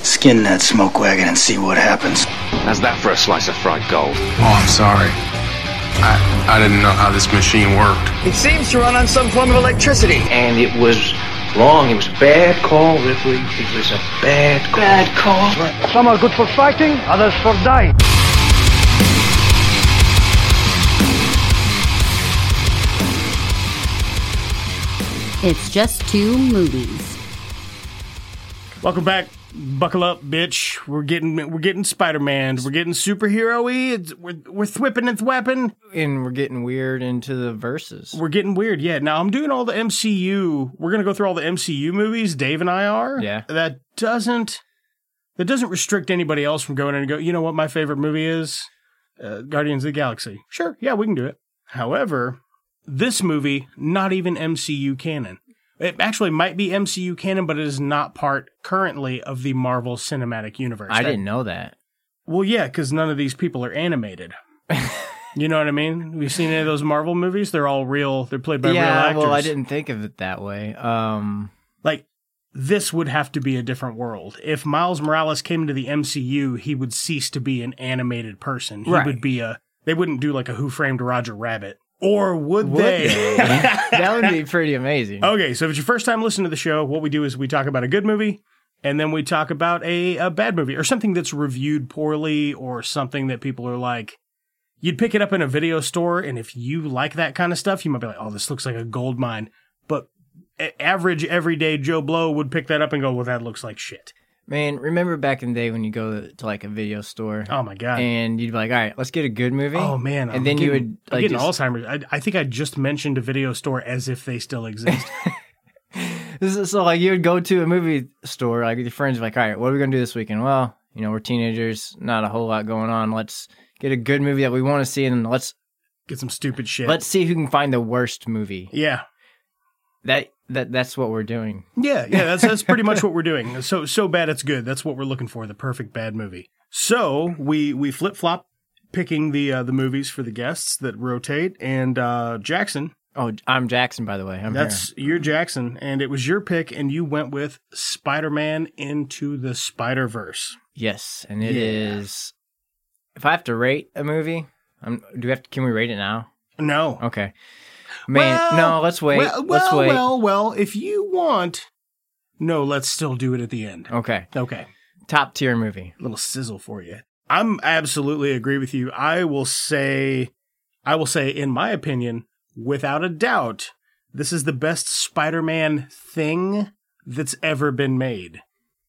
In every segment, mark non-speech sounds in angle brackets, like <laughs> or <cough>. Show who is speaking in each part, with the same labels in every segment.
Speaker 1: Skin that smoke wagon and see what happens.
Speaker 2: How's that for a slice of fried gold?
Speaker 3: Oh, I'm sorry. I, I didn't know how this machine worked.
Speaker 4: It seems to run on some form of electricity.
Speaker 5: And it was wrong. It was a bad call, Ripley. It was a bad call. Bad call.
Speaker 6: Some are good for fighting, others for dying.
Speaker 7: It's just two movies.
Speaker 8: Welcome back. Buckle up, bitch. We're getting we're getting Spider Man's. We're getting superhero y. We're we're thwipping and thwapping.
Speaker 9: And we're getting weird into the verses.
Speaker 8: We're getting weird. Yeah. Now I'm doing all the MCU. We're gonna go through all the MCU movies. Dave and I are.
Speaker 9: Yeah.
Speaker 8: That doesn't that doesn't restrict anybody else from going in and go. You know what my favorite movie is? Uh, Guardians of the Galaxy. Sure. Yeah, we can do it. However, this movie not even MCU canon. It actually might be MCU canon, but it is not part currently of the Marvel Cinematic Universe.
Speaker 9: I didn't know that.
Speaker 8: Well, yeah, because none of these people are
Speaker 9: <laughs>
Speaker 8: animated. you know what I mean? We've seen any of those Marvel movies; they're all real. They're played by real
Speaker 9: yeah,
Speaker 8: actors.
Speaker 9: well, I didn't think of it that way. Um,
Speaker 8: Like this would have to be a different world. If Miles Morales came into the MCU, he would cease to be an animated person. He
Speaker 9: Right.
Speaker 8: would be a. They wouldn't do like a Who Framed Roger Rabbit, or would,
Speaker 9: would
Speaker 8: they? Oh.
Speaker 9: they?
Speaker 8: <laughs>
Speaker 9: that would be pretty amazing.
Speaker 8: Okay, so if it's your first time listening to the show, what we do is we talk about a good movie and then we talk about a, a bad movie or something that's reviewed poorly or something that people are like, you'd pick it up in a video store. And if you like that kind of stuff, you might be like, oh, this looks like a gold mine. But a- average everyday Joe Blow would pick that up and go, well, that looks like shit.
Speaker 9: Man, remember back in the day when you go to like a video store
Speaker 8: Oh my God.
Speaker 9: and you'd be like, all right, let's get a good movie.
Speaker 8: Oh man!
Speaker 9: And
Speaker 8: I'm
Speaker 9: then you
Speaker 8: getting-
Speaker 9: would
Speaker 8: I'm
Speaker 9: like
Speaker 8: getting
Speaker 9: just-
Speaker 8: Alzheimer's. I, I think I just mentioned a video store as if they still
Speaker 9: <laughs>
Speaker 8: exist.
Speaker 9: This is, so like you would go to a movie store like with your friends, like, all right, what are we gonna do this weekend? Well, you know, we're teenagers, not a whole lot going on. Let's get a good movie that we want to see, and let's
Speaker 8: Get some stupid shit.
Speaker 9: let's see who can find the worst movie.
Speaker 8: yeah,
Speaker 9: That that that's what we're doing.
Speaker 8: Yeah, yeah, that's that's pretty much what we're doing. So so bad it's good. That's what we're looking for, the perfect bad movie. So we we flip flop picking the uh, the movies for the guests that rotate, and uh, Jackson,
Speaker 9: Oh, I'm Jackson, by the way. I'm
Speaker 8: that's your Jackson, and it was your pick, and you went with Spider Man into the Spider Verse.
Speaker 9: here. yes, and it is. If I have to rate a movie, I'm, do we have to? Can we rate it now?
Speaker 8: No,
Speaker 9: Okay. Man,
Speaker 8: Well,
Speaker 9: no, let's wait.
Speaker 8: Well,
Speaker 9: let's
Speaker 8: well,
Speaker 9: wait.
Speaker 8: well, well, if you want, no, let's still do it at the end.
Speaker 9: Okay,
Speaker 8: Okay.
Speaker 9: top tier movie.
Speaker 8: little sizzle for you. I'm absolutely agree with you. I will say, I will say, in my opinion, without a doubt, this is the best Spider-Man thing that's ever been made.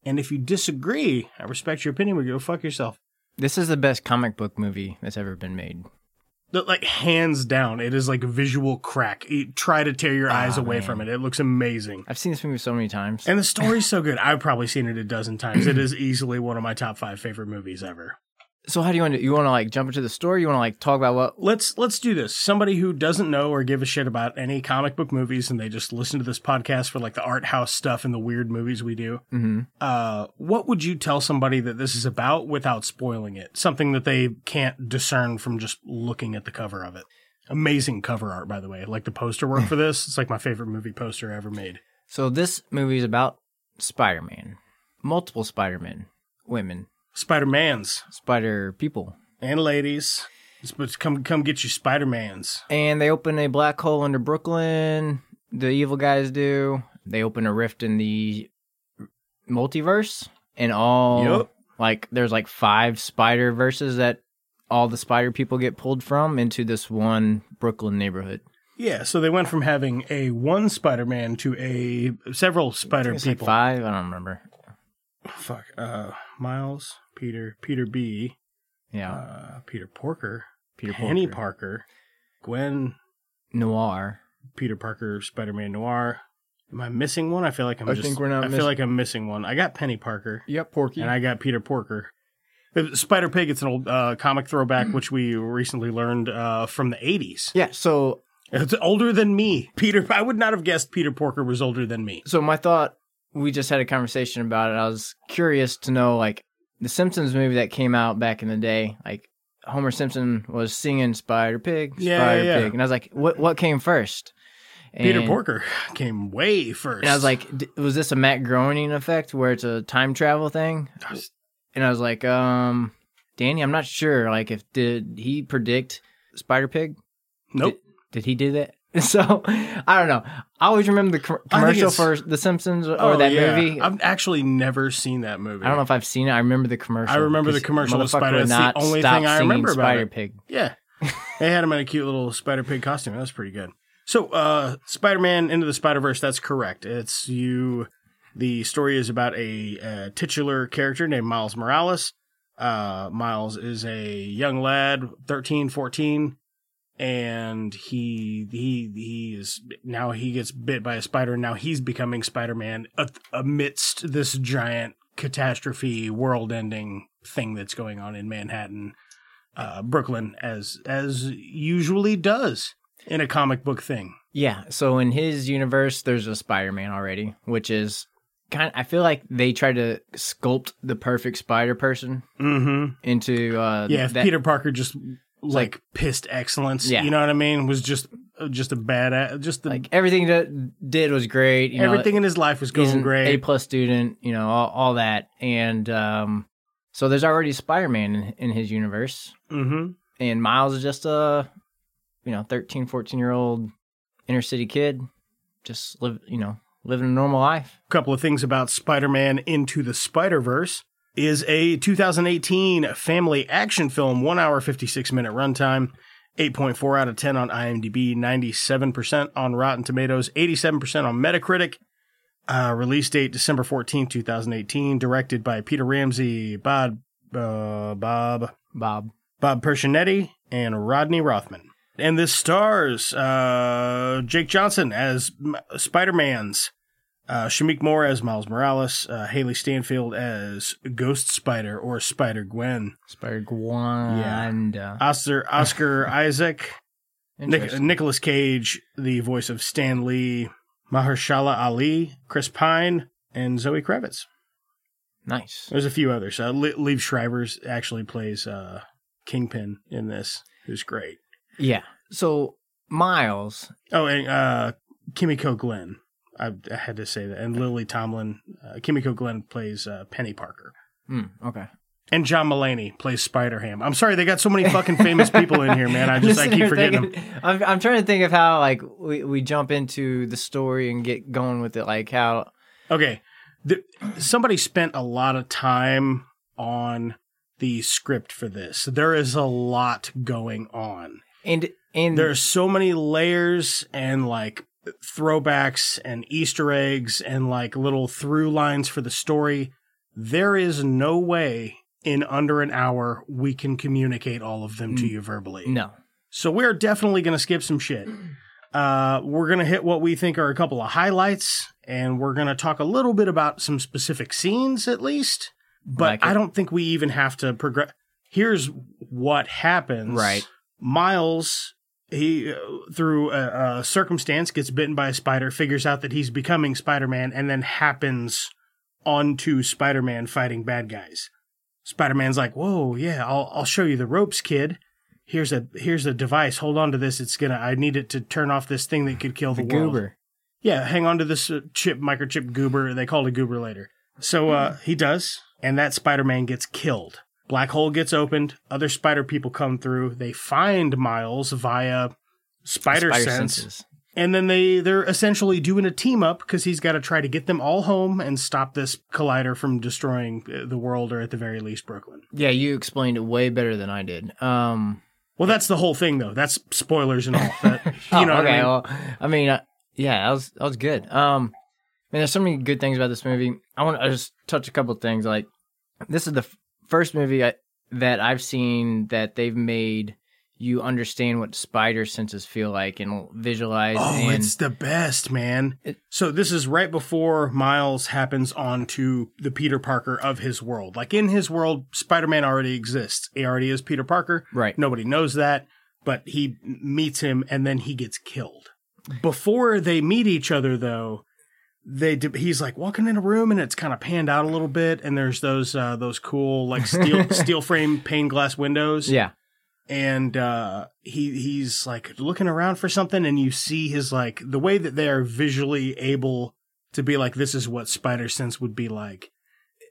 Speaker 8: And if you disagree, I respect your opinion. We go fuck yourself.
Speaker 9: This is the best comic book movie that's ever been made.
Speaker 8: But, Like hands down, it is like visual crack. You try to tear your eyes away from it. It looks amazing.
Speaker 9: I've seen this movie so many times.
Speaker 8: And the story's so good. I've probably seen it a dozen times. It is easily one of my top five favorite movies ever.
Speaker 9: So how do you want to? You want to like jump into the story? You want to like talk about what?
Speaker 8: let's let's do this. Somebody who doesn't know or give a shit about any comic book movies, and they just listen to this podcast for like the art house stuff and the weird movies we do.
Speaker 9: Mhm.
Speaker 8: Uh, what would you tell somebody that this is about without spoiling it? Something that they can't discern from just looking at the cover of it. Amazing cover art, by the way. Like the poster work for this, it's like my favorite movie poster ever made.
Speaker 9: So this movie is about Spider-Man, multiple Spider-Men, women,
Speaker 8: Spider Man's
Speaker 9: Spider people,
Speaker 8: and ladies, It's- but come come get your Spider Man's.
Speaker 9: and they open a black hole under Brooklyn. The evil guys do. They open a rift in the multiverse, and all
Speaker 8: Yup.
Speaker 9: like there's like five Spider verses that all the Spider people get pulled from into this one Brooklyn neighborhood.
Speaker 8: Yeah, so they went from having a one Spider-Man to a several Spider
Speaker 9: It's like
Speaker 8: people.
Speaker 9: five. I don't remember.
Speaker 8: Fuck. Uh, Miles, Peter, Peter B,
Speaker 9: Yeah,
Speaker 8: uh, Peter Porker,
Speaker 9: Peter
Speaker 8: Penny
Speaker 9: Parker.
Speaker 8: Parker, Gwen,
Speaker 9: Noir.
Speaker 8: Peter Parker, Spider-Man Noir. Am I missing one? I feel like I'm
Speaker 9: I
Speaker 8: just.
Speaker 9: think we're not
Speaker 8: I
Speaker 9: miss-
Speaker 8: feel like I'm missing one. I got Penny Parker
Speaker 9: Yep, Porky.
Speaker 8: and I got Peter Porker. Spider Pig. It's an old uh, comic
Speaker 9: <clears throat>
Speaker 8: throwback, which we recently learned uh, from the '80s.
Speaker 9: Yeah. So,
Speaker 8: It's older than me, Peter. I would not have guessed Peter Porker was older than me.
Speaker 9: so my thought. We just had a conversation about it. I was curious to know, like, the Simpsons movie that came out back in the day. Like, Homer Simpson was singing Spider Pig,
Speaker 8: Yeah,
Speaker 9: Spider
Speaker 8: yeah, yeah.
Speaker 9: Pig, and I was like, what What came first?
Speaker 8: Peter
Speaker 9: And-
Speaker 8: Porker came way first.
Speaker 9: And I was like, D- was this a Matt Groening effect where it's a time travel thing? And I was like, um, Danny, I'm not sure. Like, if did he predict Spider Pig?
Speaker 8: nope.
Speaker 9: Did he do that? <laughs> So I don't know. I always remember the com-
Speaker 8: I think
Speaker 9: commercial
Speaker 8: it's-
Speaker 9: for The Simpsons or
Speaker 8: Oh,
Speaker 9: that
Speaker 8: yeah.
Speaker 9: movie.
Speaker 8: I've actually never seen that movie.
Speaker 9: I don't know if I've seen it. I remember the commercial.
Speaker 8: I remember the
Speaker 9: 'cause
Speaker 8: commercial with
Speaker 9: motherfucker
Speaker 8: Spider-
Speaker 9: would
Speaker 8: that's the
Speaker 9: not
Speaker 8: only
Speaker 9: stop
Speaker 8: thing I
Speaker 9: singing
Speaker 8: remember about it.
Speaker 9: Spider Pig.
Speaker 8: Yeah. they had him in a cute little Spider Pig costume. That was pretty good. So, uh, Spider Man Into the Spider Verse, that's correct. It's you. The story is about a uh, titular character named Miles Morales. Uh, Miles is a young lad, 13, 14, and he he he is now he gets bit by a spider. And now he's becoming Spider Man amidst this giant catastrophe, world ending thing that's going on in Manhattan uh, Brooklyn as as usually does in a comic book thing.
Speaker 9: Yeah. So in his universe, there's a Spider Man already, which is kind. I feel like they try to sculpt the perfect Spider Person
Speaker 8: Mm-hmm.
Speaker 9: into. Uh,
Speaker 8: Yeah, if
Speaker 9: that-
Speaker 8: Peter Parker just like, pissed excellence,
Speaker 9: Yeah.
Speaker 8: you know what I mean, was just uh, just a badass, just the,
Speaker 9: like everything that did was great. You know,
Speaker 8: everything in his life was
Speaker 9: he's
Speaker 8: going
Speaker 9: an A
Speaker 8: great.
Speaker 9: plus student. You know all, all that, and um, so there's already Spider Man in, in his universe,
Speaker 8: mm-hmm.
Speaker 9: and Miles is just a, you know, 13, 14 year old inner city kid, just live, you know, living a normal life.
Speaker 8: couple of things about Spider-Man Into the Spider-Verse is a 2018 family action film, 1 hour 56 minute runtime, 8.4 out of 10 on IMDb, 97% on Rotten Tomatoes, 87% on Metacritic. Uh, release date December 14, 2018, directed by Peter Ramsey, Bob uh, Bob
Speaker 9: Bob.
Speaker 8: Bob Persianetti and Rodney Rothman. And this stars uh, Jake Johnson as M- Spider-Man's, uh, Shamik Moore as Miles Morales, uh, Haley Stanfield as Ghost Spider or Spider-Gwen,
Speaker 9: Spider Gwan.
Speaker 8: uh,
Speaker 9: Yeah. Uh,
Speaker 8: Oscar, Oscar Isaac, Nic-
Speaker 9: Interesting.
Speaker 8: Nicholas Cage, the voice of Stan Lee, Mahershala Ali, Chris Pine, and Zoe Kravitz.
Speaker 9: Nice.
Speaker 8: There's a few others. Uh, Le- Liev Schreiber's actually plays uh, Kingpin in this, who's great.
Speaker 9: Yeah. So Miles,
Speaker 8: Oh, and uh, Kimiko Glenn. I, I had to say that. And Lily Tomlin. Uh, Kimiko Glenn plays uh, Penny Parker.
Speaker 9: hmm, okay.
Speaker 8: And John Mulaney plays Spider Ham. I'm sorry, they got so many fucking famous people in here, man.
Speaker 9: <laughs>
Speaker 8: I just I
Speaker 9: sitting
Speaker 8: keep
Speaker 9: here
Speaker 8: forgetting them.
Speaker 9: thinking- I'm I'm trying to think of how like we, we jump into the story and get going with it, like how
Speaker 8: Okay, the, somebody spent a lot of time on the script for this. There is a lot going on.
Speaker 9: and and
Speaker 8: There's so many layers and like throwbacks and Easter eggs and like little through lines for the story. There is no way in under an hour we can communicate all of them to you verbally.
Speaker 9: no
Speaker 8: So we're definitely going to skip some shit. Uh, we're going to hit what we think are a couple of highlights, and we're going to talk a little bit about some specific scenes at least. But
Speaker 9: Like it.
Speaker 8: I don't think we even have to progress. Here's what happens.
Speaker 9: Right.
Speaker 8: Miles, he uh, through a, a circumstance gets bitten by a spider, figures out that he's becoming Spider-Man, and then happens onto Spider-Man fighting bad guys. Spider-Man's like, "Whoa, yeah, I'll I'll show you the ropes, kid." here's a here's a device. Hold on to this. It's gonna. I need it to turn off this thing that could kill the,
Speaker 9: the
Speaker 8: world.
Speaker 9: goober.
Speaker 8: Yeah, hang on to this uh, chip, microchip goober. They call it a goober later. So uh, he does, and that Spider-Man gets killed. Black hole gets opened. Other Spider people come through. They find Miles via Spider, sense,
Speaker 9: senses.
Speaker 8: and then they they're essentially doing a team up because he's got to try to get them all home and stop this collider from destroying uh, the world or at the very least Brooklyn.
Speaker 9: Yeah, you explained it way better than I did. Um,
Speaker 8: Well, that's the whole thing though. That's spoilers and all.
Speaker 9: <laughs>
Speaker 8: That, you
Speaker 9: oh,
Speaker 8: know what
Speaker 9: okay.
Speaker 8: I mean?
Speaker 9: well, I mean, uh, yeah, that was that was good. Um, man, there's so many good things about this movie. I want to just touch a couple things. Like, this is the f- first movie I, that I've seen that they've made you understand what spider senses feel like and visualize.
Speaker 8: Oh,
Speaker 9: and
Speaker 8: it's the best, man.
Speaker 9: It-
Speaker 8: so this is right before Miles happens onto the Peter Parker of his world. Like in his world, Spider-Man already exists. He already is Peter Parker.
Speaker 9: right.
Speaker 8: Nobody knows that, but he meets him and then he gets killed. Before they meet each other though, they d- he's like walking in a room and it's kind of panned out a little
Speaker 9: <laughs>
Speaker 8: bit and there's those uh, those cool like steel steel frame pane glass windows
Speaker 9: Yeah.
Speaker 8: and uh, he he's like looking around for something, and you see his like the way that they are visually able to be like this is what spider sense would be like.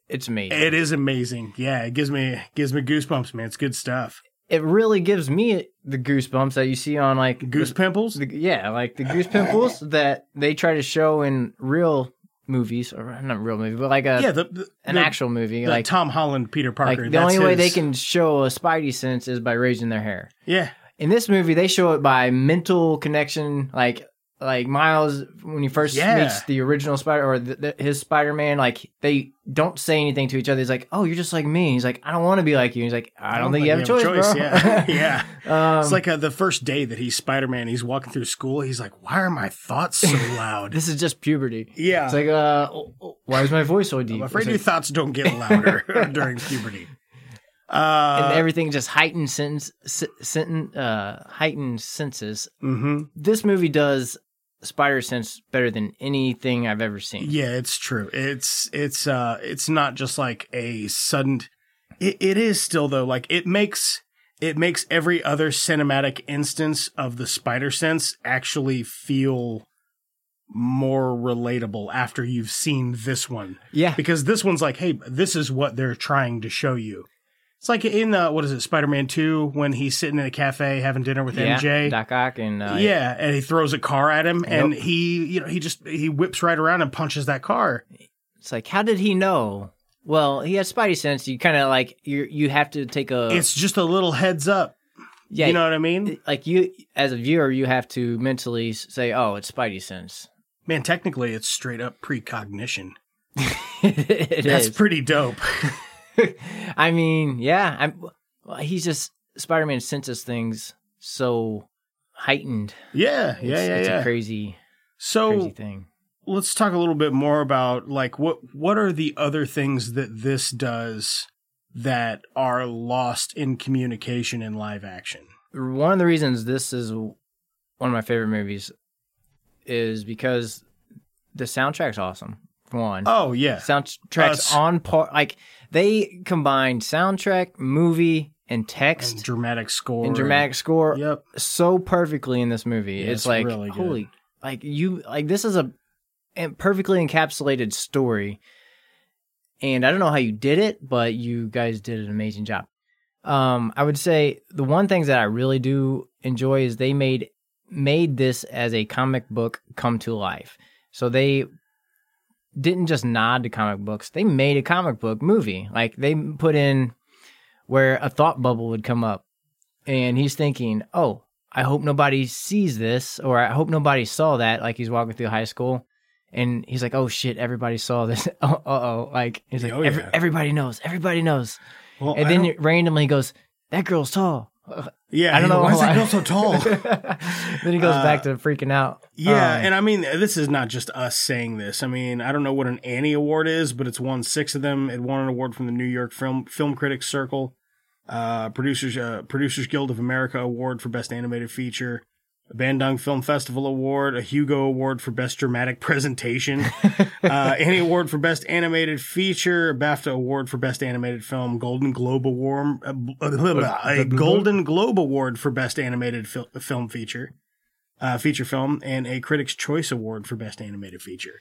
Speaker 9: It's amazing.
Speaker 8: It is amazing. Yeah, it gives me gives me goosebumps, man. It's good stuff.
Speaker 9: It really gives me the goosebumps that you see on like
Speaker 8: Goose
Speaker 9: the-
Speaker 8: pimples.
Speaker 9: the- yeah, like the goose pimples that they try to show in real movies or not real movie, but like a
Speaker 8: yeah, the, the-
Speaker 9: an
Speaker 8: the-
Speaker 9: actual movie.
Speaker 8: the
Speaker 9: like
Speaker 8: Tom Holland, Peter
Speaker 9: like
Speaker 8: Parker.
Speaker 9: the
Speaker 8: that's
Speaker 9: only way they
Speaker 8: his-
Speaker 9: can show a Spidey sense is by raising their hair.
Speaker 8: Yeah,
Speaker 9: In this movie, they show it by mental connection, like like Miles when he first
Speaker 8: Yeah.
Speaker 9: meets the original Spider or the, the, his Spider Man. Like they don't say anything to each other. He's like, "Oh, you're just like me." He's like, "I don't want to be like you." He's like, "I don't think you have a choice, bro."
Speaker 8: Yeah, <laughs>
Speaker 9: <laughs>
Speaker 8: yeah.
Speaker 9: Um,
Speaker 8: it's like uh the first day that he's Spider Man. He's walking through school. He's like, "Why are my thoughts
Speaker 9: <laughs>
Speaker 8: so loud?"
Speaker 9: this is just puberty.
Speaker 8: yeah,
Speaker 9: It's like, uh, why is my voice so deep?
Speaker 8: I'm
Speaker 9: It's
Speaker 8: afraid
Speaker 9: like-
Speaker 8: your thoughts don't get louder
Speaker 9: <laughs>
Speaker 8: <laughs> during puberty. Uh,
Speaker 9: and everything just heightened sentence, se- sentence, uh, heightened senses.
Speaker 8: mhm.
Speaker 9: This movie does spider sense better than anything I've ever seen.
Speaker 8: Yeah, it's true. It's it's uh it's not just like a sudden. It, it is still though. Like it makes it makes every other cinematic instance of the spider sense actually feel more relatable after you've seen this one.
Speaker 9: Yeah,
Speaker 8: because this one's like, hey, this is what they're trying to show you. It's like in the what is it, Spider Man Two, when he's sitting in a cafe having dinner with
Speaker 9: yeah,
Speaker 8: MJ.
Speaker 9: Doc Ock, and uh,
Speaker 8: yeah, and he throws a car at him, and he, you know, he just he whips right around and punches that car.
Speaker 9: it's like, how did he know? Well, he has spidey sense. You kind of like you you have to take a
Speaker 8: It's just a little heads up.
Speaker 9: yeah,
Speaker 8: you know what I mean?
Speaker 9: like you as a viewer, you have to mentally s- say, oh, it's spidey sense. <laughs>
Speaker 8: Man, technically, it's straight up precognition.
Speaker 9: It
Speaker 8: That's
Speaker 9: is.
Speaker 8: pretty dope. <laughs>
Speaker 9: <laughs> I mean, yeah, I'm, well, he's just Spider-Man senses things so heightened.
Speaker 8: yeah, yeah,
Speaker 9: It's,
Speaker 8: yeah,
Speaker 9: it's
Speaker 8: yeah.
Speaker 9: a crazy,
Speaker 8: so
Speaker 9: crazy thing.
Speaker 8: let's talk a little bit more about like what what are the other things that this does that are lost in communication in live action.
Speaker 9: One of the reasons this is one of my favorite movies is because the soundtrack's awesome. For one,
Speaker 8: Oh yeah.
Speaker 9: soundtrack's
Speaker 8: Us.
Speaker 9: on par. Like they combined soundtrack, movie, and text
Speaker 8: And
Speaker 9: and,
Speaker 8: dramatic score.
Speaker 9: dramatic score
Speaker 8: Yep.
Speaker 9: so perfectly in this movie.
Speaker 8: Yeah,
Speaker 9: it's,
Speaker 8: it's
Speaker 9: like
Speaker 8: really good.
Speaker 9: holy, like you, like this is a en- perfectly encapsulated story. And I don't know how you did it, but you guys did an amazing job. Um, I would say the one things that I really do enjoy is they made made this as a comic book come to life. So they didn't just nod to comic books; they made a comic book movie. Like they put in where a thought bubble would come up, and he's thinking, "Oh, I hope nobody sees this, or I hope nobody saw that." Like he's walking through high school, and he's like, "Oh shit, everybody saw this." <laughs> oh, oh, like he's like,
Speaker 8: Oh,
Speaker 9: "Every-
Speaker 8: yeah.
Speaker 9: "Everybody knows, everybody knows."
Speaker 8: Well,
Speaker 9: and
Speaker 8: I
Speaker 9: then
Speaker 8: don't-
Speaker 9: it randomly goes, "That girl's tall."
Speaker 8: yeah,
Speaker 9: I don't
Speaker 8: you-
Speaker 9: know
Speaker 8: why is
Speaker 9: why.
Speaker 8: that girl so tall?
Speaker 9: <laughs>
Speaker 8: Uh,
Speaker 9: then he goes back to freaking out.
Speaker 8: yeah,
Speaker 9: Um,
Speaker 8: and I mean this is not just us saying this. I mean, I don't know what an Annie award is, but it's won 6 of them. It won an award from the New York Film Film Critics Circle, uh Producers uh, Producers Guild of America award for best animated feature. a Bandung Film Festival Award, a Hugo Award for Best Dramatic <laughs> Presentation, uh, Annie Award for Best Animated Feature, a BAFTA Award for Best Animated Film, Golden Globe Award, uh, bl- uh, blah, blah, a Golden Globe Award for Best Animated fil- Film Feature, uh, feature film, and a Critics' Choice Award for Best Animated Feature,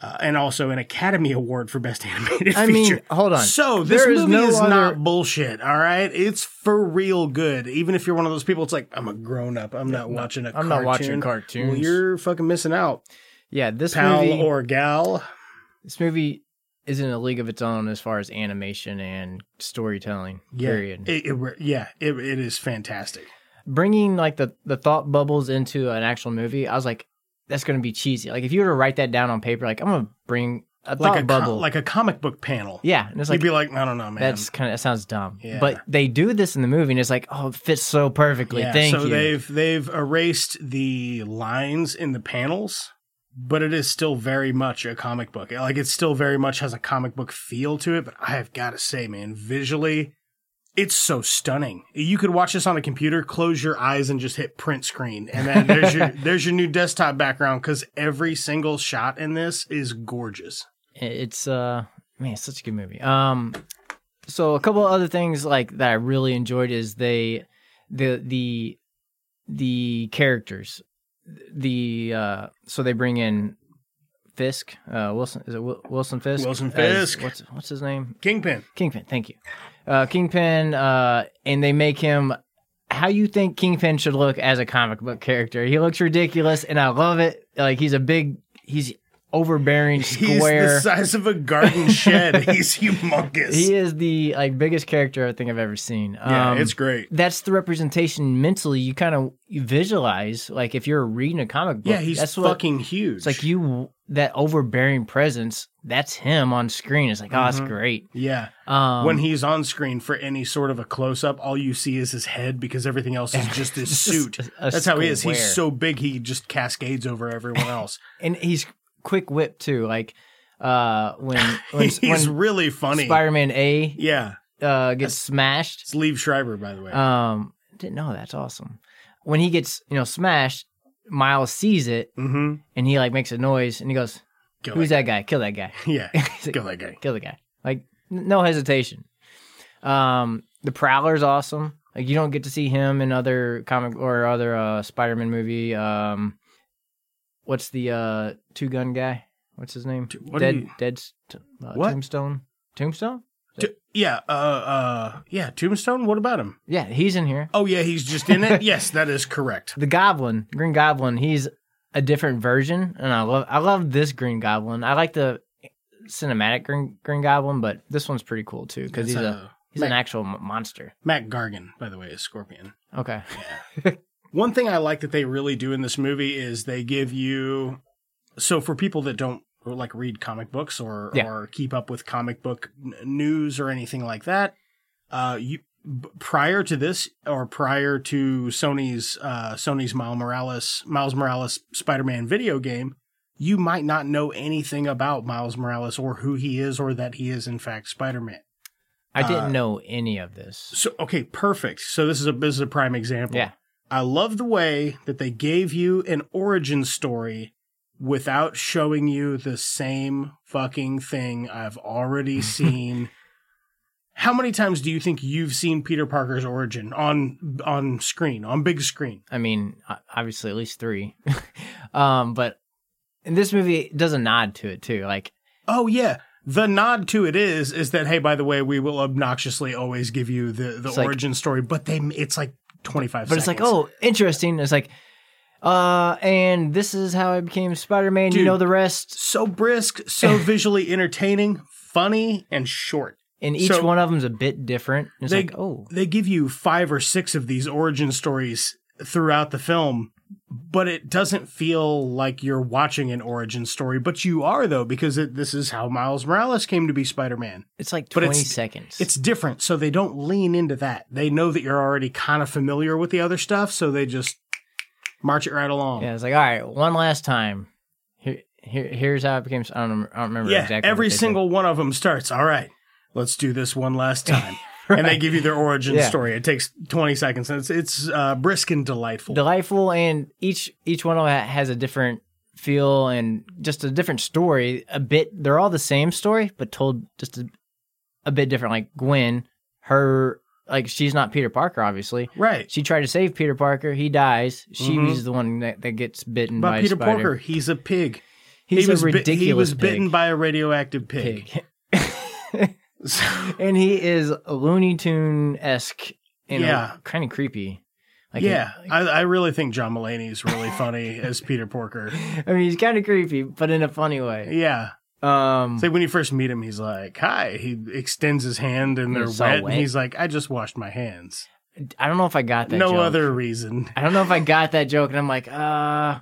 Speaker 8: uh, and also an Academy Award for Best <laughs> Animated
Speaker 9: I mean,
Speaker 8: Feature.
Speaker 9: hold on.
Speaker 8: So this
Speaker 9: There is
Speaker 8: movie
Speaker 9: no
Speaker 8: is
Speaker 9: other-
Speaker 8: not bullshit. All right, it's for real good. Even if you're one of those people, it's like I'm a grown up. I'm not watching a.
Speaker 9: I'm not watching cartoons.
Speaker 8: Well, you're fucking missing out,
Speaker 9: yeah, this
Speaker 8: pal
Speaker 9: movie,
Speaker 8: or gal.
Speaker 9: this movie is in a league of its own as far as animation and storytelling.
Speaker 8: Yeah,
Speaker 9: Period.
Speaker 8: It, it re- yeah, it, it is fantastic.
Speaker 9: Bringing like the the thought bubbles into an actual movie, I was like, that's gonna be cheesy. Like if you were to write that down on paper, like I'm gonna bring a thought
Speaker 8: Like a
Speaker 9: bubble,
Speaker 8: com- like a comic book panel.
Speaker 9: yeah, and it's like
Speaker 8: You'd be like, I don't know, man.
Speaker 9: That's kind of that sounds dumb,
Speaker 8: Yeah.
Speaker 9: but they do this in the movie, and it's like, oh, it fits so perfectly.
Speaker 8: Yeah,
Speaker 9: Thank
Speaker 8: so
Speaker 9: you.
Speaker 8: they've they've erased the lines in the panels, but it is still very much a comic book. Like it still very much has a comic book feel to it. But I have got to say, man, visually, it's so stunning. You could watch this on a computer, close your eyes, and just hit print screen, and then there's
Speaker 9: <laughs>
Speaker 8: your there's your new desktop background because every single shot in this is gorgeous.
Speaker 9: it's uh man it's such a good movie um so a couple other things like that i really enjoyed is they the the the characters. The uh, so they bring in Fisk, uh, Wilson is it Wil- Wilson Fisk?
Speaker 8: Wilson
Speaker 9: As-
Speaker 8: Fisk.
Speaker 9: what's what's his name?
Speaker 8: Kingpin.
Speaker 9: Kingpin. Thank you, uh, Kingpin. Uh, and they make him how you think Kingpin should look as a comic book character. He looks ridiculous, and I love it. Like he's a big, he's
Speaker 8: <laughs>
Speaker 9: overbearing,
Speaker 8: He's
Speaker 9: square.
Speaker 8: the size of a garden
Speaker 9: <laughs>
Speaker 8: shed. He's humongous.
Speaker 9: He is the like biggest character I think I've ever seen.
Speaker 8: yeah,
Speaker 9: Um,
Speaker 8: it's great.
Speaker 9: That's the representation mentally. You kind of you visualize like if you're reading a comic book.
Speaker 8: yeah, he's
Speaker 9: that's what-
Speaker 8: fucking huge.
Speaker 9: It's like you that overbearing presence. That's him on screen. It's like oh, that's great.
Speaker 8: Yeah.
Speaker 9: Um,
Speaker 8: Mm-hmm. when he's on screen for any sort of a close up, all you see is his head because everything else
Speaker 9: <laughs>
Speaker 8: is just his suit.
Speaker 9: Just a
Speaker 8: That's how he is. He's
Speaker 9: square.
Speaker 8: so big he just cascades over
Speaker 9: <laughs>
Speaker 8: everyone else.
Speaker 9: and he's quick whip too. Like uh,
Speaker 8: <laughs>
Speaker 9: when when,
Speaker 8: he's
Speaker 9: when
Speaker 8: really funny.
Speaker 9: Spider-Man A
Speaker 8: yeah.
Speaker 9: uh, gets smashed.
Speaker 8: It's Liev Schreiber, by the way.
Speaker 9: Um, didn't know that's awesome. When he gets you know smashed, Miles sees it
Speaker 8: mm-hmm.
Speaker 9: and he like makes a noise and he goes,
Speaker 8: Go
Speaker 9: "Who's
Speaker 8: that
Speaker 9: that guy? Kill that
Speaker 8: <laughs>
Speaker 9: guy! <laughs>
Speaker 8: guy. Yeah.
Speaker 9: He's like,
Speaker 8: Go that guy.
Speaker 9: Kill the guy!" Like n- no hesitation. Um, the Prowler's awesome. Like you don't get to see him in other comic or other uh, Spider-Man movie. Um, what's the uh, two gun guy? What's his name?
Speaker 8: what
Speaker 9: dead
Speaker 8: are you-
Speaker 9: dead st- uh,
Speaker 8: What?
Speaker 9: tombstone. Tombstone?
Speaker 8: Tu- yeah. Uh, uh, yeah. Tombstone, what about him?
Speaker 9: Yeah, he's in here.
Speaker 8: Oh, yeah, he's just in
Speaker 9: <laughs>
Speaker 8: it? yes, that is correct.
Speaker 9: the goblin green goblin he's a different version and i love i love this green goblin i like the cinematic green green goblin but this one's pretty cool too because he's
Speaker 8: It's,
Speaker 9: a
Speaker 8: uh,
Speaker 9: he's an actual m- monster
Speaker 8: Matt Gargan, by the way, is Scorpion.
Speaker 9: okay
Speaker 8: One thing I like that they really do in this movie is they give you so for people that don't like read comic books or
Speaker 9: Yeah.
Speaker 8: or keep up with comic book n- news or anything like that, uh you b- prior to this or prior to Sony's uh Sony's Miles Morales Miles Morales Spider-Man video game, you might not know anything about Miles Morales or who he is or that he is in fact Spider-Man.
Speaker 9: i didn't
Speaker 8: Uh,
Speaker 9: know any of this
Speaker 8: So okay, perfect. So this is a this is a prime example.
Speaker 9: yeah
Speaker 8: I love the way that they gave you an origin story without showing you the same fucking thing I've
Speaker 9: <laughs>
Speaker 8: already seen. How many times do you think you've seen Peter Parker's origin on on screen, on big screen?
Speaker 9: i mean o- obviously at least three <laughs> um but and this movie does a nod to it too like
Speaker 8: Oh yeah. The nod to it is is that hey, by the way, we will obnoxiously always give you the the
Speaker 9: It's like-
Speaker 8: origin story, but they it's like 25
Speaker 9: but
Speaker 8: seconds.
Speaker 9: it's like oh interesting it's like uh and this is how i became spider-man you
Speaker 8: Dude.
Speaker 9: know the rest
Speaker 8: so brisk,
Speaker 9: <laughs>
Speaker 8: so visually entertaining, funny and short.
Speaker 9: and each
Speaker 8: So-
Speaker 9: one of them's a bit different. And It's
Speaker 8: they,
Speaker 9: like, oh,
Speaker 8: they give you five or six of these origin stories throughout the film, but it doesn't feel like you're watching an origin story. But you are though, because it, this is how Miles Morales came to be Spider-Man.
Speaker 9: it's like
Speaker 8: but
Speaker 9: twenty
Speaker 8: it's-
Speaker 9: seconds.
Speaker 8: It's different, so they don't lean into that. They know that you're already kind of familiar with the other stuff, so they just march it right along.
Speaker 9: yeah, it's like all right, one last time. Here, here here's how it became. I don't, rem- I don't remember
Speaker 8: Yeah,
Speaker 9: exactly. what
Speaker 8: every
Speaker 9: they said.
Speaker 8: single one of them starts. All right, let's do this one
Speaker 9: <laughs>
Speaker 8: last time. And they give you their origin
Speaker 9: Yeah.
Speaker 8: story. It takes 20 seconds. and It's, it's uh, brisk and delightful.
Speaker 9: delightful, and each each one of them has a different feel and just a different story. A bit, they're all the same story, but told just a, a bit different. Like Gwen, her like she's not Peter Parker, obviously.
Speaker 8: right.
Speaker 9: She tried to save Peter Parker. He dies. She's the one that, that gets bitten
Speaker 8: Mm-hmm. But
Speaker 9: by a
Speaker 8: Peter
Speaker 9: spider.
Speaker 8: Parker, he's a pig.
Speaker 9: He's
Speaker 8: he was
Speaker 9: a
Speaker 8: bit-
Speaker 9: ridiculous.
Speaker 8: he was
Speaker 9: pig.
Speaker 8: bitten by a radioactive pig.
Speaker 9: pig. <laughs> and he is Looney Tune esque and
Speaker 8: Yeah.
Speaker 9: kind of creepy. Like
Speaker 8: yeah, I, I really think John Mulaney is really funny
Speaker 9: <laughs>
Speaker 8: as Peter Porker.
Speaker 9: I mean, he's kind of creepy, but in a funny way.
Speaker 8: Yeah,
Speaker 9: Um,
Speaker 8: it's like when you first meet him, he's like, "Hi." He extends his hand, and they're
Speaker 9: It's so
Speaker 8: wet,
Speaker 9: wet.
Speaker 8: and he's like, "I just washed my hands.
Speaker 9: I don't know if I got that.
Speaker 8: no
Speaker 9: joke.
Speaker 8: other reason."
Speaker 9: <laughs> I don't know if I got that joke, and I'm like, uh,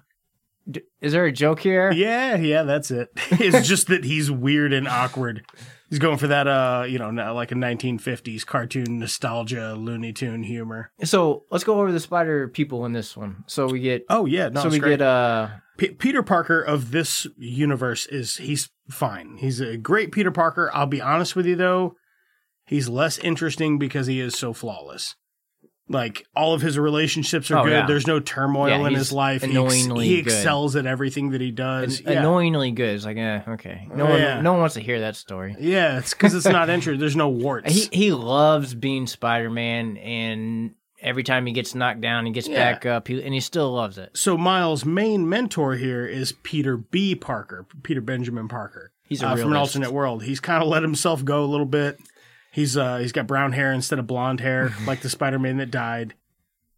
Speaker 9: d- is there a joke here?
Speaker 8: Yeah, yeah, that's it. <laughs> It's just that he's weird and awkward. He's going for that, uh, you know, not like a 1950s cartoon nostalgia, Looney Tune humor.
Speaker 9: So let's go over the spider people in this one. So we get.
Speaker 8: Oh yeah, no,
Speaker 9: so
Speaker 8: it's
Speaker 9: we
Speaker 8: great.
Speaker 9: get uh
Speaker 8: P- Peter Parker of this universe is he's fine. He's a great Peter Parker. I'll be honest with you though, he's less interesting because he is so flawless. Like all of his relationships are
Speaker 9: Oh,
Speaker 8: good.
Speaker 9: yeah.
Speaker 8: There's no turmoil
Speaker 9: Yeah,
Speaker 8: in
Speaker 9: he's
Speaker 8: his life. He,
Speaker 9: annoyingly
Speaker 8: he
Speaker 9: good.
Speaker 8: excels at everything that he does. yeah. Oh,
Speaker 9: annoyingly good. It's like, eh, okay, no one,
Speaker 8: Yeah.
Speaker 9: no one wants to hear that story. <laughs>
Speaker 8: yeah, it's because it's not interesting. There's no warts.
Speaker 9: He he loves being Spider Man, and every time he gets knocked down, he gets
Speaker 8: Yeah.
Speaker 9: back up, he, and he still loves it.
Speaker 8: So Miles' main mentor here is Peter B. Parker, Peter Benjamin Parker.
Speaker 9: He's a
Speaker 8: uh, from an
Speaker 9: realist.
Speaker 8: alternate world. He's kind of let himself go a little bit. He's uh, he's got brown hair instead of blonde
Speaker 9: <laughs>
Speaker 8: hair, like the Spider Man that died.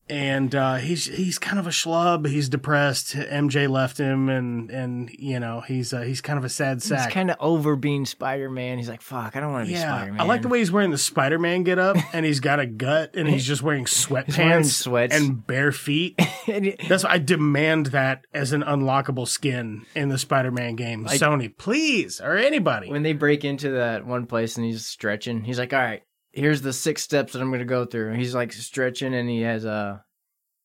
Speaker 8: And uh, he's he's kind of a schlub. He's depressed. MJ left him, and and you know he's uh, he's kind of a sad sack.
Speaker 9: He's kind of over being Spider Man. He's like, fuck, I don't want to be Spider Man.
Speaker 8: I
Speaker 9: <laughs>
Speaker 8: like the way he's wearing the Spider Man get up and he's got a gut and he's just
Speaker 9: <laughs>
Speaker 8: wearing sweatpants
Speaker 9: wearing sweats.
Speaker 8: and bare feet.
Speaker 9: <laughs>
Speaker 8: That's why I demand that as an unlockable skin in the Spider Man game. Sony, please, or anybody.
Speaker 9: when they break into that one place and he's stretching. He's like, all right, here's the six steps that I'm going to go through. He's like stretching and he has a.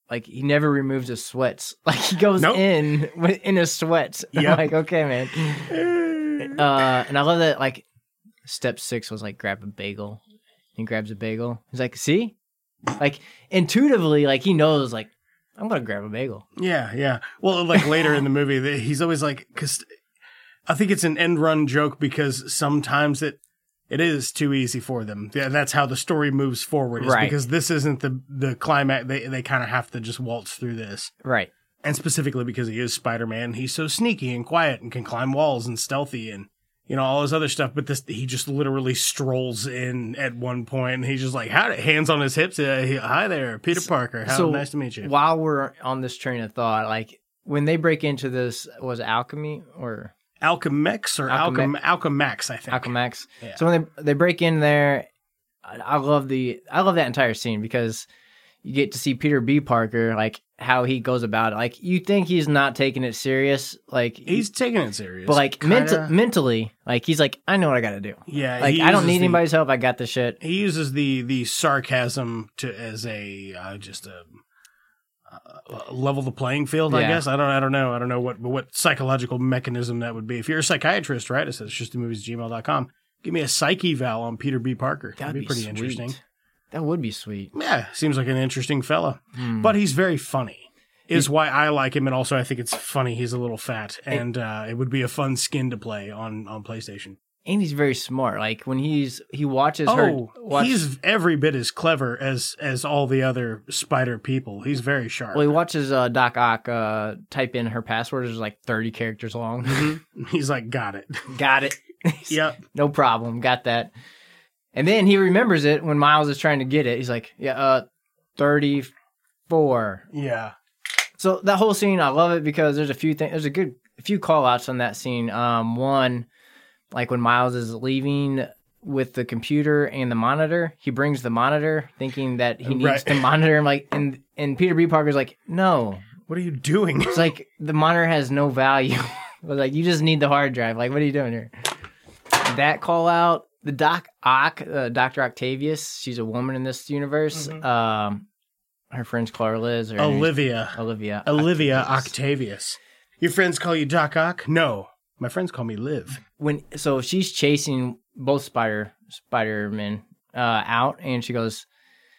Speaker 9: Like he never removes his sweats. <laughs> Like he goes
Speaker 8: Nope.
Speaker 9: in with- in his sweats. <laughs>
Speaker 8: Yep.
Speaker 9: I'm like, okay,
Speaker 8: <laughs>
Speaker 9: man. uh, and I love that like step six was like grab a bagel. He grabs a bagel. He's like, see? Like intuitively, like he knows like I'm gonna grab a bagel.
Speaker 8: Yeah, yeah. Well, like later in the movie, they- he's always like, because I think it's an end run joke because sometimes it it is too easy for them. Yeah, that's how the story moves forward. Is
Speaker 9: Right.
Speaker 8: Because this isn't the the climax. They they kind of have to just waltz through this.
Speaker 9: Right.
Speaker 8: and specifically because he is Spider-Man, he's so sneaky and quiet and can climb walls and stealthy and you know all his other stuff. But this, he just literally strolls in at one point, and he's just like, "How?" Hands on his hips. Uh, he- Hi there, Peter Parker. How nice to meet you.
Speaker 9: While we're on this train of thought, like when they break into this was it alchemy or
Speaker 8: Alchemex or Alchem-
Speaker 9: Alchemax.
Speaker 8: Alchemax, I think.
Speaker 9: alchemax.
Speaker 8: Yeah.
Speaker 9: So when they they break in there, I, I love the I love that entire scene because you get to see Peter B. Parker like how he goes about it. Like you think he's not taking it serious, like
Speaker 8: He's taking it serious,
Speaker 9: but like
Speaker 8: Kinda-
Speaker 9: menta- mentally, like he's like I know what I got to do.
Speaker 8: yeah,
Speaker 9: Like
Speaker 8: he
Speaker 9: I don't
Speaker 8: uses
Speaker 9: need
Speaker 8: the-
Speaker 9: anybody's help. I got this shit.
Speaker 8: He uses the the sarcasm to as a uh, just a. Uh, level the playing field, I
Speaker 9: Yeah.
Speaker 8: guess. I don't. I don't know. I don't know what what psychological mechanism that would be. If you're a psychiatrist, right? It says it's just the movies gmail.com. Give me a psyche val on Peter B. Parker. That'd, be, pretty
Speaker 9: sweet.
Speaker 8: interesting.
Speaker 9: That would be sweet.
Speaker 8: Yeah, seems like an interesting fella.
Speaker 9: Hmm.
Speaker 8: But he's very funny. Is why I like him, and also I think it's funny. He's a little fat, and uh, it would be a fun skin to play on on PlayStation.
Speaker 9: And he's very smart. Like when he's he watches her.
Speaker 8: Oh,
Speaker 9: watch-
Speaker 8: he's every bit as clever as as all the other spider people. He's very sharp.
Speaker 9: Well, he watches uh, Doc Ock uh, type in her password. It's like 30
Speaker 8: <laughs>
Speaker 9: characters long.
Speaker 8: He's like, got
Speaker 9: <laughs>
Speaker 8: it.
Speaker 9: Got it.
Speaker 8: yep.
Speaker 9: No problem. Got that. And then he remembers it when Miles is trying to get it. He's like, yeah, uh, 34.
Speaker 8: Yeah.
Speaker 9: So that whole scene, I love it because there's a few things. There's a good a few call outs on that scene. Um, one, like when Miles is leaving with the computer and the monitor, he brings the monitor thinking that he needs
Speaker 8: Right.
Speaker 9: the monitor. I'm like, and and Peter B. Parker's like, no,
Speaker 8: What are you doing? <laughs>
Speaker 9: <laughs> it's like the monitor has no value. <laughs> But, like you just need the hard drive. Like what are you doing here? That call out the Doc Ock, uh, Doctor Octavius. She's a woman in this universe. Um, her friend's Clara Liz or
Speaker 8: Mm-hmm. Olivia.
Speaker 9: Olivia.
Speaker 8: Olivia Octavius. Your friends call you Doc Ock? No. My friends call me Liv.
Speaker 9: when so she's chasing both spider spider men uh, out, and she goes,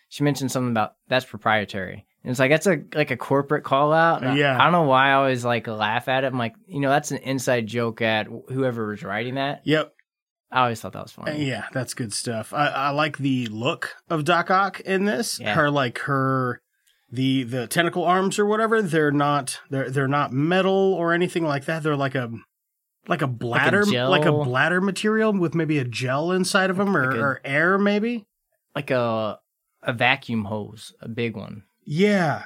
Speaker 9: she mentioned something about that's proprietary, and it's like that's a like a corporate call out. And I-
Speaker 8: Yeah.
Speaker 9: I, don't know why I always like laugh at it. I'm like, you know, that's an inside joke at whoever was writing that.
Speaker 8: Yep.
Speaker 9: I always thought that was
Speaker 8: Uh,
Speaker 9: funny.
Speaker 8: Yeah, that's good stuff. I, I like the look of Doc Ock in this.
Speaker 9: Yeah.
Speaker 8: Her like her the the tentacle arms or whatever, they're not they're they're not metal or anything like that. They're like a like a bladder like a,
Speaker 9: gel.
Speaker 8: bladder material with maybe a gel inside of them or,
Speaker 9: Like a-
Speaker 8: or air maybe.
Speaker 9: Like a a vacuum hose, a big one. <laughs>
Speaker 8: Yeah.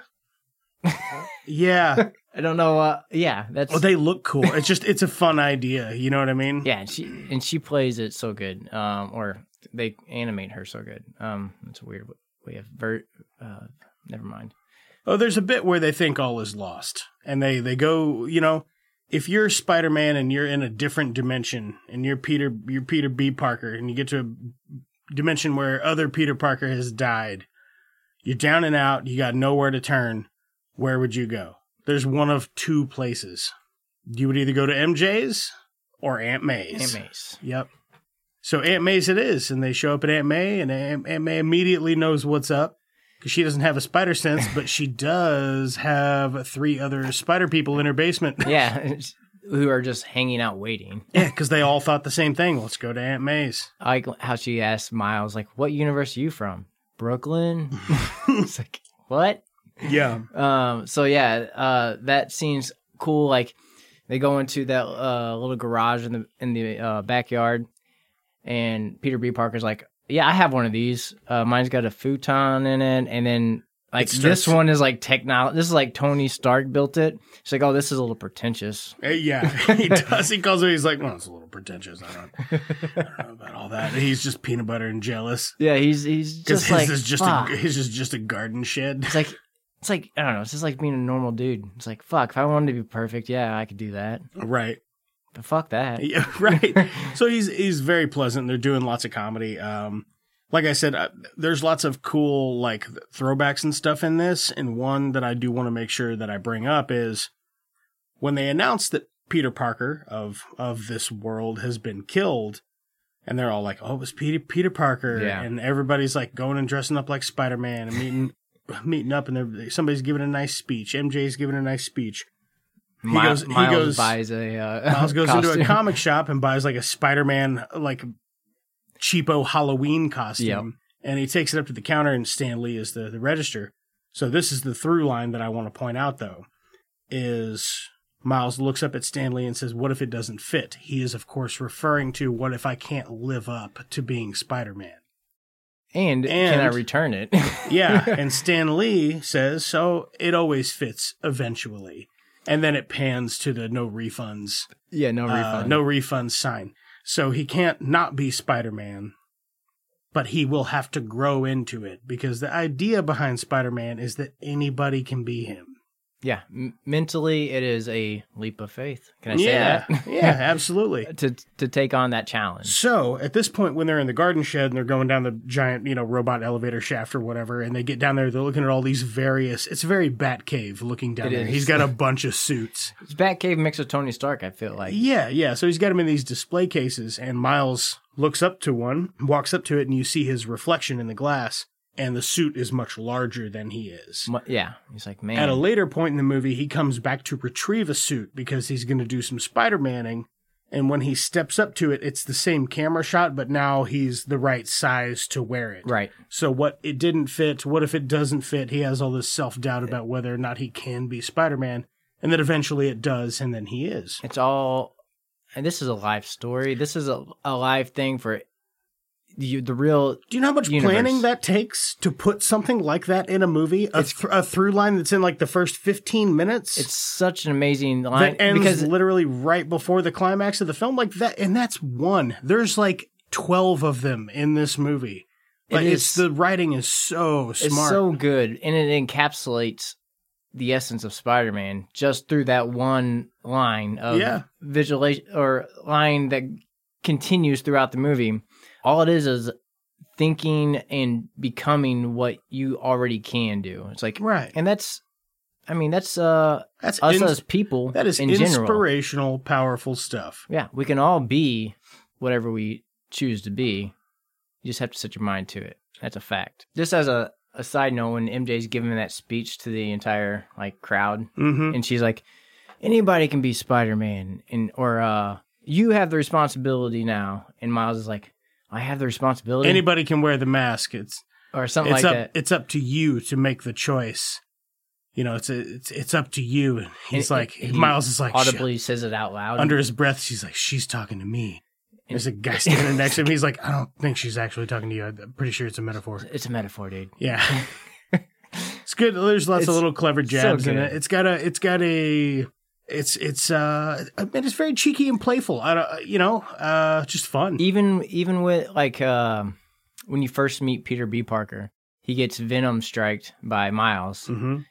Speaker 8: yeah.
Speaker 9: I don't know. Uh, yeah, that's
Speaker 8: Well, Oh, they look cool. It's just it's a fun idea, you know what I mean?
Speaker 9: yeah. And she and she plays it so good. Um, or they animate her so good. Um, that's a weird way of ver- uh, never mind.
Speaker 8: Oh, there's a bit where they think all is lost, and they they go, you know, if you're Spider Man and you're in a different dimension, and you're Peter, you're Peter B. Parker, and you get to a dimension where other Peter Parker has died, you're down and out. You got nowhere to turn. Where would you go? There's one of two places. You would either go to MJ's or Aunt May's. <laughs>
Speaker 9: Animes.
Speaker 8: Yep. So Aunt May's it is, and they show up at Aunt May, and Aunt, Aunt May immediately knows what's up because she doesn't have a spider sense, but she does have three other spider people in her basement. <laughs>
Speaker 9: Yeah, <laughs> who are just hanging out waiting.
Speaker 8: yeah, because they all thought the same thing. Let's go to Aunt May's.
Speaker 9: I like how she asked Miles, like, "What universe are you from?"
Speaker 8: <laughs>
Speaker 9: Brooklyn. it's like what?
Speaker 8: Yeah.
Speaker 9: Um, so yeah, uh, that seems cool. Like they go into that uh, little garage in the in the uh, backyard, and Peter B. Parker's like, "Yeah, I have one of these. Uh, mine's got a futon in it, and then like
Speaker 8: It
Speaker 9: this
Speaker 8: starts-
Speaker 9: one is like technology. This is like Tony Stark built it. She's like, oh, this is a little pretentious.
Speaker 8: Uh, yeah. He does. He calls me. He's like, well, it's a little pretentious. I don't, I don't know about all that. He's just peanut butter and jealous.
Speaker 9: Yeah, he's he's
Speaker 8: Because
Speaker 9: just
Speaker 8: his
Speaker 9: like
Speaker 8: is just
Speaker 9: fuck.
Speaker 8: a, his is just a garden shed.
Speaker 9: It's like it's like I don't know. It's just like being a normal dude. It's like fuck. If I wanted to be perfect, yeah, I could do that.
Speaker 8: right.
Speaker 9: But fuck that.
Speaker 8: Yeah, <laughs> right. so he's he's very pleasant. They're doing lots of comedy. Um, like I said, uh, there's lots of cool like throwbacks and stuff in this. And one that I do want to make sure that I bring up is when they announced that Peter Parker of of this world has been killed, and they're all like, "Oh, it was Peter Peter Parker,"
Speaker 9: Yeah.
Speaker 8: and everybody's like going and dressing up like Spider Man and meeting. <laughs> Meeting up and they're- somebody's giving a nice speech. MJ's giving a nice speech. He
Speaker 9: Mi-
Speaker 8: goes- he
Speaker 9: Miles
Speaker 8: goes-
Speaker 9: buys a uh,
Speaker 8: Miles
Speaker 9: <laughs>
Speaker 8: goes into a
Speaker 9: costume.
Speaker 8: comic shop and buys like a Spider-Man like cheapo Halloween costume,
Speaker 9: Yep.
Speaker 8: and he takes it up to the counter, and Stan Lee is the, the register. So this is the through line that I want to point out, though, is Miles looks up at Stanley and says, "What if it doesn't fit?" He is, of course, referring to what if I can't live up to being Spider-Man.
Speaker 9: And, can I
Speaker 8: And-
Speaker 9: return it? <laughs>
Speaker 8: Yeah, and Stan Lee says, "So it always fits eventually." And then it pans to the no refunds
Speaker 9: yeah, no
Speaker 8: uh,
Speaker 9: refund.
Speaker 8: no refund sign. So he can't not be Spider Man, but he will have to grow into it because the idea behind Spider Man is that anybody can be him.
Speaker 9: Yeah, m- mentally it is a leap of faith. Can I say
Speaker 8: yeah, <laughs>
Speaker 9: that? <laughs>
Speaker 8: yeah, absolutely.
Speaker 9: to to take on that challenge.
Speaker 8: So at this point, when they're in the garden shed and they're going down the giant, you know, robot elevator shaft or whatever, and they get down there, they're looking at all these various. It's very Batcave looking down
Speaker 9: It
Speaker 8: there.
Speaker 9: is.
Speaker 8: He's got a bunch of suits.
Speaker 9: It's Batcave mixed with Tony Stark. I feel like
Speaker 8: Uh, Yeah, yeah. So he's got him in these display cases, and Miles looks up to one, walks up to it, and you see his reflection in the glass, and the suit is much larger than he is.
Speaker 9: Mu- yeah. He's like, man,
Speaker 8: At a later point in the movie, he comes back to retrieve a suit because he's going to do some Spider Manning. And when he steps up to it, it's the same camera shot, but now he's the right size to wear it.
Speaker 9: right.
Speaker 8: So, what it didn't fit, what if it doesn't fit? He has all this self doubt about whether or not he can be Spider Man. And then eventually it does, and then he is.
Speaker 9: It's all, and this is a live story. This is a a live thing for you. The real
Speaker 8: Do you know how much
Speaker 9: universe.
Speaker 8: planning that takes to put something like that in a movie? A, th- a through line that's in like the first 15 minutes?
Speaker 9: It's such an amazing line
Speaker 8: that ends
Speaker 9: because
Speaker 8: literally right before the climax of the film. Like that. And that's one. There's like 12 of them in this movie.
Speaker 9: It
Speaker 8: Like it's
Speaker 9: is-
Speaker 8: the writing is so smart.
Speaker 9: it's so good and it encapsulates the essence of Spider-Man just through that one line of
Speaker 8: Yeah.
Speaker 9: visualization or line that continues throughout the movie. All it is is thinking and becoming what you already can do. It's like
Speaker 8: Right.
Speaker 9: and that's I mean that's uh
Speaker 8: that's
Speaker 9: us
Speaker 8: ins-
Speaker 9: as people
Speaker 8: that is
Speaker 9: in general.
Speaker 8: inspirational, powerful stuff.
Speaker 9: Yeah, we can all be whatever we choose to be. You just have to set your mind to it. That's a fact. Just as a, a side note, when MJ's giving that speech to the entire like crowd,
Speaker 8: hmm
Speaker 9: and she's like, "Anybody can be Spider Man," and or uh, "You have the responsibility now," and Miles is like, "I have the responsibility,"
Speaker 8: Anybody can wear the mask. It's
Speaker 9: or something
Speaker 8: it's
Speaker 9: like
Speaker 8: up
Speaker 9: that.
Speaker 8: it's up to you to make the choice. You know, it's a, it's it's up to you. And he's
Speaker 9: And-
Speaker 8: like
Speaker 9: and he
Speaker 8: Miles is like "Shut
Speaker 9: audibly says it out loud.
Speaker 8: under his breath, she's like, "She's talking to me." There's a guy standing next to him. He's like, "I don't think she's actually talking to you. I'm pretty sure it's a metaphor."
Speaker 9: <laughs> it's a
Speaker 8: <laughs>
Speaker 9: metaphor, dude.
Speaker 8: Yeah, it's good. There's lots of
Speaker 9: It's
Speaker 8: little clever jabs in
Speaker 9: good.
Speaker 8: it. It's got a, it's got a, it's it's uh, I mean, it's very cheeky and playful. I don't, you know, uh, just fun.
Speaker 9: even even with like um when you first meet Peter B. Parker, he gets Venom striked by Miles.
Speaker 8: hmm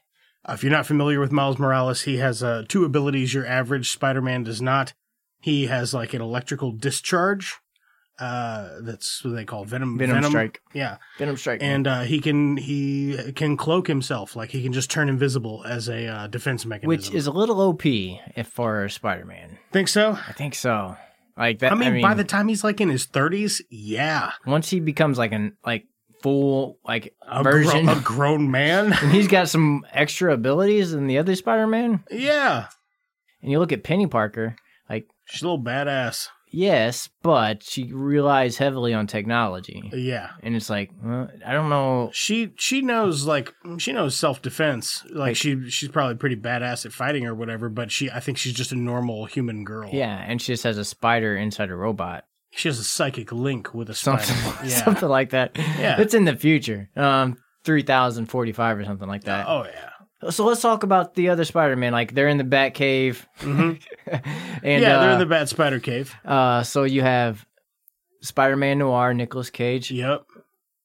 Speaker 8: If you're not familiar with Miles Morales, he has uh, two abilities your average Spider-Man does not. He has like an electrical discharge. Uh, that's what they call venom.
Speaker 9: Venom strike.
Speaker 8: Yeah.
Speaker 9: Venom strike.
Speaker 8: and uh, he can he can cloak himself like he can just turn invisible as a uh, defense mechanism
Speaker 9: which is a little OP if for Spider Man.
Speaker 8: think so
Speaker 9: I think so. Like that.
Speaker 8: I mean, by the time he's like in his 30s yeah
Speaker 9: once he becomes like an like full like
Speaker 8: a, gro-
Speaker 9: version,
Speaker 8: a grown man
Speaker 9: <laughs> and he's got some extra abilities than the other Spider Man.
Speaker 8: yeah
Speaker 9: And you look at Penny Parker, like
Speaker 8: she's a little badass
Speaker 9: yes, but she relies heavily on technology,
Speaker 8: Yeah.
Speaker 9: and it's like well, I don't know.
Speaker 8: She she knows
Speaker 9: Mm-hmm.
Speaker 8: like she knows self defense. Like she she's probably pretty badass at fighting or whatever, but she I think she's just a normal human girl.
Speaker 9: Yeah, and she just has a spider inside a robot,
Speaker 8: She has a psychic link with a spider. <laughs>
Speaker 9: something,
Speaker 8: yeah.
Speaker 9: something like that.
Speaker 8: Yeah.
Speaker 9: it's in the future. Um, three thousand forty five or something like that.
Speaker 8: Oh yeah.
Speaker 9: So let's talk about the other Spider Man. Like they're in the Bat Cave, <laughs> and
Speaker 8: Mm-hmm. yeah, they're
Speaker 9: uh,
Speaker 8: in the Bat Spider Cave.
Speaker 9: Uh, so you have Spider Man Noir, Nicolas Cage.
Speaker 8: Yep.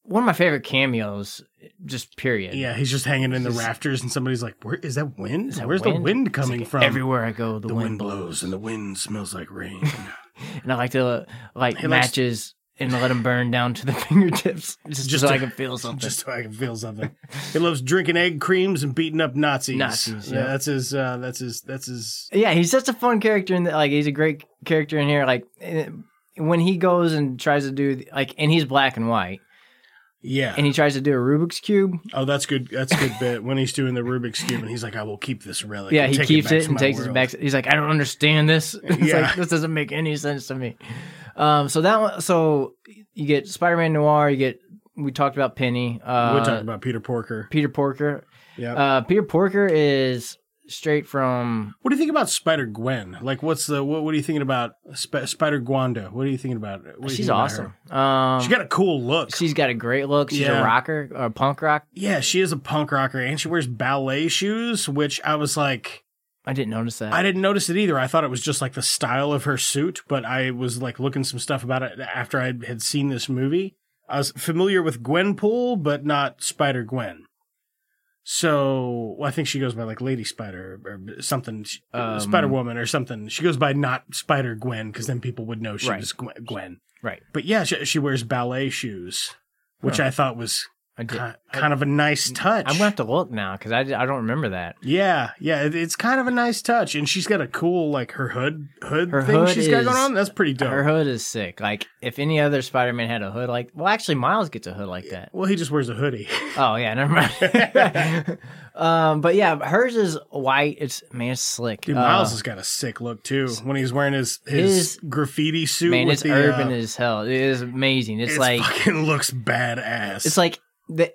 Speaker 9: One of my favorite cameos, just period.
Speaker 8: Yeah, he's just hanging in the
Speaker 9: Just-
Speaker 8: rafters, and somebody's like, "Where is that wind?
Speaker 9: that
Speaker 8: Where's the
Speaker 9: wind?
Speaker 8: wind
Speaker 9: It's
Speaker 8: coming
Speaker 9: like
Speaker 8: from?"
Speaker 9: Everywhere I go, the,
Speaker 8: The
Speaker 9: wind,
Speaker 8: wind
Speaker 9: blows.
Speaker 8: blows, and the wind smells like rain. <laughs>
Speaker 9: And I like to uh, like
Speaker 8: He likes-
Speaker 9: matches and let them burn down to the <laughs> fingertips <laughs> just,
Speaker 8: Just
Speaker 9: so
Speaker 8: to-
Speaker 9: I can feel something.
Speaker 8: just so I can feel
Speaker 9: <laughs>
Speaker 8: something. he loves drinking egg creams and beating up Nazis.
Speaker 9: Nazis,
Speaker 8: yeah,
Speaker 9: yeah.
Speaker 8: that's his. Uh, that's his. That's his.
Speaker 9: yeah, he's such a fun character, and like he's a great character in here. Like eh, when he goes and tries to do like, and he's black and white,
Speaker 8: Yeah.
Speaker 9: and he tries to do a Rubik's cube.
Speaker 8: oh, that's good. That's a good bit when he's doing the Rubik's cube, and he's like, "I will keep this relic."
Speaker 9: yeah,
Speaker 8: and
Speaker 9: he
Speaker 8: take
Speaker 9: keeps
Speaker 8: back
Speaker 9: it,
Speaker 8: to
Speaker 9: and
Speaker 8: my
Speaker 9: takes it
Speaker 8: world."
Speaker 9: back. He's like, I don't understand this. <laughs> It's
Speaker 8: Yeah.
Speaker 9: like this doesn't make any sense to me. Um, so that one, so you get Spider-Man Noir. You get we talked about Penny. Uh,
Speaker 8: We're talking about Peter Porker.
Speaker 9: Peter Porker.
Speaker 8: Yeah.
Speaker 9: Uh, Peter Porker is straight from
Speaker 8: what do you think about Spider Gwen? Like, what's the what? What are you thinking about Sp- Spider Gwanda? What are you thinking about? What do you
Speaker 9: she's
Speaker 8: think about
Speaker 9: awesome.
Speaker 8: her?
Speaker 9: Um,
Speaker 8: She got a cool look.
Speaker 9: she's got a great look. She's
Speaker 8: Yeah.
Speaker 9: a rocker or a punk rock.
Speaker 8: Yeah, she is a punk rocker and she wears ballet shoes, which I was like,
Speaker 9: I didn't notice that.
Speaker 8: I didn't notice it either. I thought it was just like the style of her suit, but I was like looking some stuff about it after I had seen this movie. I was familiar with Gwenpool, but not Spider Gwen. So well, I think she goes by like Lady Spider or something,
Speaker 9: Um,
Speaker 8: Spider Woman or something. She goes by not Spider Gwen because then people would know she
Speaker 9: Right.
Speaker 8: was Gwen- Gwen.
Speaker 9: right.
Speaker 8: But yeah, she, she wears ballet shoes, which I thought was
Speaker 9: I did.
Speaker 8: ki- kind of a nice touch.
Speaker 9: I'm gonna have to look now because I, di- I don't remember that.
Speaker 8: Yeah, yeah, it, it's kind of a nice touch, and she's got a cool like her hood hood
Speaker 9: Her
Speaker 8: thing
Speaker 9: hood
Speaker 8: she's got
Speaker 9: is-
Speaker 8: going on. That's pretty dope.
Speaker 9: Her hood is sick. Like if any other Spider-Man had a hood like, well, actually Miles gets a hood like that.
Speaker 8: well, he just wears a hoodie. <laughs>
Speaker 9: Oh yeah, never mind. <laughs> um, but yeah, hers is white. It's man, it's slick.
Speaker 8: Dude,
Speaker 9: Uh,
Speaker 8: Miles has got a sick look too when he's wearing his his,
Speaker 9: his-
Speaker 8: graffiti suit.
Speaker 9: man,
Speaker 8: with
Speaker 9: it's
Speaker 8: the,
Speaker 9: urban
Speaker 8: uh,
Speaker 9: as hell. It is amazing. It's,
Speaker 8: it's
Speaker 9: like
Speaker 8: fucking <laughs> looks badass.
Speaker 9: it's like the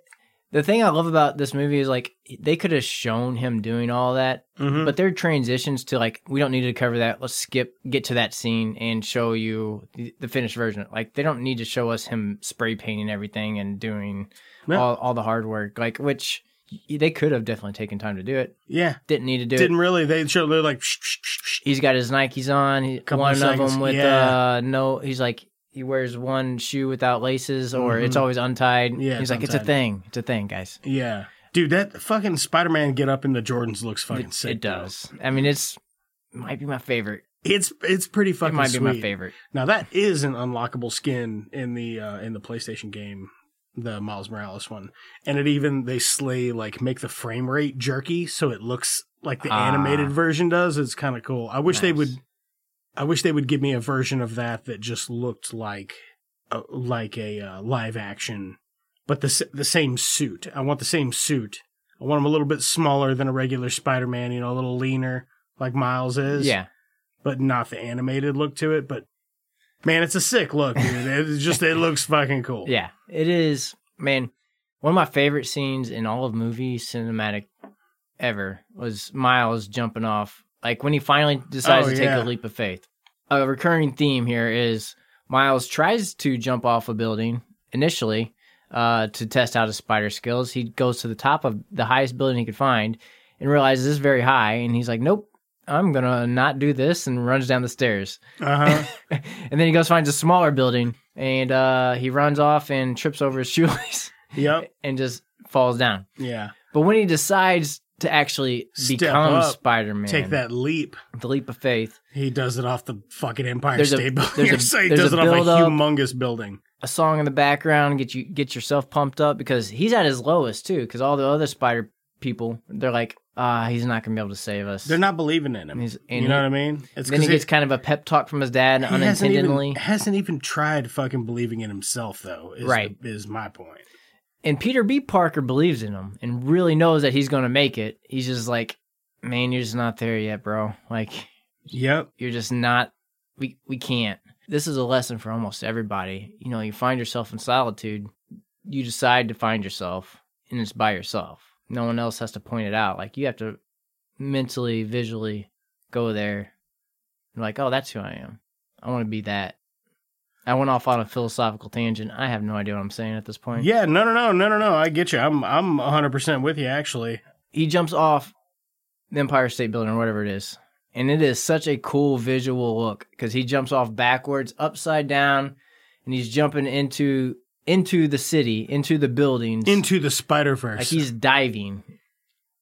Speaker 9: the thing I love about this movie is like they could have shown him doing all that,
Speaker 8: Mhm.
Speaker 9: but their transitions to like we don't need to cover that. Let's skip, get to that scene, and show you the, the finished version. Like they don't need to show us him spray painting everything and doing
Speaker 8: No.
Speaker 9: all all the hard work. Like which y- they could have definitely taken time to do it.
Speaker 8: yeah,
Speaker 9: Didn't need to do it.
Speaker 8: didn't really. They show they're like shh, shh, shh, shh.
Speaker 9: he's got his Nikes on. He,
Speaker 8: Couple
Speaker 9: one
Speaker 8: of
Speaker 9: of,
Speaker 8: seconds,
Speaker 9: them with
Speaker 8: yeah.
Speaker 9: uh no, he's like he wears one shoe without laces or it's always untied.
Speaker 8: Mm-hmm. Yeah,
Speaker 9: he's
Speaker 8: it's
Speaker 9: like it's a
Speaker 8: untied.
Speaker 9: thing. It's a thing, guys.
Speaker 8: yeah. Dude, that fucking Spider Man get up in the Jordans looks fucking sick.
Speaker 9: it
Speaker 8: though.
Speaker 9: does. I mean, it's might be my favorite.
Speaker 8: It's it's pretty
Speaker 9: It
Speaker 8: fucking.
Speaker 9: might be my
Speaker 8: sweet.
Speaker 9: favorite.
Speaker 8: Now that is an unlockable skin in the uh, in the PlayStation game, the Miles Morales one, and it even they slay like make the frame rate jerky so it looks like the
Speaker 9: Ah.
Speaker 8: animated version does. It's kind of cool. I wish they
Speaker 9: Nice.
Speaker 8: would. I wish they would give me a version of that that just looked like uh, like a uh, live action, but the s- the same suit. I want the same suit. I want him a little bit smaller than a regular Spider-Man. You know, a little leaner like Miles is
Speaker 9: Yeah,
Speaker 8: but not the animated look to it. But man, it's a sick look, dude. It's just it looks fucking cool.
Speaker 9: yeah. It is, man. One of my favorite scenes in all of movie cinematic ever was Miles jumping off. Like when he finally decides
Speaker 8: Oh,
Speaker 9: to
Speaker 8: yeah.
Speaker 9: take a leap of faith. A recurring theme here is Miles tries to jump off a building initially uh, to test out his spider skills. He goes to the top of the highest building he could find and realizes this is very high. And he's like, nope, I'm going to not do this and runs down the stairs.
Speaker 8: Uh huh.
Speaker 9: and then he goes finds a smaller building and uh, he runs off and trips over his <laughs> shoelace
Speaker 8: yep.
Speaker 9: and just falls down.
Speaker 8: Yeah.
Speaker 9: But when he decides to actually
Speaker 8: Step
Speaker 9: become
Speaker 8: up.
Speaker 9: Spider Man,
Speaker 8: Take that leap.
Speaker 9: the leap of faith.
Speaker 8: He does it off the fucking Empire
Speaker 9: There's a-
Speaker 8: State Building.
Speaker 9: there's
Speaker 8: <laughs>
Speaker 9: a-
Speaker 8: so he
Speaker 9: there's
Speaker 8: does
Speaker 9: a
Speaker 8: it off a
Speaker 9: build-up.
Speaker 8: humongous building.
Speaker 9: A song in the background get you get yourself pumped up because he's at his lowest too. Because all the other Spider people, they're like, ah, he's not gonna be able to save us.
Speaker 8: They're not believing in him.
Speaker 9: He's-
Speaker 8: you
Speaker 9: and
Speaker 8: know
Speaker 9: he-
Speaker 8: what I mean? It's
Speaker 9: Then
Speaker 8: 'cause
Speaker 9: he gets kind of a pep talk from his dad
Speaker 8: he hasn't even-
Speaker 9: unintentionally.
Speaker 8: hasn't even tried fucking believing in himself though. Is
Speaker 9: Right.
Speaker 8: the- is my point.
Speaker 9: And Peter B. Parker believes in him and really knows that he's gonna make it. He's just like, man, you're just not there yet, bro. Like,
Speaker 8: Yep.
Speaker 9: you're just not. We we can't. this is a lesson for almost everybody. You know, you find yourself in solitude, you decide to find yourself, and it's by yourself. No one else has to point it out. Like you have to mentally, visually go there. And like, oh, that's who I am. I want to be that. I went off on a philosophical tangent. I have no idea what I'm saying at this point.
Speaker 8: Yeah, no, no, no, no, no, no. I get you. I'm I'm 100 percent with you. Actually,
Speaker 9: He jumps off the Empire State Building or whatever it is, and it is such a cool visual look because he jumps off backwards, upside down, and he's jumping into into the city, into the buildings,
Speaker 8: into the Spider Verse.
Speaker 9: like he's diving.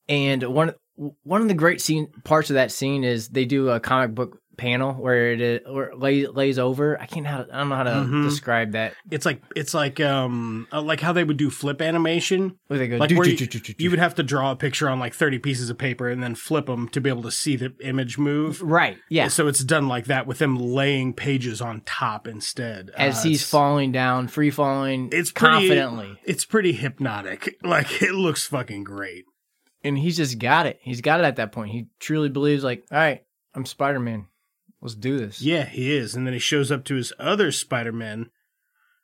Speaker 9: And one one of the great scene parts of that scene is they do a comic book panel where it is, where it lay, lays over. I can't how I don't know how to
Speaker 8: Mhm.
Speaker 9: describe that.
Speaker 8: it's like it's like um uh, like how they would do flip animation.
Speaker 9: Where they go
Speaker 8: Like
Speaker 9: do,
Speaker 8: where
Speaker 9: do,
Speaker 8: you,
Speaker 9: do, do, do, do.
Speaker 8: you would have to draw a picture on like 30 pieces of paper and then flip them to be able to see the image move.
Speaker 9: right yeah.
Speaker 8: So it's done like that with them laying pages on top instead.
Speaker 9: As
Speaker 8: Uh,
Speaker 9: he's
Speaker 8: it's-
Speaker 9: falling down, free falling,
Speaker 8: it's pretty-
Speaker 9: confidently,
Speaker 8: It's pretty hypnotic. <laughs> Like it looks fucking great.
Speaker 9: and he's just got it. He's got it at that point. He truly believes, like, all right, I'm Spider Man. Let's do this. <laughs>
Speaker 8: Yeah, he is. And then he shows up to his other Spider Man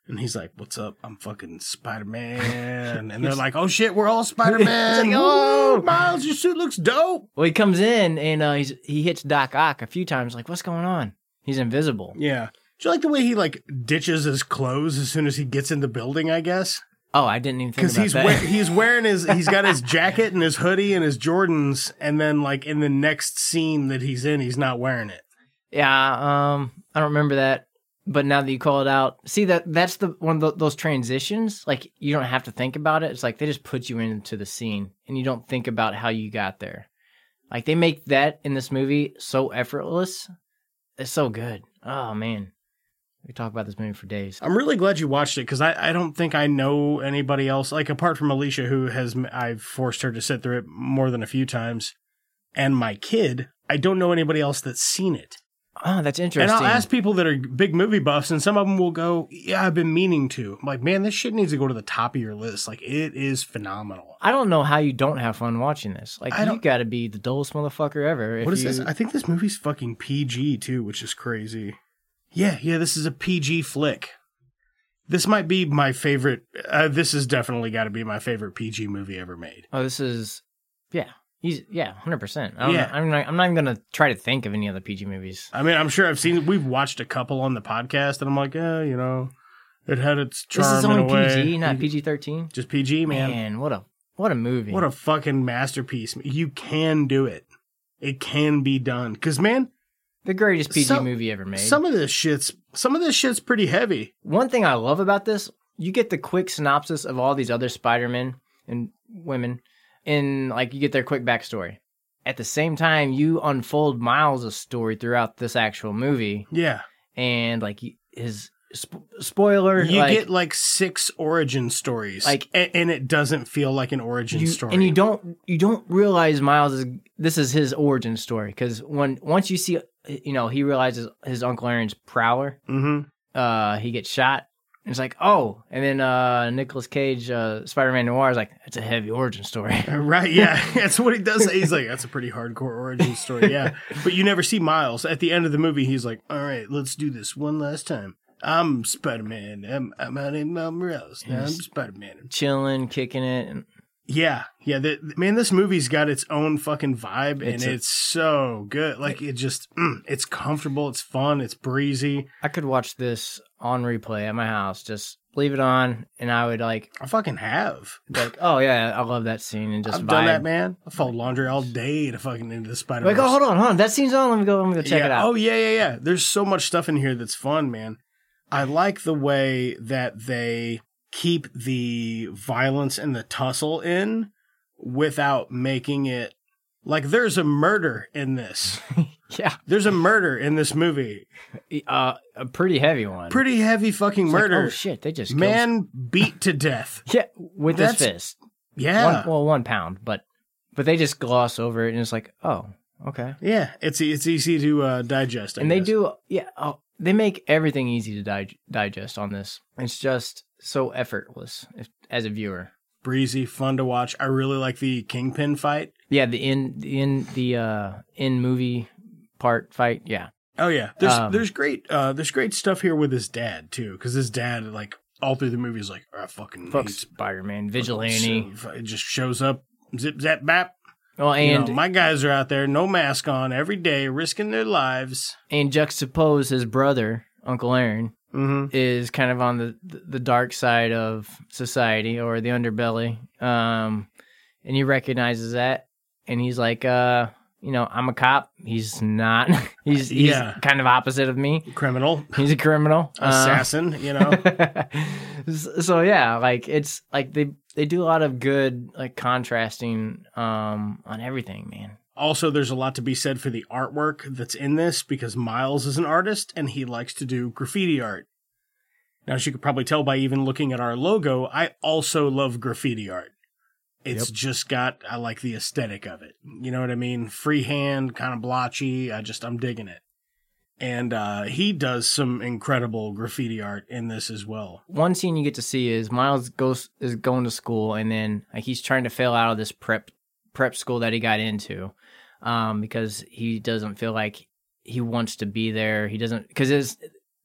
Speaker 8: and he's like, What's up? I'm fucking Spider Man. and
Speaker 9: <laughs>
Speaker 8: they're like, Oh shit, we're all Spider Man.
Speaker 9: It's like, "Oh."
Speaker 8: Miles, your suit looks dope.
Speaker 9: Well, he comes in and uh, he's he hits Doc Ock a few times. Like, what's going on? He's invisible.
Speaker 8: Yeah. Do you like the way he like ditches his clothes as soon as he gets in the building, I guess?
Speaker 9: Oh, I didn't even
Speaker 8: Because
Speaker 9: think about
Speaker 8: he's
Speaker 9: that. <laughs>
Speaker 8: wear- he's wearing his he's got his jacket and his hoodie and his Jordans, and then like in the next scene that he's in, he's not wearing it.
Speaker 9: Yeah, um, I don't remember that. But now that you call it out, see that that's the one of tho- those transitions. Like you don't have to think about it. It's like they just put you into the scene, and you don't think about how you got there. Like they make that in this movie so effortless. It's so good. Oh man, we could talk about this movie for days.
Speaker 8: I'm really glad you watched it because I, I don't think I know anybody else like apart from Alicia who has I've forced her to sit through it more than a few times, and my kid. I don't know anybody else that's seen it.
Speaker 9: Oh, that's
Speaker 8: And
Speaker 9: interesting.
Speaker 8: I'll ask people that are big movie buffs, and some of them will go, "Yeah, I've been meaning to." I'm like, man, this shit needs to go to the top of your list. Like, it is phenomenal.
Speaker 9: I don't know how you don't have fun watching this. Like
Speaker 8: I
Speaker 9: you
Speaker 8: don't-
Speaker 9: got to be the dullest motherfucker ever. if
Speaker 8: What is
Speaker 9: you-
Speaker 8: this? I think this movie's fucking PG too, which is crazy. Yeah, yeah, this is a PG flick. This might be my favorite. Uh, this has definitely got to be my favorite PG movie ever made.
Speaker 9: Oh, this is, yeah, he's yeah, hundred percent. I'm,
Speaker 8: Yeah.
Speaker 9: I'm not, I'm not even gonna try to think of any other PG movies.
Speaker 8: I mean, I'm sure I've seen. We've watched a couple on the podcast, and I'm like, yeah, you know, it had its charm
Speaker 9: this is
Speaker 8: in a
Speaker 9: only
Speaker 8: way.
Speaker 9: PG, not PG thirteen.
Speaker 8: Just PG,
Speaker 9: Man.
Speaker 8: man.
Speaker 9: what a what a movie.
Speaker 8: What a fucking masterpiece! You can do it. It can be done. Cause man,
Speaker 9: the greatest PG
Speaker 8: some-
Speaker 9: movie ever made.
Speaker 8: some of this shit's some of this shit's pretty heavy.
Speaker 9: One thing I love about this, you get the quick synopsis of all these other Spider Men and women, and like you get their quick backstory. At the same time, you unfold Miles' story throughout this actual movie,
Speaker 8: Yeah.
Speaker 9: and like he- his sp- spoiler,
Speaker 8: You
Speaker 9: like,
Speaker 8: get like six origin stories,
Speaker 9: Like-
Speaker 8: and, and it doesn't feel like an origin
Speaker 9: you-
Speaker 8: story.
Speaker 9: And you don't you don't realize Miles is this is his origin story because when once you see you know he realizes his uncle Aaron's prowler,
Speaker 8: Mhm.
Speaker 9: uh, he gets shot. And it's like oh, and then uh, Nicholas Cage, uh, Spider Man Noir is like that's a heavy
Speaker 8: <laughs>
Speaker 9: origin story.
Speaker 8: <laughs> Right? Yeah, that's what he does. He's like, that's a pretty hardcore origin story.
Speaker 9: <laughs>
Speaker 8: Yeah, but you never see Miles at the end of the movie. He's like, all right, let's do this one last time. I'm Spider Man. I'm I'm out in Mount Morales. Now I'm
Speaker 9: Yes.
Speaker 8: Spider Man.
Speaker 9: Chilling, kicking it, and
Speaker 8: Yeah, yeah. The, man, this movie's got its own fucking vibe, and
Speaker 9: It's
Speaker 8: it's,
Speaker 9: a-
Speaker 8: so good. Like it just, mm, it's comfortable. It's fun. It's breezy.
Speaker 9: I could watch this on replay at my house. Just leave it on, and I would like
Speaker 8: I fucking have.
Speaker 9: like oh yeah, I love that scene and just
Speaker 8: I've
Speaker 9: vibe.
Speaker 8: done that, man. I fold laundry all day to fucking into the Spider.
Speaker 9: Like oh hold on, hold on, that scene's on. Let me go. Let me go check
Speaker 8: yeah.
Speaker 9: it out.
Speaker 8: Oh yeah, yeah, yeah. There's so much stuff in here that's fun, man. I like the way that they keep the violence and the tussle in without making it like there's a murder in this. Oh.
Speaker 9: yeah,
Speaker 8: There's a murder in this movie.
Speaker 9: uh, a pretty heavy one.
Speaker 8: Pretty heavy fucking
Speaker 9: It's like,
Speaker 8: murder.
Speaker 9: oh shit! They just man.
Speaker 8: man beat to death.
Speaker 9: <laughs> yeah, with his
Speaker 8: That's-
Speaker 9: fist.
Speaker 8: Yeah.
Speaker 9: <laughs> One, well, one pound, but but they just gloss over it, and it's like, oh, okay.
Speaker 8: yeah, it's it's easy to uh, digest. I
Speaker 9: and they
Speaker 8: guess.
Speaker 9: do, yeah. Oh, they make everything easy to dig- digest on this. It's just so effortless if, as a viewer.
Speaker 8: breezy, fun to watch. I really like the kingpin fight.
Speaker 9: Yeah, the in the in the uh in movie part fight. Yeah,
Speaker 8: Oh yeah, there's
Speaker 9: Um,
Speaker 8: there's great uh there's great stuff here with his dad too, because his dad like all through the movie is like I fucking
Speaker 9: Fuck
Speaker 8: hate
Speaker 9: Spider Man, Vigilante.
Speaker 8: So, It just shows up, zip zap bap.
Speaker 9: Well,
Speaker 8: You know,
Speaker 9: and
Speaker 8: my guys are out there, no mask on, every day, risking their lives.
Speaker 9: and juxtapose his brother, Uncle Aaron,
Speaker 8: Mm-hmm.
Speaker 9: is kind of on the the dark side of society or the underbelly. Um, and he recognizes that, and he's like, uh, you know, I'm a cop. He's not. <laughs> he's he's
Speaker 8: Yeah.
Speaker 9: kind of opposite of me.
Speaker 8: Criminal,
Speaker 9: He's
Speaker 8: <laughs>
Speaker 9: a criminal. Uh,
Speaker 8: assassin. You
Speaker 9: <laughs>
Speaker 8: know,
Speaker 9: so yeah, like it's like they they do a lot of good like contrasting um on everything, man.
Speaker 8: Also, there's a lot to be said for the artwork that's in this because Miles is an artist and he likes to do graffiti art. Now, as you could probably tell by even looking at our logo, I also love graffiti art. It's just got, I like the aesthetic of it. You know what I mean? Freehand, kind of blotchy. I just, I'm digging it. And uh, he does some incredible graffiti art in this as well.
Speaker 9: One scene you get to see is Miles goes is going to school and then like he's trying to fail out of this prep prep school that he got into um because he doesn't feel like he wants to be there. He doesn't cuz it's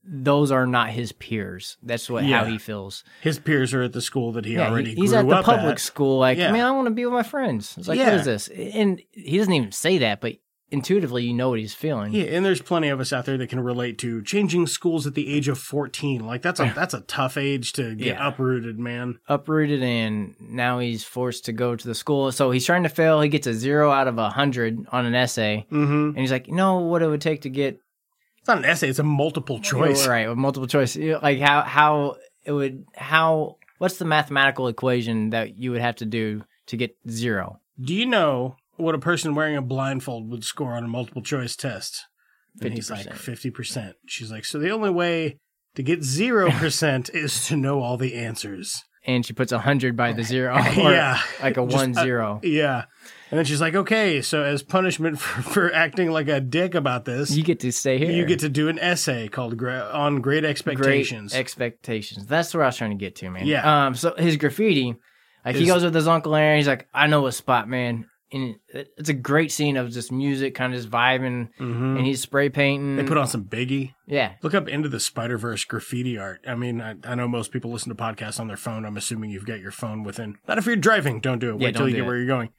Speaker 9: those are not his peers. That's what how
Speaker 8: Yeah.
Speaker 9: he feels.
Speaker 8: His peers are at the school that he
Speaker 9: he-
Speaker 8: already
Speaker 9: he's
Speaker 8: grew
Speaker 9: at the
Speaker 8: up
Speaker 9: public
Speaker 8: at.
Speaker 9: school. Like,
Speaker 8: Yeah.
Speaker 9: man, I want to be with my friends. It's like,
Speaker 8: Yeah.
Speaker 9: what is this? And he doesn't even say that, but intuitively, you know what he's feeling.
Speaker 8: Yeah, and there's plenty of us out there that can relate to changing schools at the age of 14. Like that's a that's a tough age to get
Speaker 9: Yeah.
Speaker 8: uprooted, man.
Speaker 9: Uprooted, and now he's forced to go to the school. So he's trying to fail. He gets a zero out of a hundred on an essay,
Speaker 8: Mm-hmm.
Speaker 9: and he's like, you know what it would take to get
Speaker 8: It's not an essay; it's a multiple <laughs> choice.
Speaker 9: right with multiple choice. You know, Like how how it would how what's the mathematical equation that you would have to do to get zero?
Speaker 8: Do you know what a person wearing a blindfold would score on a multiple choice test? And he's like
Speaker 9: 50%.
Speaker 8: fifty percent. She's like, so the only way to get zero percent is to know all the answers.
Speaker 9: And she puts a hundred
Speaker 8: <laughs>
Speaker 9: by the zero, or
Speaker 8: Yeah.
Speaker 9: like a
Speaker 8: Just,
Speaker 9: one
Speaker 8: uh,
Speaker 9: zero.
Speaker 8: Yeah. And then she's like, okay, so as punishment <laughs> for, for acting like a dick about this,
Speaker 9: You get to stay here.
Speaker 8: You get to do an essay called gra- on great expectations.
Speaker 9: Great expectations. That's what I was trying to get to, man.
Speaker 8: Yeah.
Speaker 9: Um. So his graffiti, like he
Speaker 8: Is-
Speaker 9: goes with his uncle Aaron. He's like, I know a spot, man. And it- it's a great scene of just music, kind of just vibing, and he's spray painting.
Speaker 8: Mm-hmm. they put on some Biggie.
Speaker 9: yeah.
Speaker 8: Look up into the Spider Verse graffiti art. I mean, I, I know most people listen to podcasts on their phone. I'm assuming you've got your phone within. Not if you're driving. Don't do it.
Speaker 9: Yeah,
Speaker 8: Wait till
Speaker 9: don't
Speaker 8: you
Speaker 9: do
Speaker 8: get
Speaker 9: it.
Speaker 8: where you're going.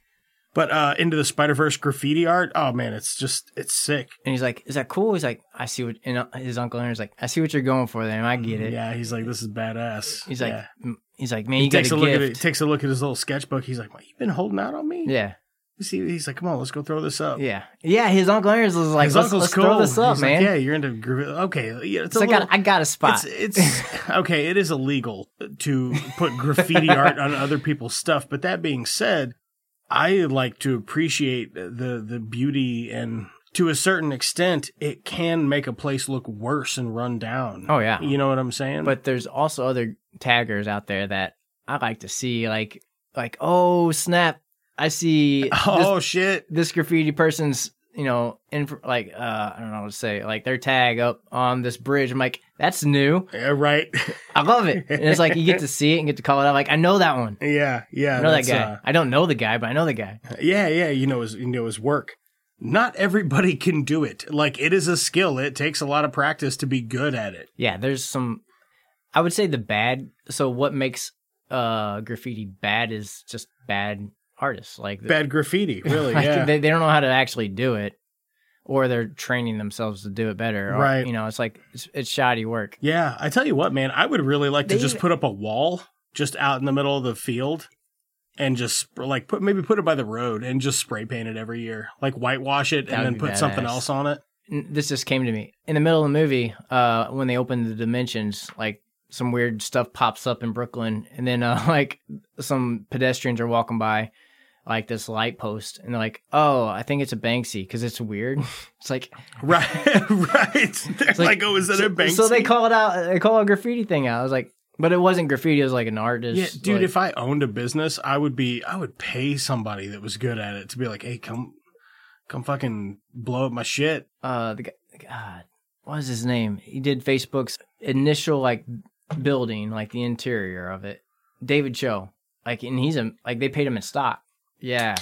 Speaker 8: But uh, into the Spider Verse graffiti art. Oh man, it's just it's sick.
Speaker 9: And he's like, "Is that cool?" He's like, "I see what." And uh, his uncle Aaron's like, "I see what you're going for, there. and I get it."
Speaker 8: Mm, Yeah, he's like, this is badass.
Speaker 9: He's like,
Speaker 8: Yeah.
Speaker 9: mm, he's like, man,
Speaker 8: he
Speaker 9: you got
Speaker 8: takes
Speaker 9: a
Speaker 8: a look at it.
Speaker 9: gift.
Speaker 8: Takes a look at his little sketchbook. He's like, what, you been holding out on me?
Speaker 9: yeah,
Speaker 8: You see, he's like, come on, let's go throw this up.
Speaker 9: yeah, yeah. His uncle Aaron's was like,
Speaker 8: His
Speaker 9: let's,
Speaker 8: uncle's
Speaker 9: let's
Speaker 8: cool.
Speaker 9: throw this up,
Speaker 8: He's like,
Speaker 9: man."
Speaker 8: yeah, you're into graffiti. Okay, yeah, it's
Speaker 9: so
Speaker 8: a
Speaker 9: I
Speaker 8: little,
Speaker 9: got, I got a spot.
Speaker 8: It's, it's okay. It is illegal to put graffiti
Speaker 9: <laughs>
Speaker 8: art on other people's stuff. But that being said, I like to appreciate the the beauty and to a certain extent, it can make a place look worse and run down.
Speaker 9: Oh, yeah.
Speaker 8: you know what I'm saying. <laughs>
Speaker 9: but there's also other taggers out there that I like to see, like like oh snap, I
Speaker 8: <laughs>
Speaker 9: see
Speaker 8: oh shit,
Speaker 9: this, this graffiti person's you know in like uh I don't know what to say like their tag up on this bridge. I'm like that's new,
Speaker 8: Yeah, right? <laughs>
Speaker 9: I love it, and it's like you get to see it and get to call it out. Like I know that one,
Speaker 8: yeah, yeah.
Speaker 9: I know that
Speaker 8: that's,
Speaker 9: guy.
Speaker 8: uh,
Speaker 9: I don't know the guy, but I know the guy.
Speaker 8: Yeah, yeah, you know his you know his work. Not everybody can do it. Like it is a skill. It takes a lot of practice to be good at it.
Speaker 9: Yeah, there's some. I would say the bad. So what makes uh graffiti bad is just bad artists like
Speaker 8: Bad graffiti,
Speaker 9: <laughs>
Speaker 8: really.
Speaker 9: Like,
Speaker 8: yeah.
Speaker 9: they, they don't know how to actually do it or they're training themselves to do it better or,
Speaker 8: Right.
Speaker 9: you know it's like it's, it's shoddy work
Speaker 8: Yeah, I tell you what, man, I would really like to
Speaker 9: They
Speaker 8: just
Speaker 9: even-
Speaker 8: put up a wall just out in the middle of the field and just sp- like put maybe put it by the road and just spray paint it every year. Like whitewash it and
Speaker 9: That would
Speaker 8: then
Speaker 9: be
Speaker 8: put something
Speaker 9: badass.
Speaker 8: else on it. <laughs>
Speaker 9: N- this just came to me in the middle of the movie uh when they open the dimensions like some weird stuff pops up in brooklyn and then <laughs> uh like some pedestrians are walking by like this light post and they're like oh i think it's a banksy because it's weird <laughs> it's like
Speaker 8: Right.
Speaker 9: <laughs>
Speaker 8: right. They're like,
Speaker 9: like-
Speaker 8: "Oh, is that
Speaker 9: so,
Speaker 8: a bank?"
Speaker 9: so they call it out they call a graffiti thing out i was like but it wasn't graffiti it was like an artist
Speaker 8: yeah, dude,
Speaker 9: like-
Speaker 8: if I owned a business, I would be I would pay somebody that was good at it to be like, "Hey, come come fucking blow up my shit." <laughs>
Speaker 9: uh the guy god what was his name he did facebook's initial like building like the interior of it david cho like and he's a like they paid him in stock yeah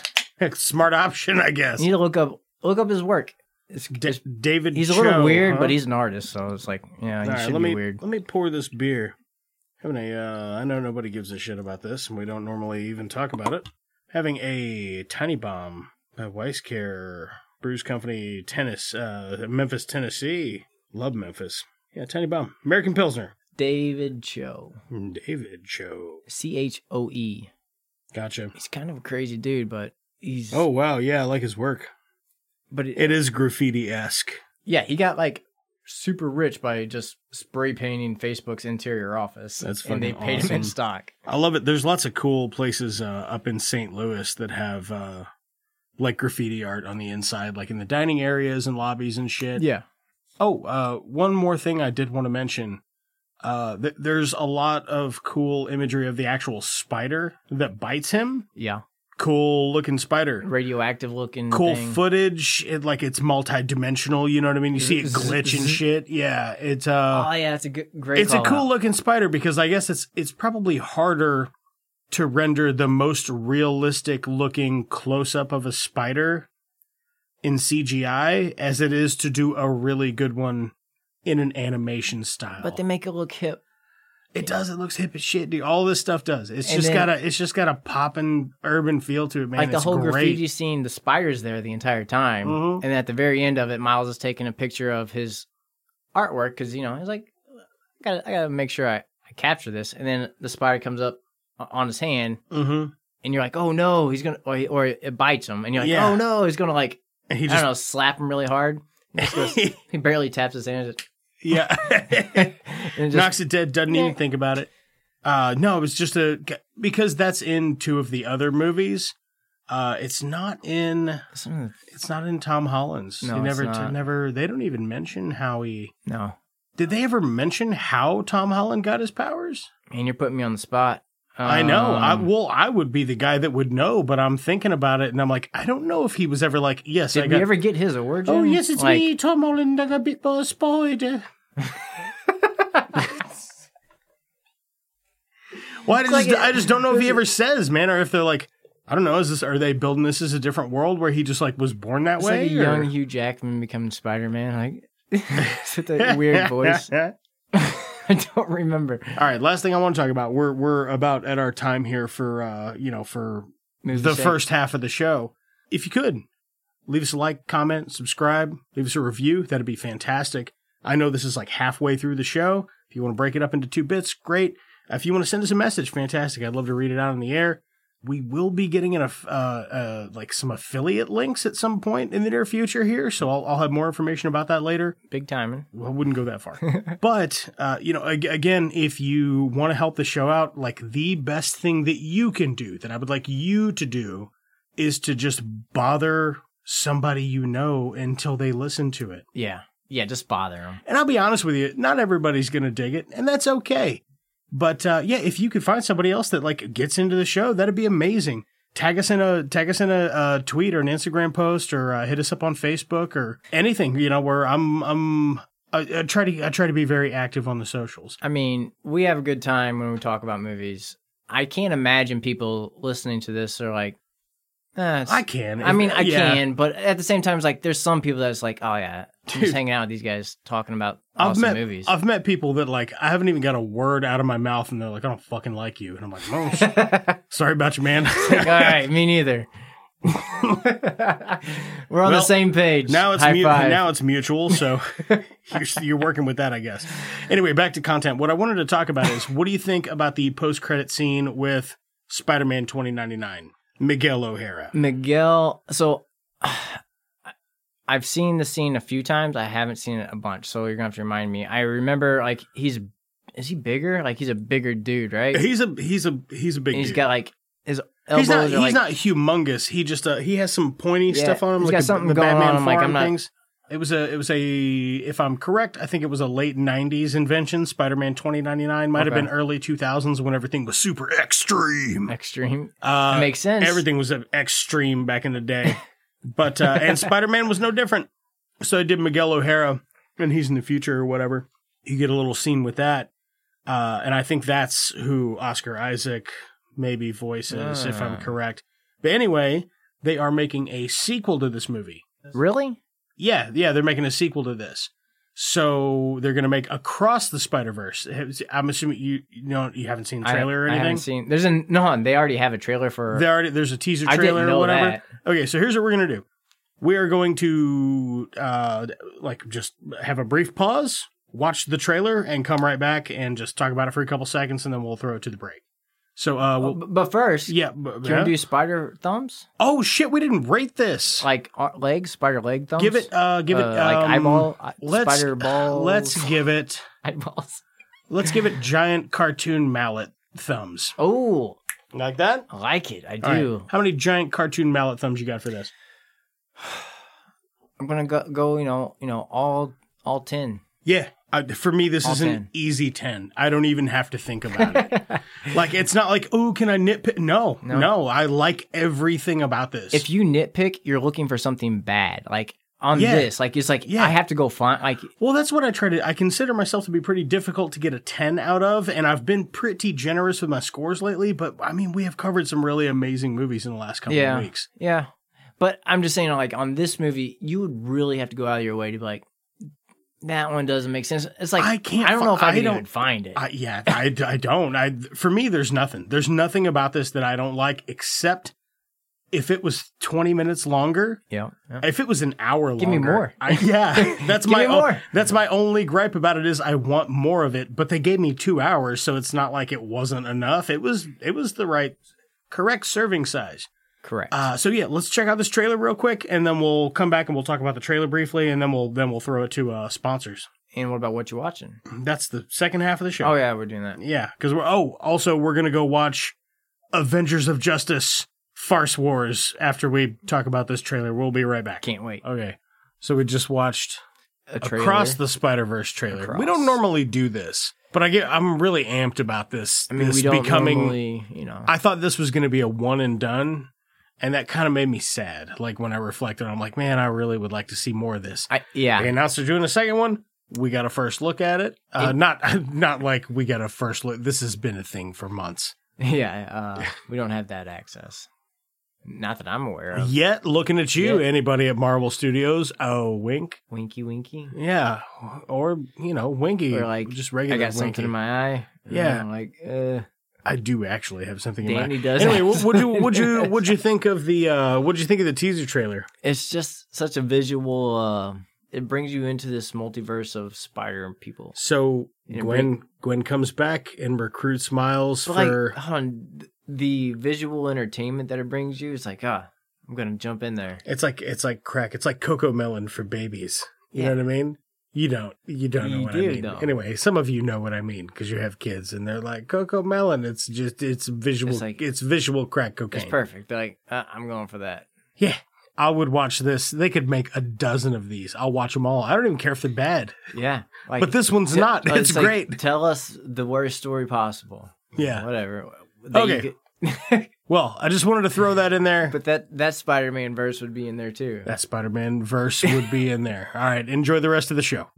Speaker 8: Smart option, I guess.
Speaker 9: you need to look up look up his work it's,
Speaker 8: D-
Speaker 9: it's-
Speaker 8: David.
Speaker 9: he's a little
Speaker 8: Cho,
Speaker 9: weird,
Speaker 8: huh?
Speaker 9: but he's an artist, so it's like, yeah, he
Speaker 8: All right,
Speaker 9: should
Speaker 8: let
Speaker 9: be
Speaker 8: me
Speaker 9: weird.
Speaker 8: let me pour this beer. Having a, uh, I know nobody gives a shit about this, and we don't normally even talk about it. Having a tiny bomb, a Weiss Care Brews Company, Tennis, uh, Memphis, Tennessee. Love Memphis. Yeah, tiny bomb, American Pilsner.
Speaker 9: David Cho,
Speaker 8: David Cho.
Speaker 9: C H O E.
Speaker 8: Gotcha.
Speaker 9: He's kind of a crazy dude, but he's
Speaker 8: Oh wow, yeah, I like his work.
Speaker 9: but it,
Speaker 8: It is graffiti esque.
Speaker 9: yeah, he got like super rich by just spray painting Facebook's interior office.
Speaker 8: That's
Speaker 9: and they
Speaker 8: fucking
Speaker 9: paid him in
Speaker 8: awesome.
Speaker 9: stock.
Speaker 8: I love it. There's lots of cool places uh, up in St. Louis that have uh, like graffiti art on the inside, like in the dining areas and lobbies and shit.
Speaker 9: Yeah,
Speaker 8: Oh, uh, one more thing I did want to mention. Uh, th- there's a lot of cool imagery of the actual spider that bites him.
Speaker 9: yeah,
Speaker 8: Cool looking spider.
Speaker 9: radioactive looking.
Speaker 8: Cool
Speaker 9: thing.
Speaker 8: footage. It, like it's multi-dimensional. You know what I mean? You see it
Speaker 9: Zzz,
Speaker 8: glitch and
Speaker 9: zzz.
Speaker 8: shit. Yeah, it's
Speaker 9: Oh
Speaker 8: uh,
Speaker 9: yeah, it's a good, great.
Speaker 8: it's a
Speaker 9: call out.
Speaker 8: cool looking spider because I guess it's it's probably harder to render the most realistic looking close up of a spider in CGI as it is to do a really good one in an animation style.
Speaker 9: but they make it look hip.
Speaker 8: it does. It looks hip as shit, dude. All this stuff does. It's
Speaker 9: And
Speaker 8: just
Speaker 9: then-
Speaker 8: got a it's just got a poppin' urban feel to it, man.
Speaker 9: like the
Speaker 8: It's
Speaker 9: whole
Speaker 8: great.
Speaker 9: graffiti scene, the spider's there the entire time,
Speaker 8: Mhm.
Speaker 9: and at the very end of it, Miles is taking a picture of his artwork because you know he's like, I gotta, I gotta make sure I, I capture this, and then the spider comes up o- on his hand,
Speaker 8: Mm-hmm.
Speaker 9: and you're like, oh no, he's gonna, or, he- or it bites him, and you're like,
Speaker 8: Yeah.
Speaker 9: oh no, he's gonna like,
Speaker 8: And he
Speaker 9: I don't
Speaker 8: just
Speaker 9: know, slap him really hard. He,
Speaker 8: <laughs>
Speaker 9: just goes- he barely taps his hand, <laughs> just-
Speaker 8: yeah.
Speaker 9: <laughs> and it just-
Speaker 8: knocks it dead. Doesn't
Speaker 9: Yeah.
Speaker 8: even think about it. Uh, no, it's just a because that's in two of the other movies. Uh, it's not in.
Speaker 9: some of the-
Speaker 8: It's not in Tom Holland's.
Speaker 9: No,
Speaker 8: they
Speaker 9: it's
Speaker 8: never,
Speaker 9: not.
Speaker 8: never. They don't even mention how he.
Speaker 9: no,
Speaker 8: Did they ever mention how Tom Holland got his powers?
Speaker 9: man, you're putting me on the spot.
Speaker 8: I know. I,
Speaker 9: Um,
Speaker 8: well, I would be the guy that would know, but I'm thinking about it, and I'm like, I don't know if he was ever like, yes,
Speaker 9: Did
Speaker 8: I got.
Speaker 9: we ever get his origin?
Speaker 8: oh yes, it's
Speaker 9: Like,
Speaker 8: me, Tom Holland. I got bit by a <laughs> spider. Well, I just,
Speaker 9: like it-
Speaker 8: I just don't know if he ever says, man, or if they're like, I don't know, is this are they building this as a different world where he just like was born that
Speaker 9: It's
Speaker 8: way?
Speaker 9: like a
Speaker 8: or-
Speaker 9: young Hugh Jackman becoming Spider Man, like <laughs>
Speaker 8: <laughs>
Speaker 9: with that weird voice. <laughs>
Speaker 8: All
Speaker 9: I don't remember.
Speaker 8: right, last thing I want to talk about. We're we're about at our time here for uh, you know, for
Speaker 9: Movie
Speaker 8: the
Speaker 9: set.
Speaker 8: first half of the show. If you could, leave us a like, comment, subscribe, leave us a review. That'd be fantastic. I know this is like halfway through the show. If you want to break it up into two bits, great. If you want to send us a message, fantastic. I'd love to read it out on the air. We will be getting an aff- uh, uh, like some affiliate links at some point in the near future here, so I'll, I'll have more information about that later.
Speaker 9: big timing.
Speaker 8: Well, I wouldn't go that far. but, uh, you know, ag- again, if you want to help the show out, like the best thing that you can do that I would like you to do is to just bother somebody you know until they listen to it.
Speaker 9: Yeah, yeah. Just bother him.
Speaker 8: And I'll be honest with you, not everybody's going to dig it, and that's okay. But uh, yeah, if you could find somebody else that like gets into the show, that'd be amazing. Tag us in a tag us in a, uh tweet or an Instagram post, or uh, hit us up on Facebook or anything. You know, where I'm I'm I, I try to I try to be very active on the socials.
Speaker 9: I mean, we have a good time when we talk about movies. I can't imagine people listening to this are like, eh, it's-
Speaker 8: I can.
Speaker 9: I mean, I
Speaker 8: Yeah.
Speaker 9: can, but at the same time, it's like there's some people that's like, oh yeah, I'm just hanging out with these guys talking about
Speaker 8: I've
Speaker 9: awesome
Speaker 8: met
Speaker 9: movies.
Speaker 8: I've met people that like I haven't even got a word out of my mouth, and they're like, "I don't fucking like you," and I'm like, "Oh,
Speaker 9: <laughs>
Speaker 8: shit. sorry about you, man." <laughs>
Speaker 9: All right, me neither. We're on the
Speaker 8: Well,
Speaker 9: same page.
Speaker 8: Now it's
Speaker 9: High
Speaker 8: mu-
Speaker 9: five.
Speaker 8: now it's mutual,
Speaker 9: <laughs>
Speaker 8: so you're, you're working with that, I guess. Anyway, back to content. What I wanted to talk about is what do you think about the post credit scene with Spider Man 2099, Miguel O'Hara?
Speaker 9: Miguel. So <sighs> I've seen the scene a few times. I haven't seen it a bunch, so you're gonna have to remind me. I remember like he's is he bigger? Like he's a bigger dude, right? And
Speaker 8: He's a he's a he's a big.
Speaker 9: He's
Speaker 8: dude.
Speaker 9: got like his elbows
Speaker 8: he's not
Speaker 9: are
Speaker 8: he's
Speaker 9: like
Speaker 8: not humongous. He just uh, he has some pointy
Speaker 9: Yeah,
Speaker 8: stuff on him.
Speaker 9: he's
Speaker 8: like
Speaker 9: got
Speaker 8: the-
Speaker 9: something
Speaker 8: the
Speaker 9: going
Speaker 8: Batman
Speaker 9: on, I'm like,
Speaker 8: farm
Speaker 9: I'm not-
Speaker 8: things. It was a it was a if I'm correct, I think it was a late '90s invention. Spider Man 2099 might have
Speaker 9: Okay.
Speaker 8: been early 2000s when everything was super extreme.
Speaker 9: extreme.
Speaker 8: Uh,
Speaker 9: That makes sense.
Speaker 8: Everything was extreme back in the day, but uh, and Spider Man was no different. So I did Miguel O'Hara, and he's in the future or whatever. You get a little scene with that, uh, and I think that's who Oscar Isaac maybe voices, if I'm
Speaker 9: Ah.
Speaker 8: correct. But anyway, they are making a sequel to this movie.
Speaker 9: Really?
Speaker 8: Yeah, yeah, they're making a sequel to this. So they're going to make Across the Spider Verse. I'm assuming you you know you haven't seen the
Speaker 9: I-
Speaker 8: trailer or
Speaker 9: I,
Speaker 8: anything.
Speaker 9: haven't seen. There's a no. They already have a trailer for.
Speaker 8: There already, there's a teaser
Speaker 9: I didn't
Speaker 8: trailer or
Speaker 9: know
Speaker 8: whatever.
Speaker 9: that.
Speaker 8: Okay, so here's what we're gonna do. We are going to uh like just have a brief pause, watch the trailer, and come right back and just talk about it for a couple seconds, and then we'll throw it to the break. So uh, we'll,
Speaker 9: B- but first,
Speaker 8: yeah, but,
Speaker 9: do you want to do spider thumbs?
Speaker 8: oh shit, we didn't rate this.
Speaker 9: Like ar- legs, spider leg thumbs.
Speaker 8: give it, uh, give it,
Speaker 9: Uh, like
Speaker 8: um,
Speaker 9: eyeball, eye-
Speaker 8: Let's uh,
Speaker 9: spider balls. <laughs>
Speaker 8: let's give it,
Speaker 9: eyeballs.
Speaker 8: let's give it giant cartoon mallet thumbs
Speaker 9: Oh,
Speaker 8: like that.
Speaker 9: I like it. I
Speaker 8: All right.
Speaker 9: do.
Speaker 8: How many giant cartoon mallet thumbs you got for this?
Speaker 9: I'm gonna go, go. You know, you know, all all ten.
Speaker 8: Yeah. Uh, for me, this
Speaker 9: All
Speaker 8: is an
Speaker 9: 10.
Speaker 8: easy 10. I don't even have to think about
Speaker 9: <laughs>
Speaker 8: it. like, it's not like, oh, can I nitpick? No, no,
Speaker 9: No.
Speaker 8: I like everything about this.
Speaker 9: If you nitpick, you're looking for something bad. Like on
Speaker 8: Yeah.
Speaker 9: this, like it's like
Speaker 8: Yeah.
Speaker 9: I have to go find. Like
Speaker 8: well, that's what I try to. I consider myself to be pretty difficult to get a 10 out of, and I've been pretty generous with my scores lately, but I mean, we have covered some really amazing movies in the last couple
Speaker 9: yeah,
Speaker 8: of weeks.
Speaker 9: yeah. But I'm just saying, like on this movie, you would really have to go out of your way to be like, that one doesn't make sense. It's like
Speaker 8: I can't
Speaker 9: I don't
Speaker 8: fi-
Speaker 9: know if I,
Speaker 8: I
Speaker 9: can
Speaker 8: don't-
Speaker 9: even find it.
Speaker 8: I, yeah, I, I don't. I For me, there's nothing. There's nothing about this that I don't like, except if it was 20 minutes longer,
Speaker 9: yeah, yeah.
Speaker 8: If it was an hour
Speaker 9: Give me
Speaker 8: longer,
Speaker 9: more. <laughs>
Speaker 8: I, yeah, <laughs> that's
Speaker 9: Give
Speaker 8: my
Speaker 9: me
Speaker 8: o-
Speaker 9: more.
Speaker 8: that's my only gripe about it is I want more of it. But they gave me two hours, so it's not like it wasn't enough. It was it was the right correct serving size.
Speaker 9: correct.
Speaker 8: Uh, so yeah, let's check out this trailer real quick, and then we'll come back and we'll talk about the trailer briefly, and then we'll then we'll throw it to uh, sponsors.
Speaker 9: and what about what you're watching?
Speaker 8: That's the second half of the show.
Speaker 9: Oh yeah, we're doing that.
Speaker 8: yeah, because we're oh also we're gonna go watch Avengers of Justice Farce Wars after we talk about this trailer. We'll be right back.
Speaker 9: Can't wait.
Speaker 8: Okay. So we just watched
Speaker 9: A trailer.
Speaker 8: Across the Spider Verse trailer. We don't
Speaker 9: Across.
Speaker 8: normally do this, but I get I'm really amped about this.
Speaker 9: I mean,
Speaker 8: this
Speaker 9: we don't
Speaker 8: becoming.
Speaker 9: normally, you know.
Speaker 8: I thought this was going to be a one and done, and that kind of made me sad. Like when I reflected, I'm like, man, I really would like to see more of this.
Speaker 9: I, yeah.
Speaker 8: They announced they're doing a second one. We got a first look at it. Uh,
Speaker 9: It-
Speaker 8: not <laughs> not like we got a first look. This has been a thing for months.
Speaker 9: <laughs> Yeah, uh, we don't have that access. Not that I'm aware of.
Speaker 8: Yet looking at you,
Speaker 9: Yeah.
Speaker 8: anybody at Marvel Studios? Oh, wink.
Speaker 9: Winky, winky.
Speaker 8: Yeah, or you know, winky.
Speaker 9: Or like,
Speaker 8: just
Speaker 9: I
Speaker 8: regular.
Speaker 9: got
Speaker 8: winky.
Speaker 9: something in my eye. And
Speaker 8: Yeah.
Speaker 9: I'm like, uh,
Speaker 8: I do actually have something in
Speaker 9: Danny
Speaker 8: mind. <laughs>
Speaker 9: does
Speaker 8: Anyway,
Speaker 9: have
Speaker 8: what would you would
Speaker 9: <laughs>
Speaker 8: you
Speaker 9: something.
Speaker 8: would you think of the uh what would you think of the teaser trailer?
Speaker 9: it's just such a visual. Uh, it brings you into this multiverse of spider people.
Speaker 8: So
Speaker 9: Yeah,
Speaker 8: Gwen Gwen comes back and recruits Miles
Speaker 9: But
Speaker 8: for
Speaker 9: like, uh, hold on, th- the visual entertainment that it brings you is like, ah, I'm gonna jump in there.
Speaker 8: it's like it's like crack. It's like cocoa melon for babies. You
Speaker 9: Yeah.
Speaker 8: know what I mean? You don't. You don't know
Speaker 9: You
Speaker 8: what
Speaker 9: do,
Speaker 8: I mean.
Speaker 9: though.
Speaker 8: Anyway, some of you know what I mean because you have kids and they're like cocoa melon. It's just it's visual. It's,
Speaker 9: It's like-
Speaker 8: visual crack
Speaker 9: It's
Speaker 8: cocaine.
Speaker 9: perfect. They're like, ah, I'm going for that.
Speaker 8: Yeah. I would watch this. They could make a dozen of these. I'll watch them all. I don't even care if they're bad.
Speaker 9: Yeah, like,
Speaker 8: But this one's not.
Speaker 9: like,
Speaker 8: It's
Speaker 9: oh, like,
Speaker 8: great.
Speaker 9: tell us the worst story possible.
Speaker 8: Yeah.
Speaker 9: whatever. That you
Speaker 8: Okay.
Speaker 9: get-
Speaker 8: Well, I just wanted to throw that in there.
Speaker 9: But that that Spider Man verse would be in there too.
Speaker 8: that Spider Man verse would be in there. All right, enjoy the rest of the show.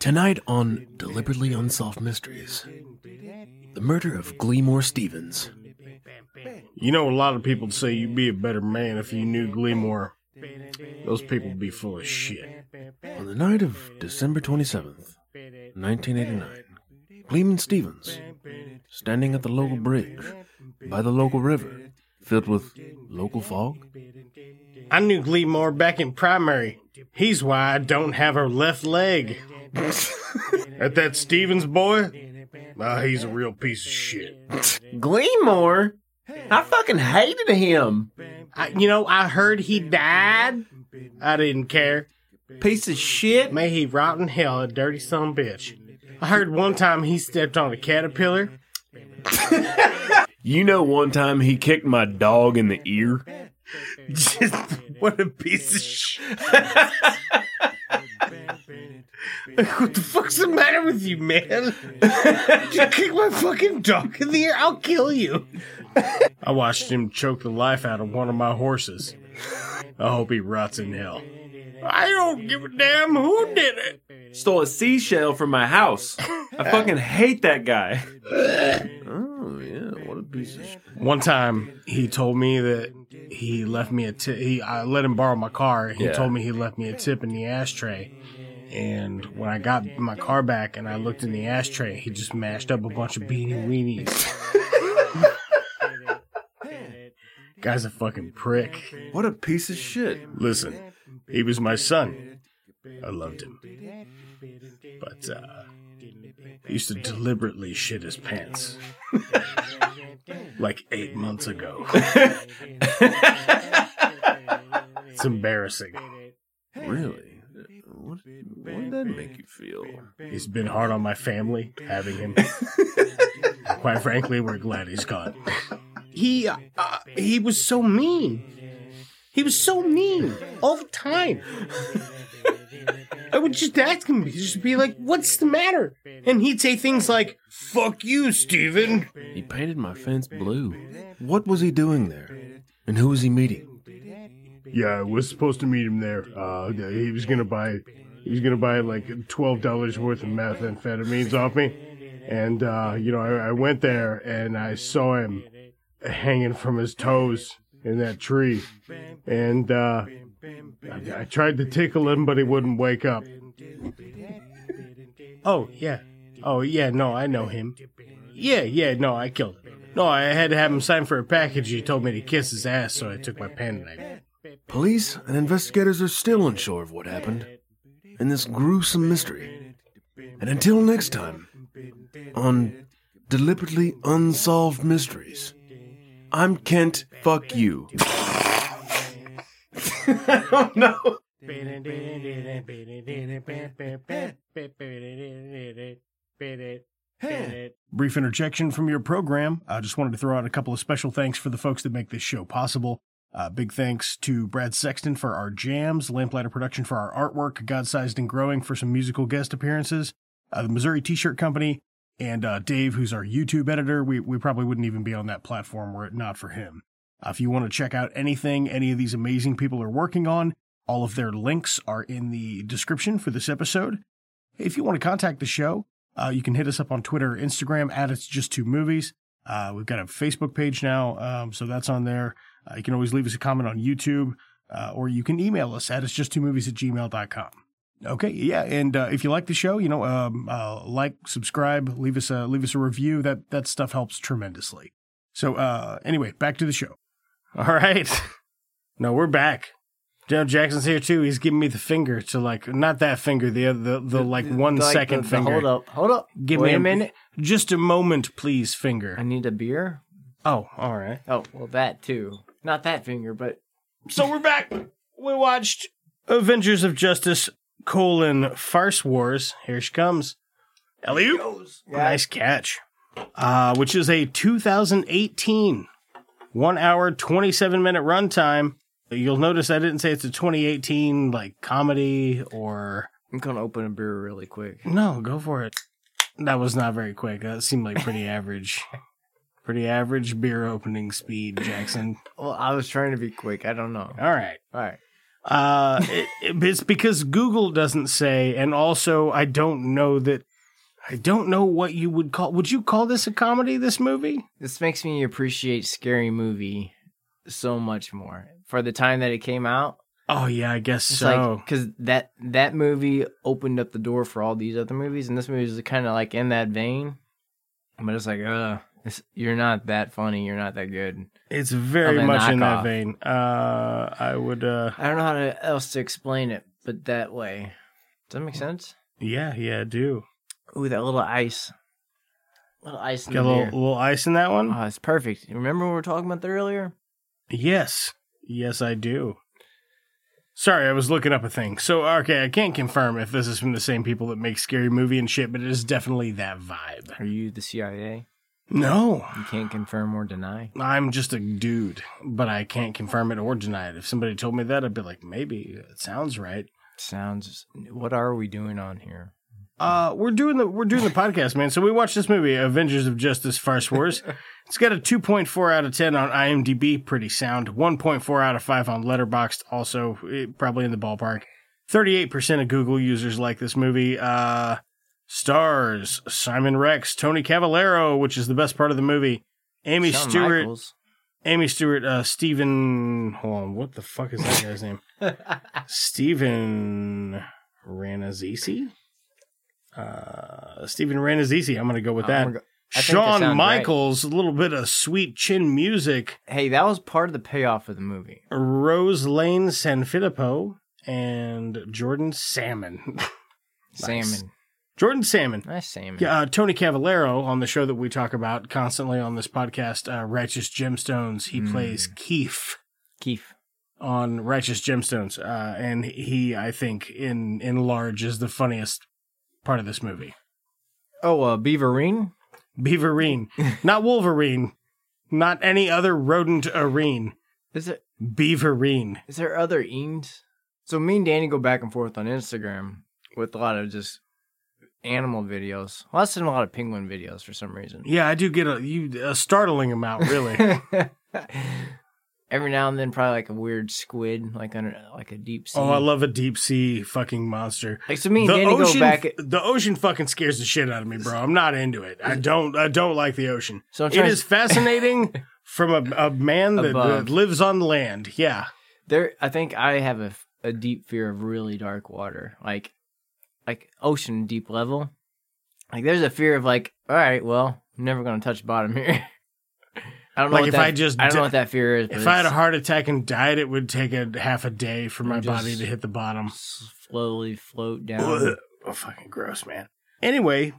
Speaker 10: Tonight on Deliberately Unsolved Mysteries, the murder of Gleemore Stevens.
Speaker 8: You know, a lot of people say you'd be a better man if you knew Gleemore. Those people be full of shit.
Speaker 10: On the night of December 27th, 1989, Gleeman Stevens, standing at the local bridge by the local river, filled with local fog,
Speaker 8: I knew Gleemore back in primary. He's why I don't have a left leg. <laughs> At that Stevens boy? Ah, he's a real piece of shit.
Speaker 5: Gleamore? I fucking hated him.
Speaker 8: I, you know, I heard he died. I didn't care.
Speaker 5: Piece of shit. <laughs>
Speaker 8: May he rot in hell, a dirty son of a bitch. I heard one time he stepped on a caterpillar.
Speaker 10: You know, one time he kicked my dog in the ear.
Speaker 8: Just <laughs> what a piece of shit. <laughs> what the fuck's the matter with you, man? <laughs> you kick my fucking dog in the air, I'll kill you. <laughs> I watched him choke the life out of one of my horses. I hope he rots in hell. I don't give a damn who did it.
Speaker 11: stole a seashell from my house. I fucking hate that guy.
Speaker 10: oh yeah, what a piece of shit.
Speaker 8: One time, he told me that he left me a tip. He, I let him borrow my car. He
Speaker 11: Yeah.
Speaker 8: told me he left me a tip in the ashtray. And when I got my car back and I looked in the ashtray, he just mashed up a bunch of beanie weenies. <laughs> Guy's a fucking prick.
Speaker 11: What a piece of shit.
Speaker 8: Listen, he was my son. I loved him. But, uh, he used to deliberately shit his pants. like eight months ago. it's embarrassing.
Speaker 10: Really? What, what did that make you feel?
Speaker 8: He's been hard on my family having him. Quite frankly, we're glad he's gone. He uh, he was so mean. He was so mean all the time. I would just ask him, he'd just be like, "What's the matter?" And he'd say things like, "Fuck you, Steven."
Speaker 10: He painted my fence blue. What was he doing there? And who was he meeting?
Speaker 8: Yeah, I was supposed to meet him there. Uh, he was gonna buy, he was gonna buy like twelve dollars worth of methamphetamines off me, and uh, you know I, I went there and I saw him hanging from his toes in that tree, and uh, I, I tried to tickle him, but he wouldn't wake up. oh yeah, oh yeah, no, I know him. Yeah, yeah, no, I killed him. No, I had to have him sign for a package. He told me to kiss his ass, so I took my pen and I
Speaker 10: Police and investigators are still unsure of what happened in this gruesome mystery. And until next time, on Deliberately Unsolved Mysteries, I'm Kent, fuck you.
Speaker 11: Oh no.
Speaker 8: Brief interjection from your program. I just wanted to throw out a couple of special thanks for the folks that make this show possible. Uh, big thanks to Brad Sexton for our jams, Lamplighter Production for our artwork, God Sized and Growing for some musical guest appearances, uh, the Missouri T shirt company, and uh, Dave, who's our YouTube editor. We, we probably wouldn't even be on that platform were it not for him. Uh, if you want to check out anything any of these amazing people are working on, all of their links are in the description for this episode. If you want to contact the show, uh, you can hit us up on Twitter or Instagram at It's Just Two Movies. Uh, we've got a Facebook page now, um, so that's on there. Uh, you can always leave us a comment on YouTube, uh, or you can email us at It's Just Two Movies at gmail.com. Okay, yeah, and uh, if you like the show, you know, um, uh, like, subscribe, leave us a leave us a review. That that stuff helps tremendously. So uh, anyway, back to the show. <laughs> All right, no, we're back. Joe Jackson's here too. He's giving me the finger to like not that finger, the other the, the, like one second
Speaker 9: Like, the- the
Speaker 8: finger.
Speaker 9: Hold up, hold up.
Speaker 8: Give
Speaker 9: Wait
Speaker 8: me a minute. Just a moment, please, finger.
Speaker 9: I need a beer.
Speaker 8: Oh, all right.
Speaker 9: Oh, well, that too. Not that finger, but
Speaker 8: So we're back. We watched Avengers of Justice colon Farce Wars. Here she comes. Elliot. Nice catch. Uh, which is a 2018 one hour, 27 minute runtime. You'll notice I didn't say it's a 2018 like comedy or.
Speaker 9: I'm gonna open a beer really quick.
Speaker 8: No, go for it. That was not very quick. That seemed like pretty
Speaker 9: <laughs>
Speaker 8: average. Pretty average beer opening speed,
Speaker 9: <laughs>
Speaker 8: Jackson.
Speaker 9: Well, I was trying to be quick. I don't know.
Speaker 8: All right.
Speaker 9: All right.
Speaker 8: Uh, it, it- it's because Google doesn't say, and also I don't know that. I don't know what you would call. Would you call this a comedy? This movie?
Speaker 9: This makes me appreciate scary movie so much more for the time that it came out.
Speaker 8: Oh yeah, I guess
Speaker 9: It's
Speaker 8: so.
Speaker 9: like because that that movie opened up the door for all these other movies, and this movie is kind of like in that vein. But it's like, uh, it's, you're not that funny. You're not that good.
Speaker 8: it's very
Speaker 9: of a
Speaker 8: much in that
Speaker 9: knockoff.
Speaker 8: vein. Uh, I would. Uh,
Speaker 9: I don't know how to, else to explain it, but that way. Does that make sense?
Speaker 8: yeah, yeah, I do.
Speaker 9: Ooh, that little ice. Little ice in
Speaker 8: Got a
Speaker 9: the
Speaker 8: little,
Speaker 9: beer.
Speaker 8: little ice in that one.
Speaker 9: Oh, it's perfect. Remember what we were talking about that earlier?
Speaker 8: Yes. Yes, I do. Sorry, I was looking up a thing. So, okay, I can't confirm if this is from the same people that make Scary Movie and shit, but it is definitely that vibe.
Speaker 9: Are you the CIA?
Speaker 8: No,
Speaker 9: You can't confirm or deny.
Speaker 8: I'm just a dude, but I can't confirm it or deny it. If somebody told me that, I'd be like, maybe it sounds right.
Speaker 9: Sounds. What are we doing on here?
Speaker 8: Uh, we're doing the we're doing the podcast, man. So we watched this movie, Avengers of Justice: Farce
Speaker 9: <laughs>
Speaker 8: Wars. it's got a 2.4 out of 10 on IMDb, pretty sound. 1.4 out of 5 on Letterboxd, also eh, probably in the ballpark. 38% of Google users like this movie. Uh, stars Simon Rex, Tony Cavallaro, which is the best part of the movie. Amy
Speaker 9: Shawn
Speaker 8: Stewart,
Speaker 9: Michaels.
Speaker 8: Amy Stewart, uh, Stephen. Hold on, what the fuck is that guy's
Speaker 9: <laughs>
Speaker 8: name? Stephen Ranazisi. Uh, Stephen Ranazisi. I'm gonna go with
Speaker 9: Uh, I'm
Speaker 8: that.
Speaker 9: gonna Oh go- I think that sounds
Speaker 8: Shawn
Speaker 9: right.
Speaker 8: Michaels, a little bit of sweet chin music.
Speaker 9: Hey, that was part of the payoff of the movie.
Speaker 8: Rose Lane Sanfilippo and Jordan Salmon. <laughs>
Speaker 9: Salmon.
Speaker 8: Jordan Salmon.
Speaker 9: Nice salmon.
Speaker 8: Yeah, uh, Tony Cavallaro on the show that we talk about constantly on this podcast, uh, Righteous Gemstones.
Speaker 9: Hmm.
Speaker 8: He plays Keef
Speaker 9: Keef.
Speaker 8: on Righteous Gemstones, uh, and he, I think, in in large, is the funniest part of this movie.
Speaker 9: Oh, uh, Beaverine? <laughs>
Speaker 8: Beaverine, not Wolverine, not any other rodent arene.
Speaker 9: Is it?
Speaker 8: Beaverine.
Speaker 9: Is there other eans? So me and Danny go back and forth on Instagram with a lot of just animal videos. Well, I send a lot of penguin videos for some reason.
Speaker 8: Yeah, I do get a you a startling amount, really.
Speaker 9: <laughs> Every now and then, probably like a weird squid, like under like a deep sea.
Speaker 8: oh, I love a deep sea fucking monster.
Speaker 9: Like so, me and Danny go back.
Speaker 8: the ocean fucking scares the shit out of me, bro. I'm not into it. I don't. I don't like the ocean.
Speaker 9: So I'm
Speaker 8: it
Speaker 9: trying-
Speaker 8: is fascinating
Speaker 9: <laughs>
Speaker 8: from a, a man that,
Speaker 9: Above.
Speaker 8: that lives on land. Yeah,
Speaker 9: there, I think I have a, a deep fear of really dark water, like like ocean deep level. Like there's a fear of like, all right, well, I'm never gonna touch bottom here. <laughs> I don't know.
Speaker 8: Like,
Speaker 9: what
Speaker 8: if
Speaker 9: that-
Speaker 8: I just
Speaker 9: I don't
Speaker 8: di-
Speaker 9: know what that fear is. but
Speaker 8: if I had a
Speaker 9: it's-
Speaker 8: heart attack and died, it would take a half a day for my
Speaker 9: I'm just-
Speaker 8: body to hit the bottom.
Speaker 9: slowly float down.
Speaker 8: Ugh. Oh, fucking gross, man. Anyway,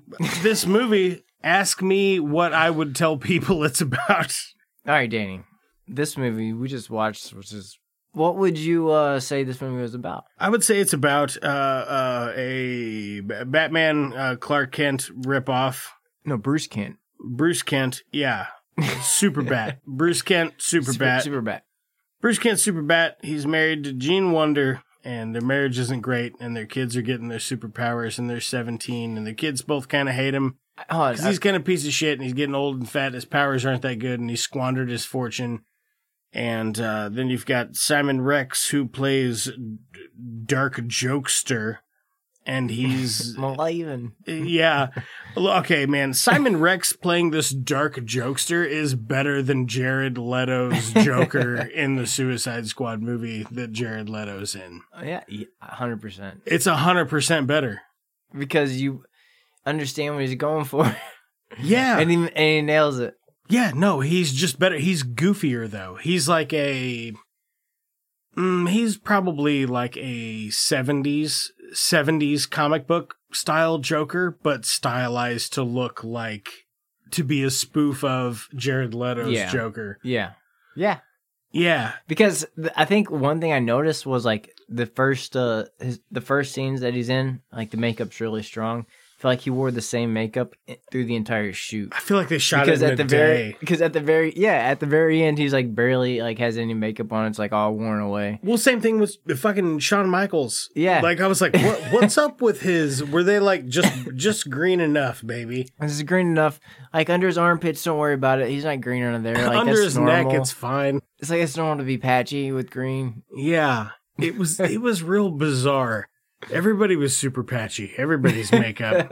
Speaker 8: this movie. Ask me what I would tell people it's about.
Speaker 9: All right, Danny. This movie we just watched, which is what would you uh, say this movie was about?
Speaker 8: I would say it's about uh, uh, a B- Batman uh, Clark Kent ripoff.
Speaker 9: No, Bruce Kent.
Speaker 8: Bruce Kent, yeah. Super Bat. Bruce Kent, Super, Bat.
Speaker 9: Super Bat.
Speaker 8: Bruce Kent, Super Bat. He's married to Gene Wonder, and their marriage isn't great, and their kids are getting their superpowers, and they're 17, and the kids both kind of hate him
Speaker 9: Oh, I,
Speaker 8: because he's kind of piece of shit, and he's getting old and fat. and His powers aren't that good, and he squandered his fortune. And uh, then you've got Simon Rex, who plays D- Dark Jokester, and
Speaker 9: <laughs>
Speaker 8: he's
Speaker 9: Malavin. <laughs>
Speaker 8: yeah. Well, Okay, man. Simon Rex playing this dark jokester is better than Jared Leto's Joker
Speaker 9: <laughs>
Speaker 8: in the Suicide Squad movie that Jared Leto's in.
Speaker 9: Yeah, hundred percent.
Speaker 8: It's a hundred percent better.
Speaker 9: Because you understand what he's going for, <laughs>
Speaker 8: Yeah.
Speaker 9: and he and he nails it.
Speaker 8: yeah, no, he's just better. He's goofier though. He's like a mm, he's probably like a 70s 70s comic book style Joker, but stylized to look like to be a spoof of Jared Leto's
Speaker 9: Yeah.
Speaker 8: Joker.
Speaker 9: Yeah, yeah.
Speaker 8: Yeah,
Speaker 9: Because th- I think one thing I noticed was like the first uh his, the first scenes that he's in, like the makeup's really strong. I feel like he wore the same makeup i- through the entire shoot.
Speaker 8: I feel like they shot
Speaker 9: because
Speaker 8: it in
Speaker 9: at the
Speaker 8: a
Speaker 9: very
Speaker 8: day.
Speaker 9: because at the very yeah at the very end he's like barely like has any makeup on it's like all worn away
Speaker 8: Well, same thing with the fucking Shawn Michaels.
Speaker 9: Yeah.
Speaker 8: like I was like,
Speaker 9: <laughs>
Speaker 8: what, what's up with his? Were they like just just green enough, baby?
Speaker 9: this is green enough like under his armpits don't worry about it he's not green under
Speaker 8: <laughs>
Speaker 9: there <laughs> like
Speaker 8: Under
Speaker 9: that's
Speaker 8: his
Speaker 9: normal.
Speaker 8: neck, it's
Speaker 9: it's...
Speaker 8: fine.
Speaker 9: like it's normal to be patchy with green
Speaker 8: Yeah, it
Speaker 9: <laughs>
Speaker 8: was it was real bizarre. Everybody was super patchy. Everybody's
Speaker 9: <laughs>
Speaker 8: makeup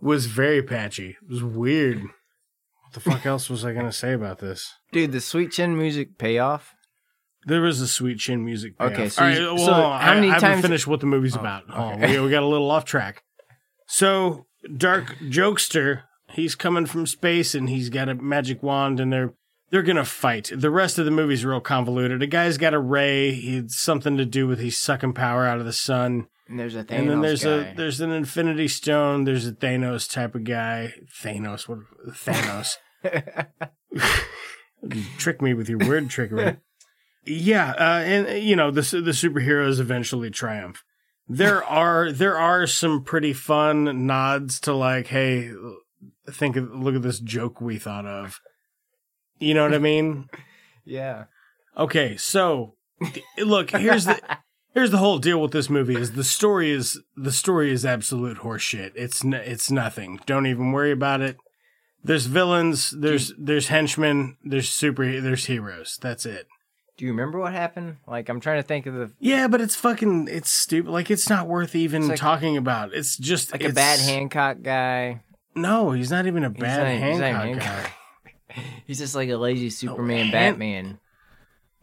Speaker 8: was very patchy. It was weird. What the fuck else was I gonna say about this?
Speaker 9: dude the sweet chin music payoff
Speaker 8: There was a sweet chin music. Payoff.
Speaker 9: Okay, so
Speaker 8: All
Speaker 9: you-
Speaker 8: right, well,
Speaker 9: so
Speaker 8: hold on.
Speaker 9: how
Speaker 8: I,
Speaker 9: many
Speaker 8: I haven't
Speaker 9: times- Oh,
Speaker 8: finished what the movie's about. Hold on, we, we got a little off track. So Dark Jokester, he's coming from space and he's got a magic wand, and they're they're gonna fight. The rest of the movie's real convoluted. A guy's got a ray. He's something to do with he's sucking power out of the sun,
Speaker 9: and there's a thing
Speaker 8: and then there's
Speaker 9: guy.
Speaker 8: a there's an Infinity Stone. There's a Thanos type of guy. Thanos, what
Speaker 9: <laughs>
Speaker 8: Thanos? You trick me with your word trickery. yeah, uh, and uh, you know the su- the superheroes eventually triumph.
Speaker 9: <laughs>
Speaker 8: There are there are some pretty fun nods to like, hey, think of, look at this joke we thought of. You know what I mean?
Speaker 9: yeah
Speaker 8: Okay, so th- look, here's
Speaker 9: <laughs>
Speaker 8: the here's the whole deal with this movie is the story is the story is absolute horseshit. It's n- it's nothing. Don't even worry about it. There's villains, there's there's henchmen, there's super there's heroes. That's it.
Speaker 9: do you remember what happened? Like, I'm trying to think of the
Speaker 8: Yeah, but it's fucking it's stupid. Like it's not worth even
Speaker 9: like-
Speaker 8: talking about. It's just
Speaker 9: like a
Speaker 8: it's-
Speaker 9: bad Hancock guy. <laughs>
Speaker 8: No, he's not even a
Speaker 9: He's not-
Speaker 8: bad
Speaker 9: he's not
Speaker 8: Hancock guy.
Speaker 9: Hancock. He's just like
Speaker 8: Oh,
Speaker 9: a lazy Superman,
Speaker 8: Han-
Speaker 9: Batman.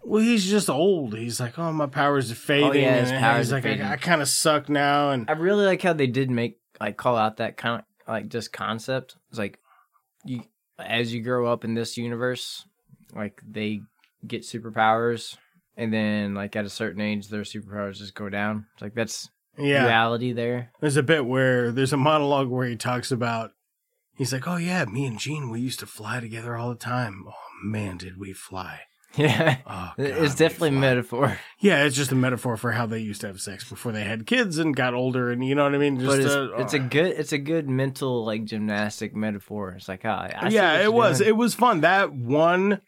Speaker 8: Well, he's just old. He's like, oh, my powers are fading.
Speaker 9: yeah, his
Speaker 8: and
Speaker 9: powers
Speaker 8: he's
Speaker 9: are
Speaker 8: like,
Speaker 9: fading.
Speaker 8: I, I kind of suck now. And
Speaker 9: I really like how they did make like call out that kind of like just concept. It's like you as you grow up in this universe, like they get superpowers, and then like at a certain age, their superpowers just go down. It's like that's
Speaker 8: yeah,
Speaker 9: reality there. <laughs>
Speaker 8: there's a bit where there's a monologue where he talks about, he's like, oh, yeah, me and Gene, we used to fly together all the time. Oh, man, did we fly.
Speaker 9: Yeah,
Speaker 8: Oh, God,
Speaker 9: it's
Speaker 8: we
Speaker 9: definitely
Speaker 8: fly.
Speaker 9: metaphor,
Speaker 8: Yeah, it's just a metaphor for how they used to have sex before they had kids and got older. And you know what I mean? Just
Speaker 9: but it's,
Speaker 8: uh,
Speaker 9: it's a good it's a good mental like gymnastic metaphor. It's like ah, I see what
Speaker 8: yeah,
Speaker 9: you're
Speaker 8: it was.
Speaker 9: doing.
Speaker 8: It was fun. That one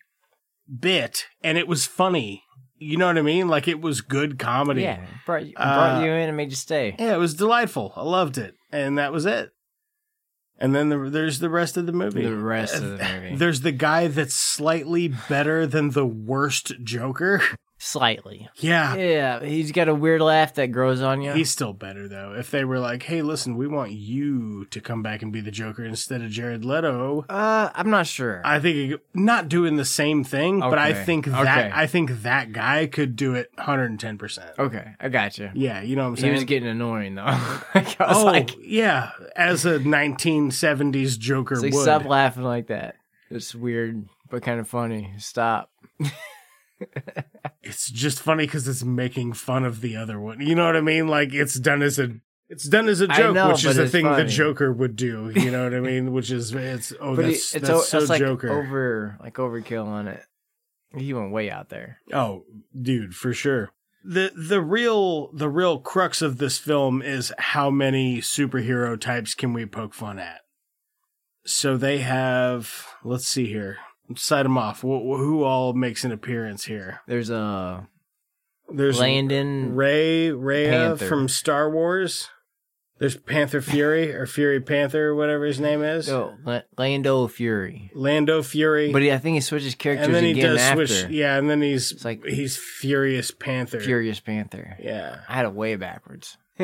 Speaker 8: bit, and it was funny. You know what I mean? Like it was good comedy.
Speaker 9: yeah, brought,
Speaker 8: Uh,
Speaker 9: brought you in and made you stay.
Speaker 8: Yeah, it was delightful. I loved it, and that was it. And then the, there's the rest of the movie.
Speaker 9: The rest
Speaker 8: <laughs>
Speaker 9: of the movie.
Speaker 8: There's the guy that's slightly better than the worst Joker. <laughs>
Speaker 9: Slightly,
Speaker 8: Yeah,
Speaker 9: yeah. He's got a weird laugh that grows on you.
Speaker 8: he's still better though. If they were like, "Hey, listen, we want you to come back and be the Joker instead of Jared Leto,"
Speaker 9: Uh, I'm not sure.
Speaker 8: I think it- not doing the same thing, but I
Speaker 9: Okay.
Speaker 8: think that
Speaker 9: Okay.
Speaker 8: I think that guy could do it 110. percent
Speaker 9: okay, I got you.
Speaker 8: Yeah, you know what I'm
Speaker 9: He
Speaker 8: saying.
Speaker 9: was getting annoying though. Like, <laughs> I was
Speaker 8: oh
Speaker 9: like,
Speaker 8: yeah, as a 1970s Joker
Speaker 9: it's like,
Speaker 8: would.
Speaker 9: stop laughing like that. It's weird but kind of funny. Stop.
Speaker 8: it's just funny because it's making fun of the other one. You know what I mean? Like it's done as a it's done as a
Speaker 9: I
Speaker 8: joke,
Speaker 9: know,
Speaker 8: which is
Speaker 9: but
Speaker 8: the
Speaker 9: it's
Speaker 8: thing the
Speaker 9: funny.
Speaker 8: Joker would do. You
Speaker 9: <laughs>
Speaker 8: know what I mean? Which is it's oh
Speaker 9: but
Speaker 8: that's
Speaker 9: he- it's,
Speaker 8: that's
Speaker 9: o-
Speaker 8: so
Speaker 9: it's like oh.
Speaker 8: Joker.
Speaker 9: over like overkill on it. He went way out there.
Speaker 8: Oh, dude, for sure. The the real the real crux of this film is how many superhero types can we poke fun at? So they have let's see here. Side them off. Wh- who all makes an appearance here?
Speaker 9: There's a
Speaker 8: There's
Speaker 9: Landon.
Speaker 8: Ray Raya
Speaker 9: Mm. Panther.
Speaker 8: from Star Wars. There's Panther Fury or Fury Panther, or whatever his name is.
Speaker 9: no, La- Lando Fury.
Speaker 8: Lando Fury.
Speaker 9: But he, I think he switches characters
Speaker 8: and then he
Speaker 9: again
Speaker 8: does
Speaker 9: after
Speaker 8: switch. Yeah, and then he's
Speaker 9: It's like-
Speaker 8: he's Furious Panther.
Speaker 9: Furious Panther.
Speaker 8: Yeah.
Speaker 9: I had it way backwards. <laughs>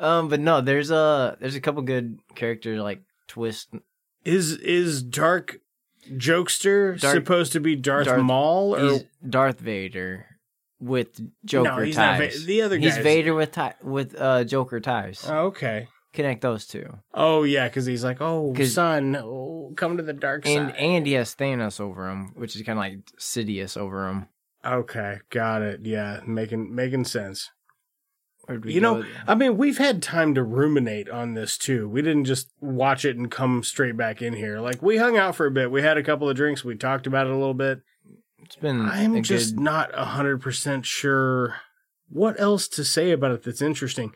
Speaker 9: um, but no, there's a there's a couple good character like twist.
Speaker 8: Is is Dark Jokester
Speaker 9: Dark-
Speaker 8: supposed to be Darth,
Speaker 9: Darth-
Speaker 8: Maul or
Speaker 9: He's Darth Vader with Joker
Speaker 8: he's not
Speaker 9: ties.
Speaker 8: Va- the other
Speaker 9: he's
Speaker 8: guy's-
Speaker 9: Vader with ti- with uh, Joker ties.
Speaker 8: Oh, okay.
Speaker 9: Connect those two,
Speaker 8: Oh yeah, because he's like, oh
Speaker 9: 'Cause-
Speaker 8: son, oh, come to the dark
Speaker 9: and
Speaker 8: side.
Speaker 9: and he has Thanos over him, which is kind of like Sidious over him.
Speaker 8: okay, got it. Yeah, making making sense.
Speaker 9: Where'd we
Speaker 8: You
Speaker 9: go
Speaker 8: know,
Speaker 9: with-
Speaker 8: I mean, we've had time to ruminate on this too. We didn't just watch it and come straight back in here. Like we hung out for a bit. We had a couple of drinks. We talked about it a little bit.
Speaker 9: it's been
Speaker 8: I'm
Speaker 9: a
Speaker 8: just
Speaker 9: Mm, good-
Speaker 8: not not hundred percent sure what else to say about it that's interesting.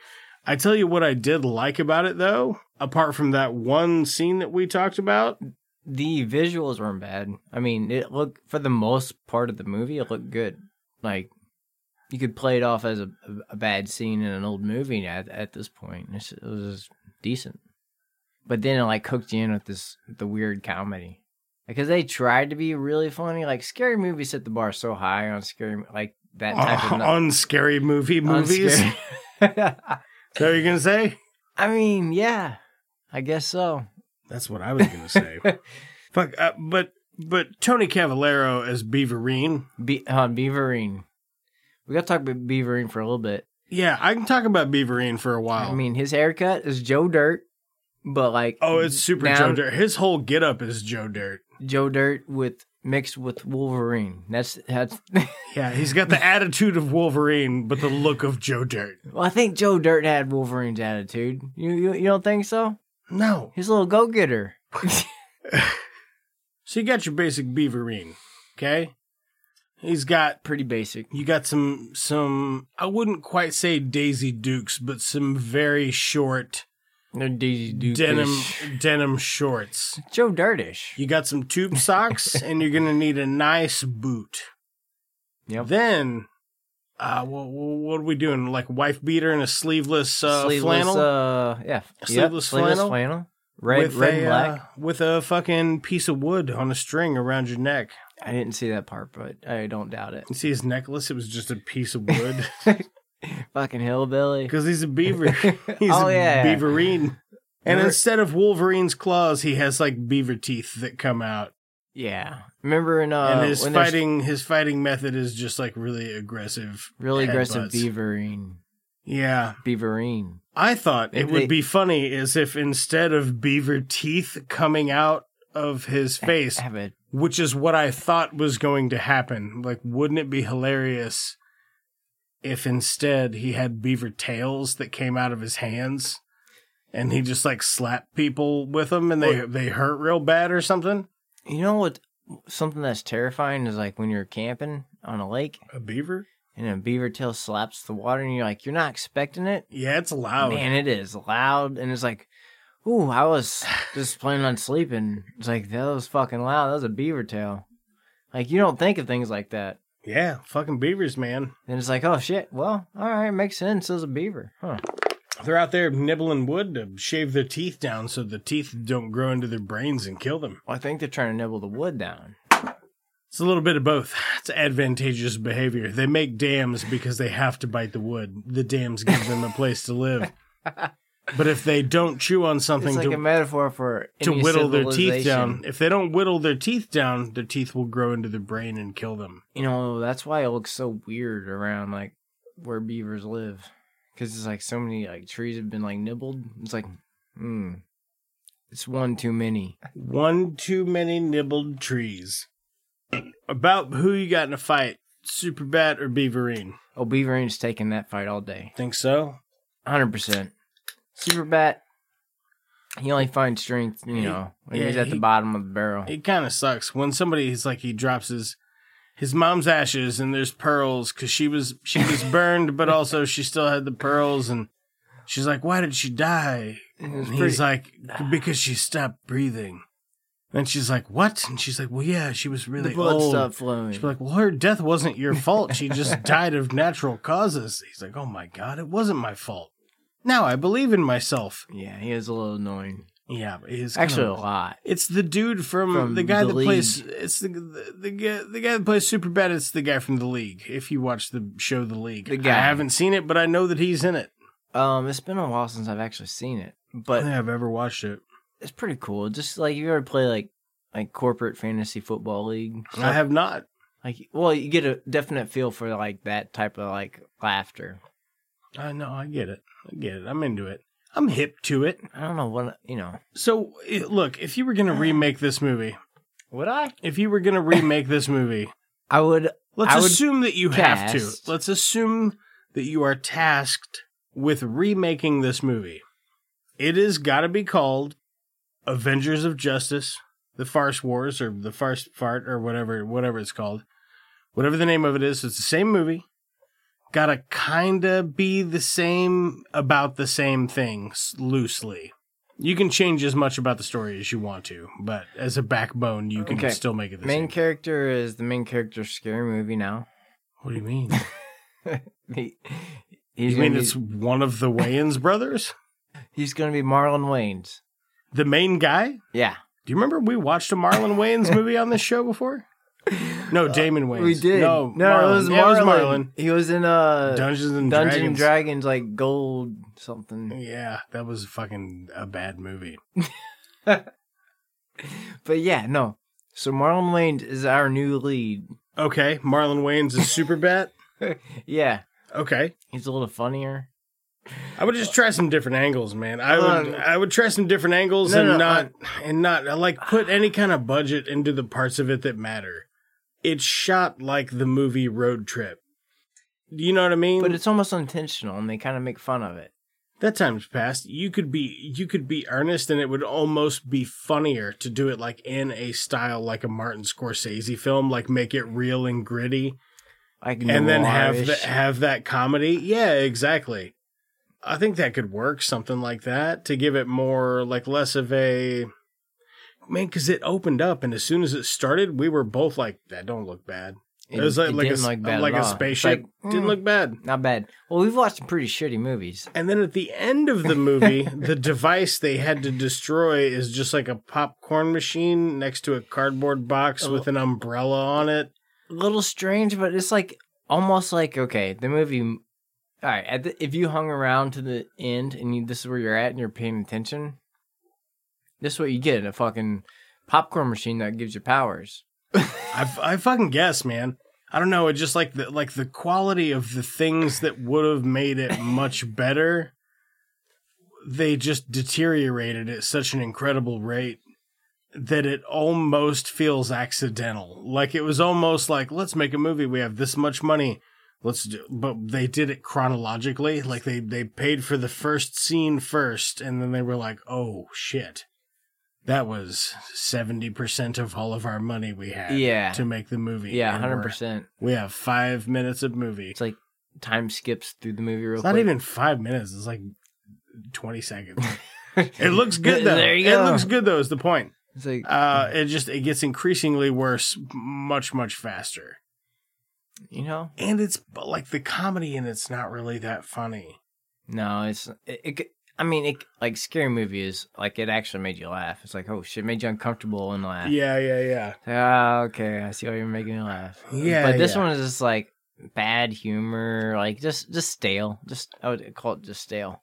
Speaker 8: I tell you what I did like about it though, apart from that one scene that we talked about.
Speaker 9: the visuals weren't bad. I mean, it looked for the most part of the movie, it looked good. Like you could play it off as a, a bad scene in an old movie at at this point. It's, it was decent, but then it like hooked you in with this the weird comedy because they tried to be really funny. Like scary movies set the bar so high on scary like
Speaker 8: <laughs>
Speaker 9: that type of
Speaker 8: on scary movie
Speaker 9: on
Speaker 8: movies. Is
Speaker 9: scary- <laughs>
Speaker 8: that what you're gonna say?
Speaker 9: I mean, yeah, I guess so.
Speaker 8: That's what I was gonna
Speaker 9: <laughs>
Speaker 8: say. Fuck, uh, but but Tony Cavallero as Beaverine.
Speaker 9: Be- uh, Beaverine. We got to talk about Beaverine for a little bit.
Speaker 8: Yeah, I can talk about Beaverine for a while.
Speaker 9: I mean, his haircut is Joe Dirt, but like
Speaker 8: oh, it's super
Speaker 9: now
Speaker 8: Joe Dirt. His whole getup is Joe Dirt.
Speaker 9: Joe Dirt with mixed with Wolverine. That's that's. <laughs>
Speaker 8: Yeah, he's got the attitude of Wolverine, but the look of Joe Dirt.
Speaker 9: well, I think Joe Dirt had Wolverine's attitude. You you, you don't think so?
Speaker 8: No.
Speaker 9: He's a little go getter.
Speaker 8: So you got your basic Beaverine, okay? He's got
Speaker 9: <laughs> Pretty basic.
Speaker 8: you got some some I wouldn't quite say Daisy Dukes, but some very short
Speaker 9: No Daisy Duke.
Speaker 8: denim denim shorts.
Speaker 9: Joe Dirtish.
Speaker 8: You got some tube socks, and you're gonna need a nice boot.
Speaker 9: Yep.
Speaker 8: Then, uh, what, what are we doing? Like wife beater and a sleeveless, uh,
Speaker 9: sleeveless.
Speaker 8: flannel
Speaker 9: Uh, yeah.
Speaker 8: Sleeveless flannel?
Speaker 9: flannel. Red, red,
Speaker 8: a,
Speaker 9: and black.
Speaker 8: uh, with a fucking piece of wood on a string around your neck.
Speaker 9: I didn't see that part, but I don't doubt it.
Speaker 8: You see his necklace? It was just a piece of wood.
Speaker 9: <laughs>
Speaker 8: <laughs>
Speaker 9: Fucking hillbilly.
Speaker 8: Because he's a
Speaker 9: <laughs>
Speaker 8: beaver. He's
Speaker 9: Oh,
Speaker 8: a
Speaker 9: yeah.
Speaker 8: beaverine. And
Speaker 9: Remember-
Speaker 8: instead of Wolverine's claws, he has like beaver teeth that come out.
Speaker 9: Yeah. Remember in uh,
Speaker 8: and his
Speaker 9: when there's
Speaker 8: fighting his fighting method is just like really aggressive.
Speaker 9: really aggressive
Speaker 8: headbutts.
Speaker 9: beaverine,
Speaker 8: Yeah.
Speaker 9: beaverine.
Speaker 8: I thought
Speaker 9: Maybe
Speaker 8: it would
Speaker 9: they-
Speaker 8: be funny is if instead of beaver teeth coming out of his face,
Speaker 9: Have a
Speaker 8: which is what I thought was going to happen, like wouldn't it be hilarious if instead he had beaver tails that came out of his hands and he just like slapped people with them and they they hurt real bad or something?
Speaker 9: You know what? Something that's terrifying is like when you're camping on a lake
Speaker 8: A beaver?
Speaker 9: and a beaver tail slaps the water, and you're like, you're not expecting it.
Speaker 8: Oh, Yeah, it's loud.
Speaker 9: Man, it is loud, and it's like, ooh, I was
Speaker 8: <sighs>
Speaker 9: just planning on sleeping. It's like that was fucking loud. That was a beaver tail. Like you don't think of things like that.
Speaker 8: Yeah, fucking beavers, man.
Speaker 9: Then it's like, oh shit. Well, all right, makes sense. It was a beaver, huh?
Speaker 8: They're out there nibbling wood to shave their teeth down so the teeth don't grow into their brains and kill them.
Speaker 9: Well, I think they're trying to nibble the wood down.
Speaker 8: It's a little bit of both. It's advantageous behavior. They make dams because they have to bite the wood. The dams give them a place to
Speaker 9: <laughs>
Speaker 8: live. But if they don't chew on something
Speaker 9: It's like
Speaker 8: to,
Speaker 9: a metaphor for
Speaker 8: to
Speaker 9: any
Speaker 8: whittle their teeth
Speaker 9: civilization.
Speaker 8: down, if they don't whittle their teeth down, their teeth will grow into their brain and kill them.
Speaker 9: You know, that's why it looks so weird around like where beavers live, because it's like so many like trees have been like nibbled. It's like, hmm, it's one too many.
Speaker 8: One too many nibbled trees. About who you got in a fight, Superbat or Beaverine?
Speaker 9: Oh, beaverine's taking that fight all day.
Speaker 8: Think so?
Speaker 9: Hundred percent. Superbat. He only finds strength, you know, when
Speaker 8: yeah,
Speaker 9: he's at the
Speaker 8: he-
Speaker 9: bottom of the barrel.
Speaker 8: It kind of sucks when somebody is like he drops his his mom's ashes and there's pearls because she was she
Speaker 9: <laughs>
Speaker 8: was burned, but also she still had the pearls and she's like, why did she die? And
Speaker 9: was
Speaker 8: he's like,
Speaker 9: <sighs>
Speaker 8: because she stopped breathing. And she's like, what? And she's like, well, yeah, she was really
Speaker 9: the blood
Speaker 8: old.
Speaker 9: stopped flowing.
Speaker 8: She's like, well, her death wasn't
Speaker 9: <laughs>
Speaker 8: your fault. She just died of natural causes. He's like, oh my god, it wasn't my fault. Now I believe in myself.
Speaker 9: yeah, he is a little annoying.
Speaker 8: Yeah, he's kind
Speaker 9: Actually,
Speaker 8: of-
Speaker 9: a lot.
Speaker 8: it's the dude from,
Speaker 9: From
Speaker 8: the guy
Speaker 9: the
Speaker 8: that plays. It's the, the the guy the guy that plays Superbad. It's the guy from the League. If you watch the show, The League.
Speaker 9: The guy.
Speaker 8: I haven't seen it, but I know that he's in it.
Speaker 9: Um, it's been a while since I've actually seen it,
Speaker 8: I
Speaker 9: but
Speaker 8: don't think I've ever watched it.
Speaker 9: it's pretty cool. Just like you ever play like like corporate fantasy football league,
Speaker 8: I
Speaker 9: stuff?
Speaker 8: have not.
Speaker 9: like well, you get a definite feel for like that type of like laughter.
Speaker 8: I know. I get it. I get it. I'm into it. I'm hip to it.
Speaker 9: I don't know what you know.
Speaker 8: So eh, look, if you were <sighs> gonna remake this movie,
Speaker 9: Would I?
Speaker 8: if you were gonna remake this movie,
Speaker 9: I would.
Speaker 8: let's
Speaker 9: I would
Speaker 8: assume that you have
Speaker 9: cast-
Speaker 8: to. Let's assume that you are tasked with remaking this movie. It has got to be called Avengers of Justice, the Farce Wars, or the Farce Fart, or whatever, whatever it's called, whatever the name of it is. It's the same movie. Got to kinda be the same about the same things loosely. You can change as much about the story as you want to, but as a backbone, you can
Speaker 9: Okay.
Speaker 8: still make it the
Speaker 9: Main
Speaker 8: same.
Speaker 9: character is the main character of scary movie now. <laughs>
Speaker 8: what do you mean?
Speaker 9: He, he's
Speaker 8: You mean
Speaker 9: gonna
Speaker 8: it's
Speaker 9: be,
Speaker 8: one of the Wayans brothers?
Speaker 9: he's gonna be Marlon Wayans.
Speaker 8: The main guy? Do
Speaker 9: Yeah,
Speaker 8: you remember we watched a Marlon Wayans movie on this show before? No, Damon Wayans.
Speaker 9: Uh, we did.
Speaker 8: No,
Speaker 9: no,
Speaker 8: Marlon.
Speaker 9: it was Marlon.
Speaker 8: Yeah,
Speaker 9: He was in uh
Speaker 8: Dungeons and
Speaker 9: Dungeon
Speaker 8: Dragons.
Speaker 9: Dragons like gold something.
Speaker 8: yeah, that was fucking a bad movie.
Speaker 9: But yeah, no. So Marlon Wayne is our new lead.
Speaker 8: Okay, Marlon Wayans is super bat.
Speaker 9: yeah,
Speaker 8: Okay,
Speaker 9: he's a little funnier.
Speaker 8: I would just try some different angles, man. I would,
Speaker 9: Um,
Speaker 8: I would try some different angles
Speaker 9: no,
Speaker 8: and
Speaker 9: no,
Speaker 8: not, and not like put any kind of budget into the parts of it that matter. It's shot like the movie Road Trip. You know what I mean?
Speaker 9: But it's almost unintentional, and they kind of make fun of it.
Speaker 8: that time's past you could be you could be earnest and it would almost be funnier to do it like in a style like a martin scorsese film like make it real and gritty
Speaker 9: Like
Speaker 8: and then have the,
Speaker 9: noirish.
Speaker 8: have that comedy yeah exactly i think that could work something like that to give it more like less of a man because it opened up and as soon as it started we were both like that don't look bad
Speaker 9: It,
Speaker 8: It was like,
Speaker 9: it
Speaker 8: like, a,
Speaker 9: didn't
Speaker 8: s-
Speaker 9: look bad at
Speaker 8: like
Speaker 9: all.
Speaker 8: a
Speaker 9: It's
Speaker 8: spaceship.
Speaker 9: like,
Speaker 8: Didn't
Speaker 9: mm,
Speaker 8: look bad.
Speaker 9: not bad. Well, we've watched some pretty shitty movies.
Speaker 8: And then at the end of the
Speaker 9: <laughs>
Speaker 8: movie, the device they had to destroy is just like a popcorn machine next to a cardboard box
Speaker 9: Oh.
Speaker 8: with an umbrella on it.
Speaker 9: A little strange, but it's like almost like okay, the movie. All right, at the, if you hung around to the end and you, this is where you're at and you're paying attention, this is what you get: a fucking popcorn machine that gives you powers.
Speaker 8: I, f- I fucking guess, man. I don't know. It just like the like the quality of the things that would have made it
Speaker 9: <laughs>
Speaker 8: much better. They just deteriorated at such an incredible rate that it almost feels accidental. Like it was almost like let's make a movie. We have this much money. Let's do. But they did it chronologically. Like they they paid for the first scene first, and then they were like, oh shit. That was seventy percent of all of our money we had
Speaker 9: Yeah.
Speaker 8: to make the movie.
Speaker 9: Yeah,
Speaker 8: and we're-
Speaker 9: hundred percent.
Speaker 8: We have five minutes of movie.
Speaker 9: It's like time skips through the movie real
Speaker 8: It's
Speaker 9: quick.
Speaker 8: not even five minutes. It's like twenty
Speaker 9: <laughs>
Speaker 8: seconds. it looks good though.
Speaker 9: There you
Speaker 8: It
Speaker 9: go. Hmm.
Speaker 8: looks good though. Is the point?
Speaker 9: It's like
Speaker 8: Uh, it just it gets increasingly worse, much much faster.
Speaker 9: you know,
Speaker 8: And it's but, like the comedy in it's not really that funny.
Speaker 9: no, it's it. it c- I mean, it like scary movie is like it actually made you laugh. It's like oh shit, made you uncomfortable and laugh.
Speaker 8: Yeah, yeah, yeah.
Speaker 9: Ah, okay, I see why you're making me laugh.
Speaker 8: Yeah,
Speaker 9: but this
Speaker 8: yeah.
Speaker 9: one is just like bad humor, like just just stale. Just I would call it just stale.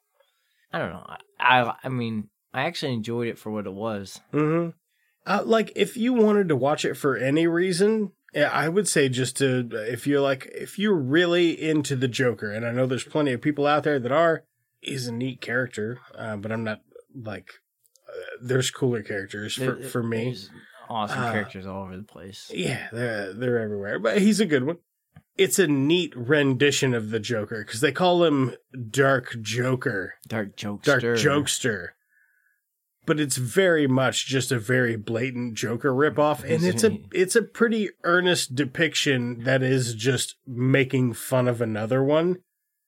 Speaker 9: I don't know. I I, I mean, I actually enjoyed it for what it was.
Speaker 8: Mm-hmm. Uh, like if you wanted to watch it for any reason, yeah, I would say just to if you're like if you're really into the Joker, and I know there's plenty of people out there that are. He's a neat character, uh, but I'm not like uh, there's cooler characters for,
Speaker 9: It-
Speaker 8: for
Speaker 9: it-
Speaker 8: me.
Speaker 9: there's awesome
Speaker 8: Uh,
Speaker 9: characters all over the place.
Speaker 8: Yeah, they're they're everywhere, but he's a good one. It's a neat rendition of the Joker because they call him Dark Joker.
Speaker 9: Dark jokester.
Speaker 8: dark jokester. But it's very much just a very blatant Joker ripoff, and it's a it's a pretty earnest depiction that is just making fun of another one.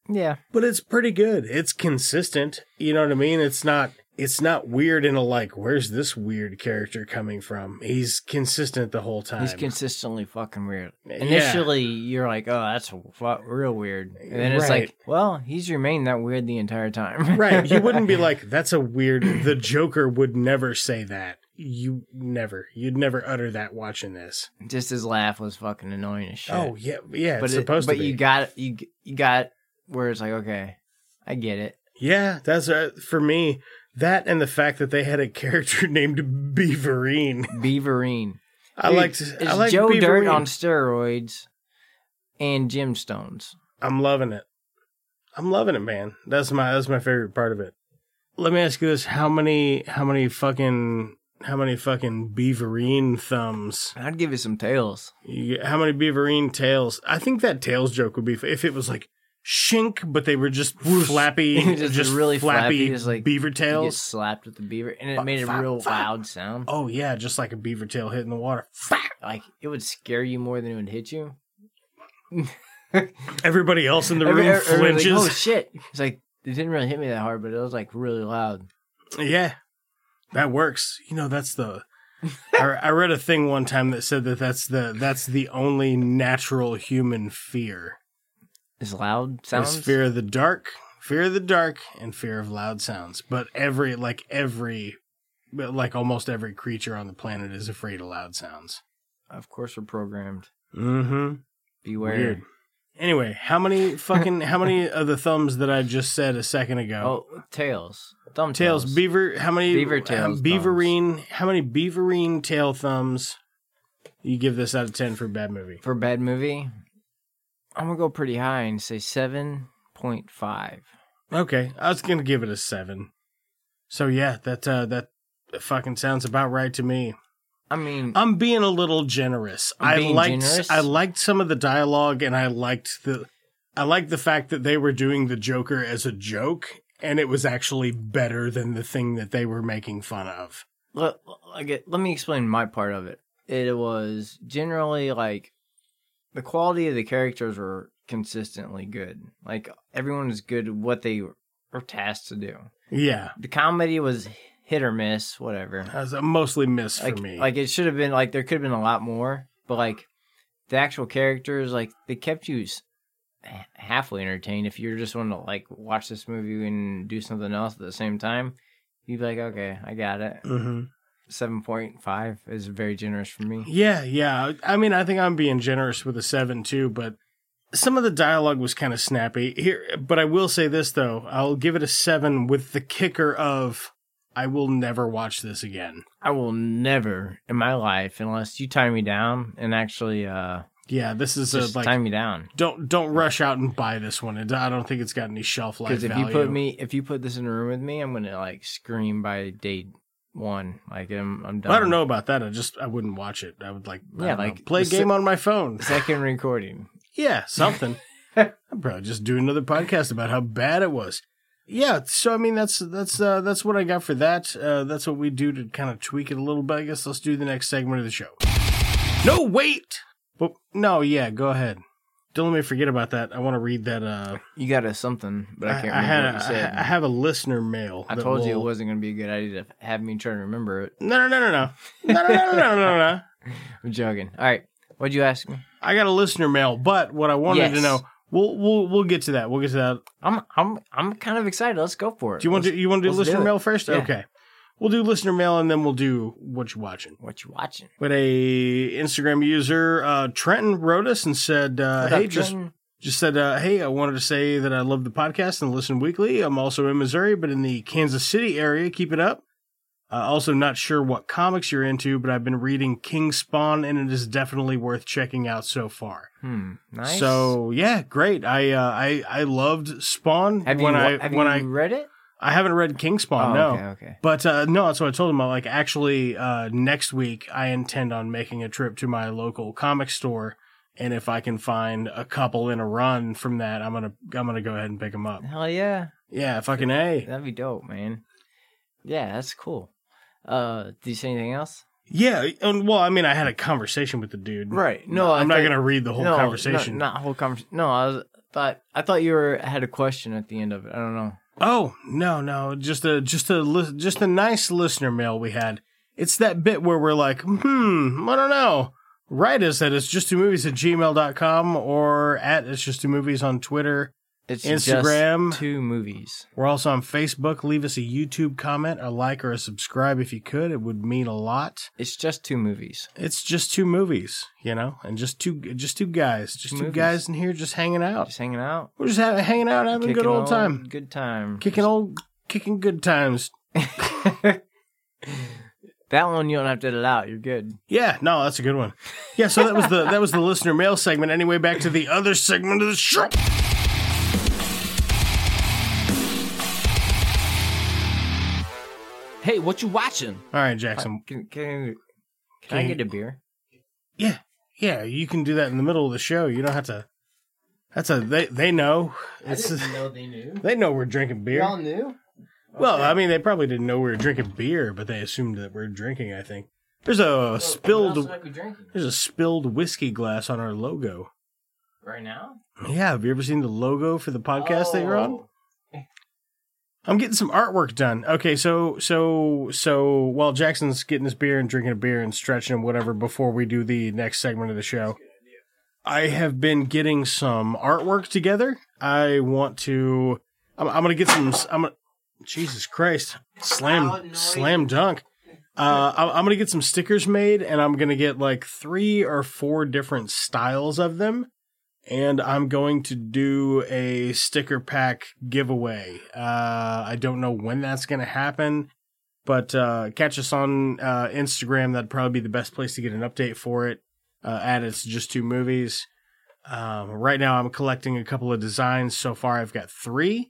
Speaker 9: Yeah.
Speaker 8: But it's pretty good. It's consistent. You know what I mean? It's not it's not weird in a like, where's this weird character coming from? He's consistent the whole time.
Speaker 9: He's consistently fucking weird.
Speaker 8: Yeah.
Speaker 9: Initially, you're like, "Oh, that's fu- real weird," and then it's
Speaker 8: Right.
Speaker 9: like, "Well, he's remained that weird the entire
Speaker 8: <laughs> <laughs>
Speaker 9: time."
Speaker 8: right. You
Speaker 9: <laughs>
Speaker 8: wouldn't be like, that's a weird the Joker would never say that. You never. You'd never utter that watching this.
Speaker 9: Just his laugh was fucking annoying as shit.
Speaker 8: Oh yeah, yeah.
Speaker 9: but
Speaker 8: it's
Speaker 9: it-
Speaker 8: supposed
Speaker 9: but
Speaker 8: to be.
Speaker 9: you got you g- you got where it's like, okay, I get it.
Speaker 8: yeah, that's uh, for me. That and the fact that they had a <laughs> character named Beaverine.
Speaker 9: Beaverine.
Speaker 8: I
Speaker 9: Dude,
Speaker 8: liked.
Speaker 9: It's
Speaker 8: I liked
Speaker 9: Joe Dirt
Speaker 8: Beaverine.
Speaker 9: on steroids and gemstones.
Speaker 8: I'm loving it. I'm loving it, man. That's my that's my favorite part of it. Let me ask you this: how many how many fucking how many fucking Beaverine thumbs?
Speaker 9: I'd give you some tails.
Speaker 8: You get, how many Beaverine tails? I think that tails joke would be f- if it was like shink, but they were just flappy,
Speaker 9: <laughs> Just
Speaker 8: just,
Speaker 9: really
Speaker 8: really
Speaker 9: flappy,
Speaker 8: flappy,
Speaker 9: just like-
Speaker 8: beaver
Speaker 9: You get
Speaker 8: tails.
Speaker 9: slapped with the beaver, and it
Speaker 8: Fuck,
Speaker 9: made a
Speaker 8: fuck,
Speaker 9: real
Speaker 8: fuck.
Speaker 9: loud sound.
Speaker 8: Oh yeah, just like a beaver tail hitting the water.
Speaker 9: Like it would scare you more than it would hit you.
Speaker 8: Everybody else in the
Speaker 9: Every-
Speaker 8: room
Speaker 9: everybody was
Speaker 8: flinches.
Speaker 9: Like, oh shit! It's like it didn't really hit me that hard, but it was like really loud.
Speaker 8: yeah, that works. You know, that's the. I, I read a thing one time that said that that's the that's the only natural human fear.
Speaker 9: It's loud
Speaker 8: It's
Speaker 9: sounds.
Speaker 8: fear of the dark, fear of the dark, and fear of loud sounds. But every like every, but, like almost every creature on the planet is afraid of loud sounds.
Speaker 9: Of course, we're programmed.
Speaker 8: Mm-hmm.
Speaker 9: Beware.
Speaker 8: Weird. Anyway, how many fucking how many of the thumbs that I just said a second <laughs> ago?
Speaker 9: Oh, tails. Thumb
Speaker 8: Tails, beaver. How many
Speaker 9: Beaver
Speaker 8: um,
Speaker 9: tails,
Speaker 8: beaverine. How many beaverine tail thumbs? You give this out of ten for bad movie.
Speaker 9: for bad movie. I'm gonna go pretty high and say seven point five.
Speaker 8: Okay, I was gonna give it a seven. So yeah, that uh, that fucking sounds about right to me.
Speaker 9: I mean,
Speaker 8: I'm being a little generous.
Speaker 9: I'm
Speaker 8: I
Speaker 9: being
Speaker 8: liked
Speaker 9: generous?
Speaker 8: I liked some of the dialogue, and I liked the I liked the fact that they were doing the Joker as a joke, and it was actually better than the thing that they were making fun of.
Speaker 9: let, I get- let me explain my part of it. It was generally like the quality of the characters were consistently good. Like everyone was good at what they were tasked to do.
Speaker 8: Yeah,
Speaker 9: The comedy was hit or miss, whatever.
Speaker 8: that was a mostly miss for
Speaker 9: like,
Speaker 8: me.
Speaker 9: like it should have been like there could have been a lot more, but like the actual characters, like they kept you s- h- halfway entertained. If you're just wanting to like watch this movie and do something else at the same time, you'd be like, okay, I got it.
Speaker 8: Mm-hmm.
Speaker 9: Seven point five is very generous for me.
Speaker 8: Yeah, yeah. I mean, I think I'm being generous with a seven too, but some of the dialogue was kind of snappy here. But I will say this though, I'll give it a seven with the kicker of I will never watch this again.
Speaker 9: I will never in my life, unless you tie me down and actually uh
Speaker 8: Yeah, this is
Speaker 9: just
Speaker 8: a like
Speaker 9: tie me down.
Speaker 8: don't don't rush out and buy this one. It, I don't think it's got any shelf life
Speaker 9: Because if
Speaker 8: value.
Speaker 9: you put me, if you put this in a room with me, I'm gonna like scream by day one. Like I'm, I'm done.
Speaker 8: I don't know about that. I just I wouldn't watch it. I would like
Speaker 9: Yeah,
Speaker 8: yeah, like
Speaker 9: like,
Speaker 8: play a
Speaker 9: the
Speaker 8: game
Speaker 9: se-
Speaker 8: on my phone.
Speaker 9: Second recording.
Speaker 8: Yeah, <laughs> something. I'd probably just do another podcast about how bad it was. Yeah, so I mean that's that's uh, that's what I got for that. Uh, that's what we do to kind of tweak it a little bit. I guess let's do the next segment of the show. No, wait. But no, yeah, go ahead. Don't let me forget about that. I want to read that. Uh,
Speaker 9: You got a something, but I can't remember
Speaker 8: had
Speaker 9: what you
Speaker 8: a-
Speaker 9: said.
Speaker 8: I, I have a listener mail.
Speaker 9: I
Speaker 8: that
Speaker 9: told you it
Speaker 8: will-
Speaker 9: wasn't gonna be a good idea to have me try to remember it.
Speaker 8: No, no, no, no, no, no, no, no, no, no, no.
Speaker 9: I'm joking. All right, what'd you ask me?
Speaker 8: I got a listener mail, but what I wanted to
Speaker 9: Yes.
Speaker 8: know, we'll we'll we'll get to that. We'll get to that
Speaker 9: I'm, I'm, I'm kind of excited. Let's go for it.
Speaker 8: Do you want to
Speaker 9: Let's-
Speaker 8: you want to do
Speaker 9: let's
Speaker 8: listener
Speaker 9: it.
Speaker 8: mail first?
Speaker 9: Yeah.
Speaker 8: Okay. We'll do listener mail and then we'll do what you watching.
Speaker 9: What you watching?
Speaker 8: But a Instagram user uh, Trenton wrote us and said, uh,
Speaker 9: What up,
Speaker 8: "Hey, just
Speaker 9: Trenton?
Speaker 8: just said, uh, hey, I wanted to say that I love the podcast and listen weekly. I'm also in Missouri, but in the Kansas City area. Keep it up. Uh, also, not sure what comics you're into, but I've been reading King Spawn, and it is definitely worth checking out so far.
Speaker 9: Hmm, nice.
Speaker 8: So yeah, great. I uh, I I loved Spawn
Speaker 9: have
Speaker 8: when
Speaker 9: you,
Speaker 8: I
Speaker 9: have
Speaker 8: when
Speaker 9: you
Speaker 8: I
Speaker 9: read it?
Speaker 8: I haven't read King Spawn.
Speaker 9: Oh,
Speaker 8: no.
Speaker 9: okay, okay.
Speaker 8: But uh, no, that's what I told him. I like actually uh, next week I intend on making a trip to my local comic store, and if I can find a couple in a run from that, I'm gonna I'm gonna go ahead and pick them up.
Speaker 9: Hell yeah.
Speaker 8: Yeah, fucking a.
Speaker 9: That'd be dope, man. Yeah, that's cool. Uh, do you say anything else?
Speaker 8: Yeah, and well, I mean, I had a conversation with the dude.
Speaker 9: Right. No, I
Speaker 8: I'm not
Speaker 9: thought-
Speaker 8: gonna read the whole
Speaker 9: No, no,
Speaker 8: conversation.
Speaker 9: Not, whole conversation. No, I was thought I thought you were had a question at the end of it. I don't know.
Speaker 8: Oh no, no, just a just a lis- just a nice listener mail we had. It's that bit where we're like, hmm, I don't know. Write us at it's just two movies at gmail.com or at it's just two movies on Twitter.
Speaker 9: It's
Speaker 8: Instagram.
Speaker 9: Just two movies.
Speaker 8: We're also on Facebook. Leave us a YouTube comment, a like, or a subscribe if you could. It would mean a lot.
Speaker 9: It's just two movies.
Speaker 8: It's just two movies, you know, and just two just two guys, just two
Speaker 9: Movies.
Speaker 8: guys in here just hanging out.
Speaker 9: Just hanging out,
Speaker 8: We're just ha- hanging out, having a good
Speaker 9: kicking
Speaker 8: old time,
Speaker 9: Good time.
Speaker 8: kicking old, kicking good times.
Speaker 9: <laughs> that one you don't have to edit out. You're good.
Speaker 8: Yeah, no, that's a good one. Yeah, so that was the that was
Speaker 9: <laughs>
Speaker 8: the listener mail segment. Anyway, back to the other segment of the show.
Speaker 12: Hey, what you watching?
Speaker 8: All right, Jackson.
Speaker 9: Can can, can I
Speaker 8: Can-
Speaker 9: get a beer?
Speaker 8: Yeah, yeah, you can do that in the middle of the show. You don't have to. That's a they they know. It's <laughs>
Speaker 9: know they knew.
Speaker 8: they know we're drinking beer.
Speaker 9: knew.
Speaker 8: Well, I mean, they probably didn't know we were drinking beer, but they assumed that we're drinking. I think there's a spilled there's a spilled whiskey glass on our logo.
Speaker 9: right now.
Speaker 8: Yeah, have you ever seen the logo for the podcast that you're
Speaker 9: Oh,
Speaker 8: on? I'm getting some artwork done. Okay, so so so while Jackson's getting his beer and drinking a beer and stretching and whatever before we do the next segment of the show, I have been getting some artwork together. I want to. I'm, I'm gonna get some. I'm gonna. Jesus Christ! Slam slam dunk. Uh, I'm, I'm gonna get some stickers made, and I'm gonna get like three or four different styles of them and I'm going to do a sticker pack giveaway. Uh, I don't know when that's going to happen, but uh, catch us on uh, Instagram. That'd probably be the best place to get an update for it. Uh, at it's just two movies. Um, right now, I'm collecting a couple of designs. So far, I've got three.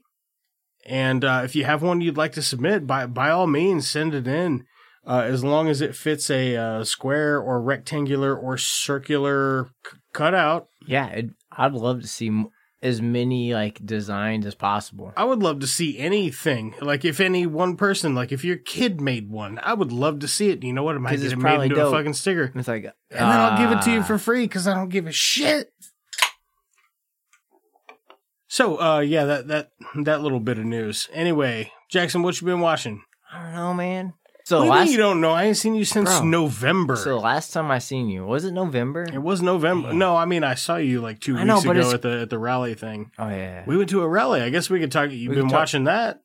Speaker 8: And uh, if you have one you'd like to submit, by by all means, send it in. Uh, as long as it fits a uh, square or rectangular or circular c- cutout,
Speaker 9: Yeah, it, I'd love to see m- as many like designs as possible.
Speaker 8: I would love to see anything. Like if any one person, like if your kid made one, I would love to see it. You know what? It might
Speaker 9: 'Cause
Speaker 8: get
Speaker 9: it's
Speaker 8: it made
Speaker 9: probably
Speaker 8: into a
Speaker 9: dope. Ah.
Speaker 8: fucking sticker,
Speaker 9: It's like, and
Speaker 8: and then I'll give it
Speaker 9: Uh,
Speaker 8: to you for free because I don't give a shit. So, uh, yeah, that that that little bit of news. Anyway, Jackson, what you been watching?
Speaker 9: I don't know, man. So
Speaker 8: what do you,
Speaker 9: last,
Speaker 8: mean you don't know? I ain't seen you since
Speaker 9: Bro.
Speaker 8: November.
Speaker 9: so the last time I seen you was it November?
Speaker 8: it was November. No, I mean I saw you like two
Speaker 9: I
Speaker 8: weeks
Speaker 9: know, but
Speaker 8: ago
Speaker 9: it's-
Speaker 8: at the at the rally thing.
Speaker 9: Oh yeah.
Speaker 8: We went to a rally. I guess we could talk. You've
Speaker 9: We
Speaker 8: been
Speaker 9: could talk-
Speaker 8: watching that.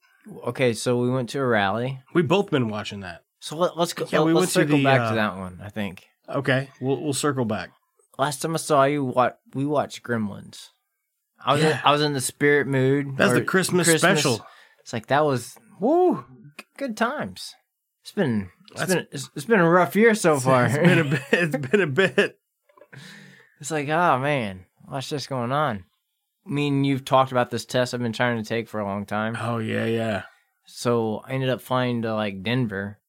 Speaker 9: okay, so we went to a rally.
Speaker 8: We both been watching that.
Speaker 9: So let, let's go.
Speaker 8: Yeah,
Speaker 9: let,
Speaker 8: we
Speaker 9: us
Speaker 8: went to
Speaker 9: circle
Speaker 8: the,
Speaker 9: back
Speaker 8: uh,
Speaker 9: to that one. I think
Speaker 8: Okay, we'll we'll circle back.
Speaker 9: last time I saw you, what we watched Gremlins. I was in,
Speaker 8: Yeah.
Speaker 9: I was in the spirit mood.
Speaker 8: That's
Speaker 9: or
Speaker 8: the Christmas, special.
Speaker 9: It's like that was
Speaker 8: Woo!
Speaker 9: g- good times. It's been it's
Speaker 8: That's-
Speaker 9: been it's, it's been a rough year so far.
Speaker 8: It's been a bit. It's been a bit.
Speaker 9: It's like, oh man, what's this going on? I mean, you've talked about this test I've been trying to take for a long time.
Speaker 8: Oh yeah, yeah,
Speaker 9: So I ended up flying to like Denver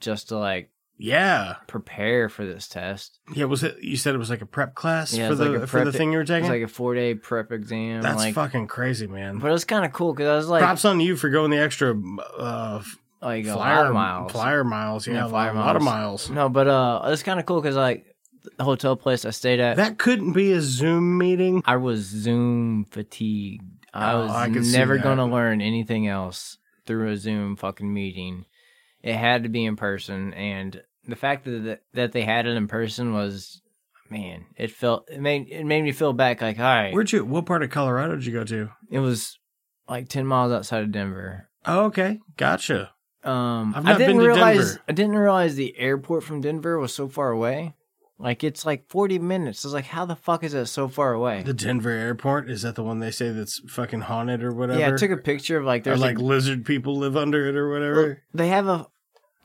Speaker 9: just to like
Speaker 8: yeah.
Speaker 9: prepare for this test.
Speaker 8: Yeah, was it? You said it was like a prep class
Speaker 9: Yeah,
Speaker 8: for
Speaker 9: it's
Speaker 8: the
Speaker 9: like a
Speaker 8: for the
Speaker 9: prep-
Speaker 8: thing you were
Speaker 9: It
Speaker 8: taking.
Speaker 9: was like a four day prep exam.
Speaker 8: That's
Speaker 9: like,
Speaker 8: fucking crazy, man.
Speaker 9: But it was kind of cool because I was like,
Speaker 8: Props on you for going the extra uh,
Speaker 9: like a lot
Speaker 8: flyer
Speaker 9: of miles.
Speaker 8: Flyer miles, yeah,
Speaker 9: Yeah,
Speaker 8: a
Speaker 9: flyer
Speaker 8: lot, lot of
Speaker 9: miles. <laughs>
Speaker 8: miles.
Speaker 9: No, but uh, it was kind of cool because like the hotel place I stayed at,
Speaker 8: That couldn't be a Zoom meeting.
Speaker 9: I was Zoom fatigued. I
Speaker 8: Oh,
Speaker 9: was
Speaker 8: I can see
Speaker 9: never
Speaker 8: that.
Speaker 9: going to learn anything else through a Zoom fucking meeting. It had to be in person, and the fact that that they had it in person was, man, it felt it made it made me feel back like all right,
Speaker 8: Where'd you? What part of Colorado did you go to?
Speaker 9: it was like ten miles outside of Denver.
Speaker 8: Oh, okay, gotcha.
Speaker 9: Um,
Speaker 8: I've
Speaker 9: I
Speaker 8: not
Speaker 9: didn't
Speaker 8: been to
Speaker 9: realize
Speaker 8: Denver.
Speaker 9: I didn't realize the airport from Denver was so far away. Like it's like forty minutes. I was like, how the fuck is it so far away?
Speaker 8: The Denver airport is that the one they say that's fucking haunted or whatever?
Speaker 9: Yeah, I took a picture of like
Speaker 8: Or
Speaker 9: there's
Speaker 8: like
Speaker 9: a
Speaker 8: lizard people live under it or
Speaker 9: Well,
Speaker 8: whatever.
Speaker 9: They have a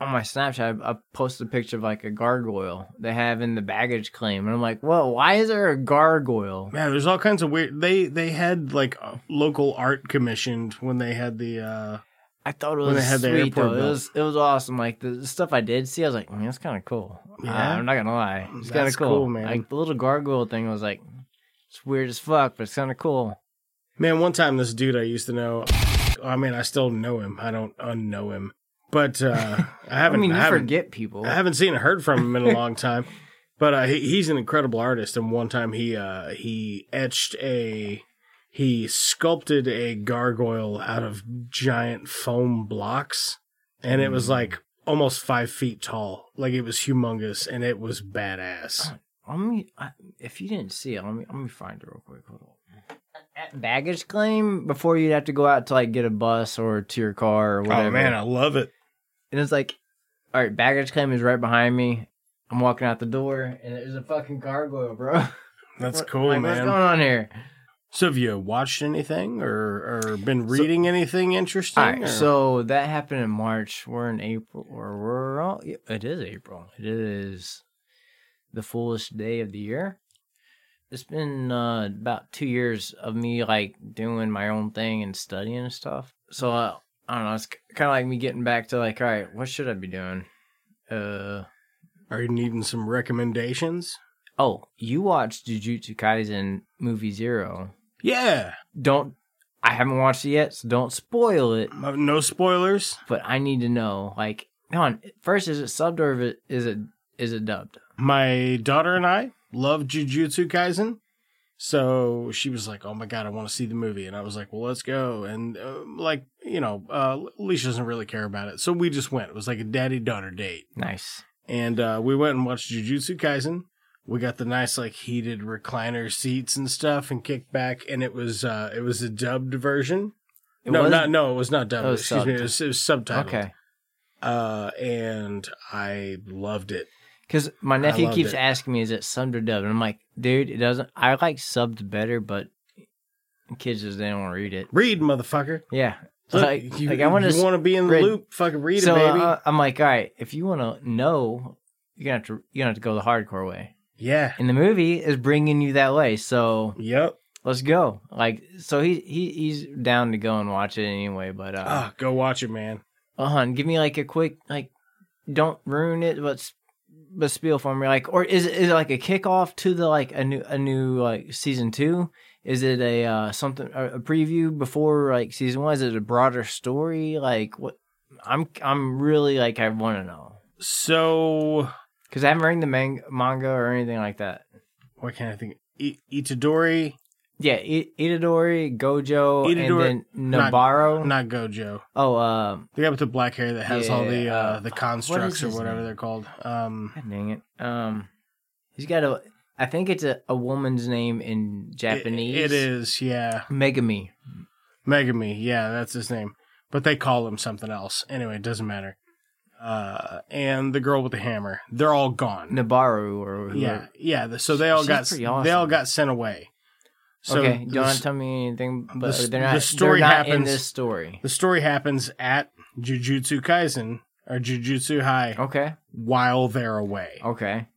Speaker 9: on my Snapchat. I, I posted a picture of like a gargoyle they have in the baggage claim, and I'm like, "Whoa, why is there a gargoyle?"
Speaker 8: Man, there's all kinds of weird. They they had like uh, local art commissioned when they had the. uh
Speaker 9: I thought it
Speaker 8: When they
Speaker 9: was
Speaker 8: had the
Speaker 9: sweet.
Speaker 8: airport
Speaker 9: though. It
Speaker 8: built.
Speaker 9: was it was awesome. Like the, the stuff I did see, I was like, "Man, that's kind of cool."
Speaker 8: Yeah?
Speaker 9: Uh, I'm not gonna lie, it's kind
Speaker 8: That's
Speaker 9: of cool.
Speaker 8: cool, man.
Speaker 9: Like the little gargoyle thing was like, it's weird as fuck, but it's kind of cool.
Speaker 8: Man, one time this dude I used to know. I mean, I still know him. I don't unknow him, but uh I
Speaker 9: <laughs> I,
Speaker 8: haven't.
Speaker 9: mean,
Speaker 8: I
Speaker 9: you
Speaker 8: haven't-
Speaker 9: forget people.
Speaker 8: I haven't seen or heard from him in a long time, <laughs> but uh, he, he's an incredible artist. And one time he uh, he etched a he sculpted a gargoyle out of giant foam blocks, and it
Speaker 9: Hmm.
Speaker 8: was like almost five feet tall. Like it was humongous, and it was badass.
Speaker 9: Let me, I, if you didn't see it, let me let me find it real quick. Hold on. At baggage claim, before you'd have to go out to like get a bus or to your car or whatever.
Speaker 8: Oh man, I love it.
Speaker 9: and it's like, all right, baggage claim is right behind me. I'm walking out the door, and there's a fucking gargoyle, bro.
Speaker 8: That's
Speaker 9: What-
Speaker 8: cool,
Speaker 9: like, What's
Speaker 8: man.
Speaker 9: going on here?
Speaker 8: So have you watched anything or or been reading anything interesting?
Speaker 9: All right,
Speaker 8: or-
Speaker 9: so that happened in March. We're in April, or we're all. yeah, It is April. It is the fullest day of the year. It's been uh, about two years of me like doing my own thing and studying and stuff. So uh, I don't know. It's kind of like me getting back to like, all right, what should I be doing? Uh
Speaker 8: are you needing some recommendations?
Speaker 9: oh, you watched Jujutsu Kaisen movie zero.
Speaker 8: Yeah,
Speaker 9: Don't I haven't watched it yet, so don't spoil it.
Speaker 8: Uh, no spoilers.
Speaker 9: but I need to know. Like, hold on. First, is it subbed or is it is it, is it dubbed?
Speaker 8: my daughter and I love Jujutsu Kaisen. So she was like, "Oh my god, I want to see the movie," and I was like, "Well, let's go." And uh, like, you know, uh, Alicia doesn't really care about it, so we just went. It was like a daddy daughter date,
Speaker 9: Nice.
Speaker 8: and uh, we went and watched Jujutsu Kaisen. We got the nice like heated recliner seats and stuff, and kicked back, and it was uh, it was a dubbed version.
Speaker 9: It
Speaker 8: no,
Speaker 9: was- Oh,
Speaker 8: not no, it was not dubbed.
Speaker 9: It was
Speaker 8: Excuse me,
Speaker 9: subbed.
Speaker 8: it was, it was subtitled.
Speaker 9: Okay.
Speaker 8: uh, and I loved it.
Speaker 9: Because my nephew
Speaker 8: loved
Speaker 9: keeps
Speaker 8: it.
Speaker 9: asking me, is it subbed or dubbed? And I'm like, dude, it doesn't. I like subbed better, but kids just they don't read it.
Speaker 8: Read, motherfucker.
Speaker 9: Yeah.
Speaker 8: Look,
Speaker 9: like,
Speaker 8: you,
Speaker 9: like I want
Speaker 8: you
Speaker 9: to.
Speaker 8: wanna be in the
Speaker 9: read-
Speaker 8: loop. Fucking read
Speaker 9: So
Speaker 8: it, baby.
Speaker 9: uh, I'm like, all right, if you want to know, you're gonna have to you're gonna have to go the hardcore way.
Speaker 8: yeah.
Speaker 9: And the movie is bringing you that way, so
Speaker 8: Yep.
Speaker 9: let's go. Like, so he, he he's down to go and watch it anyway. But uh,
Speaker 8: Ah, go watch it, man.
Speaker 9: uh huh. Give me like a quick like, don't ruin it, but s- but spiel for me. Like, or is it, is it like a kickoff to the like a new a new like season two? Is it a uh, something a a preview before like season one? Is it a broader story? Like what? I'm I'm really like I want to know
Speaker 8: So
Speaker 9: because I haven't read the manga manga or anything like that.
Speaker 8: what can I think? I- Itadori
Speaker 9: Yeah, I- Itadori, Gojo, and then Nabarro.
Speaker 8: Not, not Gojo.
Speaker 9: oh, um,
Speaker 8: The guy with the black hair that has all the
Speaker 9: Yeah,
Speaker 8: uh,
Speaker 9: uh,
Speaker 8: the
Speaker 9: what
Speaker 8: constructs
Speaker 9: is
Speaker 8: or
Speaker 9: his
Speaker 8: whatever
Speaker 9: name?
Speaker 8: they're called. Um,
Speaker 9: God Ah, dang it. Um, he's got a. I think it's a, a woman's name in
Speaker 8: it-
Speaker 9: Japanese.
Speaker 8: it is, yeah.
Speaker 9: Megami.
Speaker 8: Megami, yeah, that's his name. But they call him something else. Anyway, it doesn't matter. Uh, and the girl with the hammer. They're all gone.
Speaker 9: Nabaru or whoever.
Speaker 8: Yeah, yeah. the- So they all
Speaker 9: She's
Speaker 8: got
Speaker 9: pretty
Speaker 8: they all
Speaker 9: awesome.
Speaker 8: got sent away. So
Speaker 9: okay,
Speaker 8: the
Speaker 9: don't
Speaker 8: s-
Speaker 9: tell me anything. But
Speaker 8: the s-
Speaker 9: they're not.
Speaker 8: the story
Speaker 9: they're not in
Speaker 8: happens-
Speaker 9: this story.
Speaker 8: the story happens at Jujutsu Kaisen or Jujutsu High
Speaker 9: Okay.
Speaker 8: while they're away.
Speaker 9: Okay.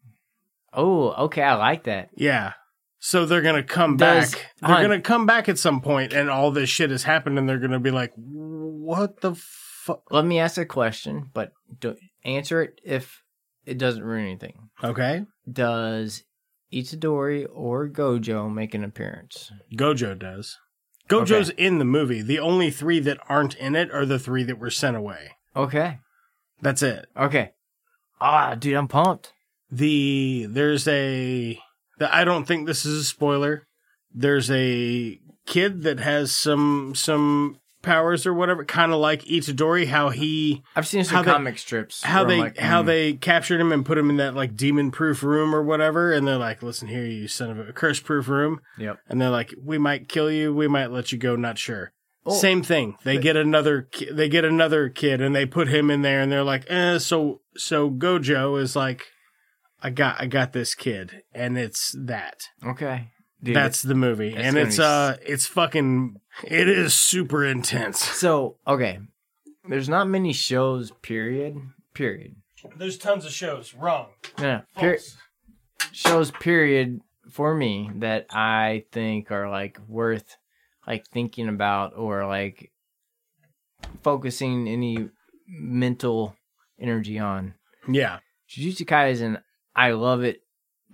Speaker 9: Oh, okay. I like that.
Speaker 8: Yeah. So they're gonna come
Speaker 9: Does-
Speaker 8: back.
Speaker 9: hon-
Speaker 8: They're gonna come back at some point, and all this shit has happened, and they're gonna be like, "What the fuck?"
Speaker 9: Let me ask a question, but do answer it if it doesn't ruin anything.
Speaker 8: Okay.
Speaker 9: Does Itadori or Gojo make an appearance?
Speaker 8: Gojo does. Gojo's in the movie. The only three that aren't in it are the three that were sent away.
Speaker 9: Okay.
Speaker 8: That's it.
Speaker 9: Okay. Ah, dude, I'm pumped.
Speaker 8: The there's a the, I don't think this is a spoiler. There's a kid that has some some powers or whatever, kind of like Itadori. How he
Speaker 9: I've seen
Speaker 8: How
Speaker 9: some
Speaker 8: they-
Speaker 9: comic strips.
Speaker 8: how
Speaker 9: where
Speaker 8: they
Speaker 9: I'm like,
Speaker 8: how
Speaker 9: mm.
Speaker 8: they captured him and put him in that like demon proof room or whatever, and they're like, "Listen here, you son of a curse proof room,"
Speaker 9: Yep.
Speaker 8: and they're like, "We might kill you, we might let you go, not sure."
Speaker 9: Oh.
Speaker 8: Same thing. They get another ki- they get another kid and they put him in there and they're like, eh, so so Gojo is like, I got I got this kid and it's that.
Speaker 9: Okay. Dude,
Speaker 8: That's the movie
Speaker 9: that's
Speaker 8: and
Speaker 9: gonna
Speaker 8: it's
Speaker 9: be s-
Speaker 8: uh it's fucking it is super intense.
Speaker 9: so okay. There's not many shows. Period. Period.
Speaker 8: There's tons of shows. Wrong.
Speaker 9: Yeah. Per- shows period for me that I think are like worth like thinking about or like focusing any mental energy on.
Speaker 8: Yeah.
Speaker 9: Jujutsu Kaisen, I love it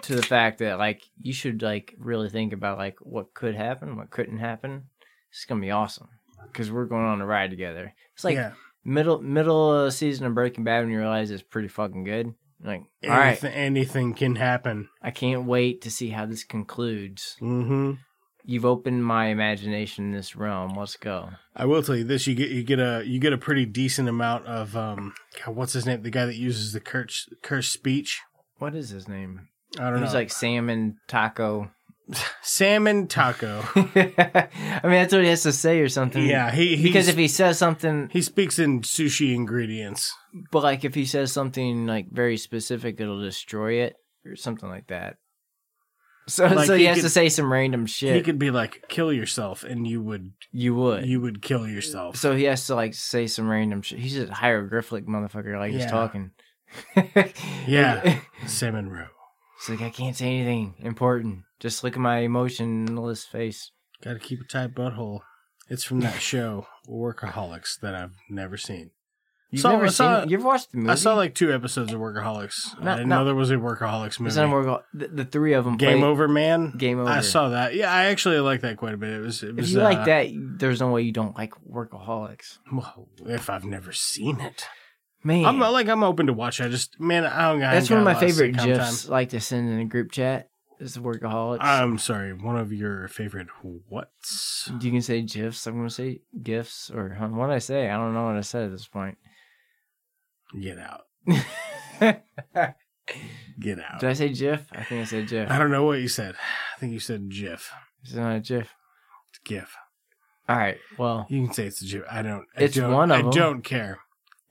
Speaker 9: to the fact that like you should like really think about like what could happen, what couldn't happen. It's gonna be awesome because we're going on a ride together. It's like
Speaker 8: yeah.
Speaker 9: middle middle uh, season of Breaking Bad when you realize it's pretty fucking good. Like all right,
Speaker 8: Anyth- anything can happen.
Speaker 9: I can't wait to see how this concludes.
Speaker 8: Mm-hmm.
Speaker 9: You've opened my imagination in this realm. Let's go.
Speaker 8: I will tell you this: you get you get a you get a pretty decent amount of um. God, what's his name? The guy that uses the curse curse speech.
Speaker 9: What is his name?
Speaker 8: I
Speaker 9: It
Speaker 8: don't
Speaker 9: was
Speaker 8: know.
Speaker 9: like salmon taco. <laughs>
Speaker 8: salmon taco.
Speaker 9: I mean, that's what he has to say or something.
Speaker 8: yeah, he he's,
Speaker 9: because if he says something,
Speaker 8: he speaks in sushi ingredients.
Speaker 9: but like if he says something like very specific, it'll destroy it or something like that. So,
Speaker 8: Like,
Speaker 9: so he,
Speaker 8: he
Speaker 9: has
Speaker 8: could-
Speaker 9: to say some random shit.
Speaker 8: He could be like, "Kill yourself," and you would
Speaker 9: you would.
Speaker 8: you would kill yourself.
Speaker 9: so he has to like say some random shit. He's a hieroglyphic motherfucker. Like he's
Speaker 8: Yeah.
Speaker 9: talking. <laughs>
Speaker 8: Yeah. salmon roe.
Speaker 9: It's like I can't say anything important. Just look at my emotionless face.
Speaker 8: Got to keep a tight butthole. It's from that show Workaholics that I've never seen.
Speaker 9: You've
Speaker 8: Saw-
Speaker 9: never
Speaker 8: I saw-
Speaker 9: seen. You've watched the movie.
Speaker 8: I saw like two episodes of Workaholics.
Speaker 9: Not-
Speaker 8: I didn't
Speaker 9: not-
Speaker 8: know there was a Workaholics movie.
Speaker 9: It's not where go- the, the three of them.
Speaker 8: Game
Speaker 9: play-
Speaker 8: Over Man.
Speaker 9: Game Over.
Speaker 8: I saw that. Yeah, I actually like that quite a bit. It was. It
Speaker 9: If
Speaker 8: was
Speaker 9: you like
Speaker 8: uh,
Speaker 9: that, there's no way you don't like workaholics.
Speaker 8: well, if I've never seen it,
Speaker 9: Man,
Speaker 8: I'm like I'm open to watch. it. I just man, I don't. I ain't
Speaker 9: that's one of
Speaker 8: got a lot
Speaker 9: my favorite
Speaker 8: sitcom
Speaker 9: gifs.
Speaker 8: time.
Speaker 9: Like to send in a group chat. Is the workaholics.
Speaker 8: I'm sorry. One of your favorite what's?
Speaker 9: you can say gifs. I'm gonna say gifs or huh, what did I say. I don't know what I said at this point.
Speaker 8: Get
Speaker 9: <laughs>
Speaker 8: out.
Speaker 9: did
Speaker 8: Get out.
Speaker 9: I say gif? I think I said gif.
Speaker 8: I don't know what you said. <sighs> I think you said GIF.
Speaker 9: It's not a gif.
Speaker 8: It's GIF.
Speaker 9: All right. Well,
Speaker 8: You can say it's a GIF. I don't. I
Speaker 9: It's
Speaker 8: don't,
Speaker 9: one of
Speaker 8: I
Speaker 9: them.
Speaker 8: don't care.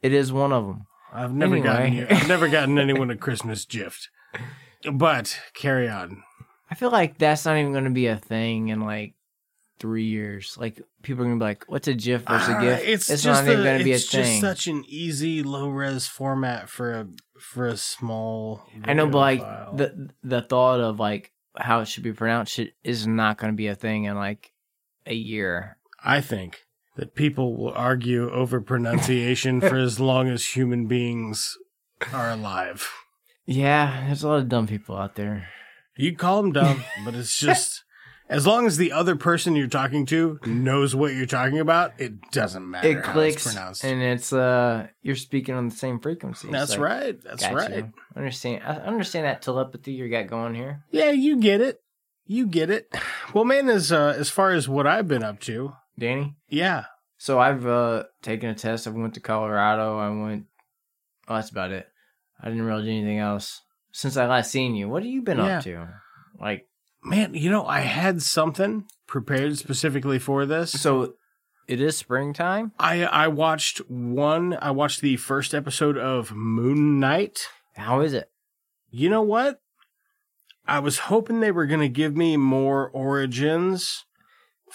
Speaker 9: it is one of them.
Speaker 8: I've never gotten.
Speaker 9: Anyway.
Speaker 8: you- I've never gotten anyone a Christmas
Speaker 9: <laughs>
Speaker 8: gift. But carry on.
Speaker 9: I feel like that's not even going to be a thing in like three years. Like people are going to be like, "What's a GIF versus a
Speaker 8: Uh,
Speaker 9: GIF?"
Speaker 8: It's,
Speaker 9: not
Speaker 8: just
Speaker 9: even
Speaker 8: a-
Speaker 9: going to be a
Speaker 8: it's just
Speaker 9: thing.
Speaker 8: such an easy low res format for a for a small.
Speaker 9: I know,
Speaker 8: video
Speaker 9: but like
Speaker 8: file.
Speaker 9: the the thought of like how it should be pronounced should, is not going to be a thing in like a year.
Speaker 8: I think that people will argue over pronunciation for as long as human beings are alive.
Speaker 9: Yeah, there's a lot of dumb people out there.
Speaker 8: You call them
Speaker 9: <laughs>
Speaker 8: dumb, but it's just as long as the other person you're talking to knows what you're talking about, it doesn't matter.
Speaker 9: It
Speaker 8: how
Speaker 9: clicks,
Speaker 8: It's pronounced.
Speaker 9: and it's uh, you're speaking on the same frequency. It's
Speaker 8: That's
Speaker 9: like,
Speaker 8: right. That's
Speaker 9: gotcha.
Speaker 8: right.
Speaker 9: Understand? I understand that telepathy you got going here.
Speaker 8: Yeah, you get it. You get it. Well, man, as uh, as far as what I've been up to,
Speaker 9: Danny.
Speaker 8: yeah,
Speaker 9: So I've uh, taken a test. I went to Colorado. I went. Oh, that's about it. I didn't really do anything else since I last seen you. What have you been up to? Like
Speaker 8: man, you know, I had something prepared specifically for this.
Speaker 9: so, it is springtime.
Speaker 8: I I watched one. I watched the first episode of Moon Knight.
Speaker 9: How is it?
Speaker 8: You know what? I was hoping they were going to give me more origins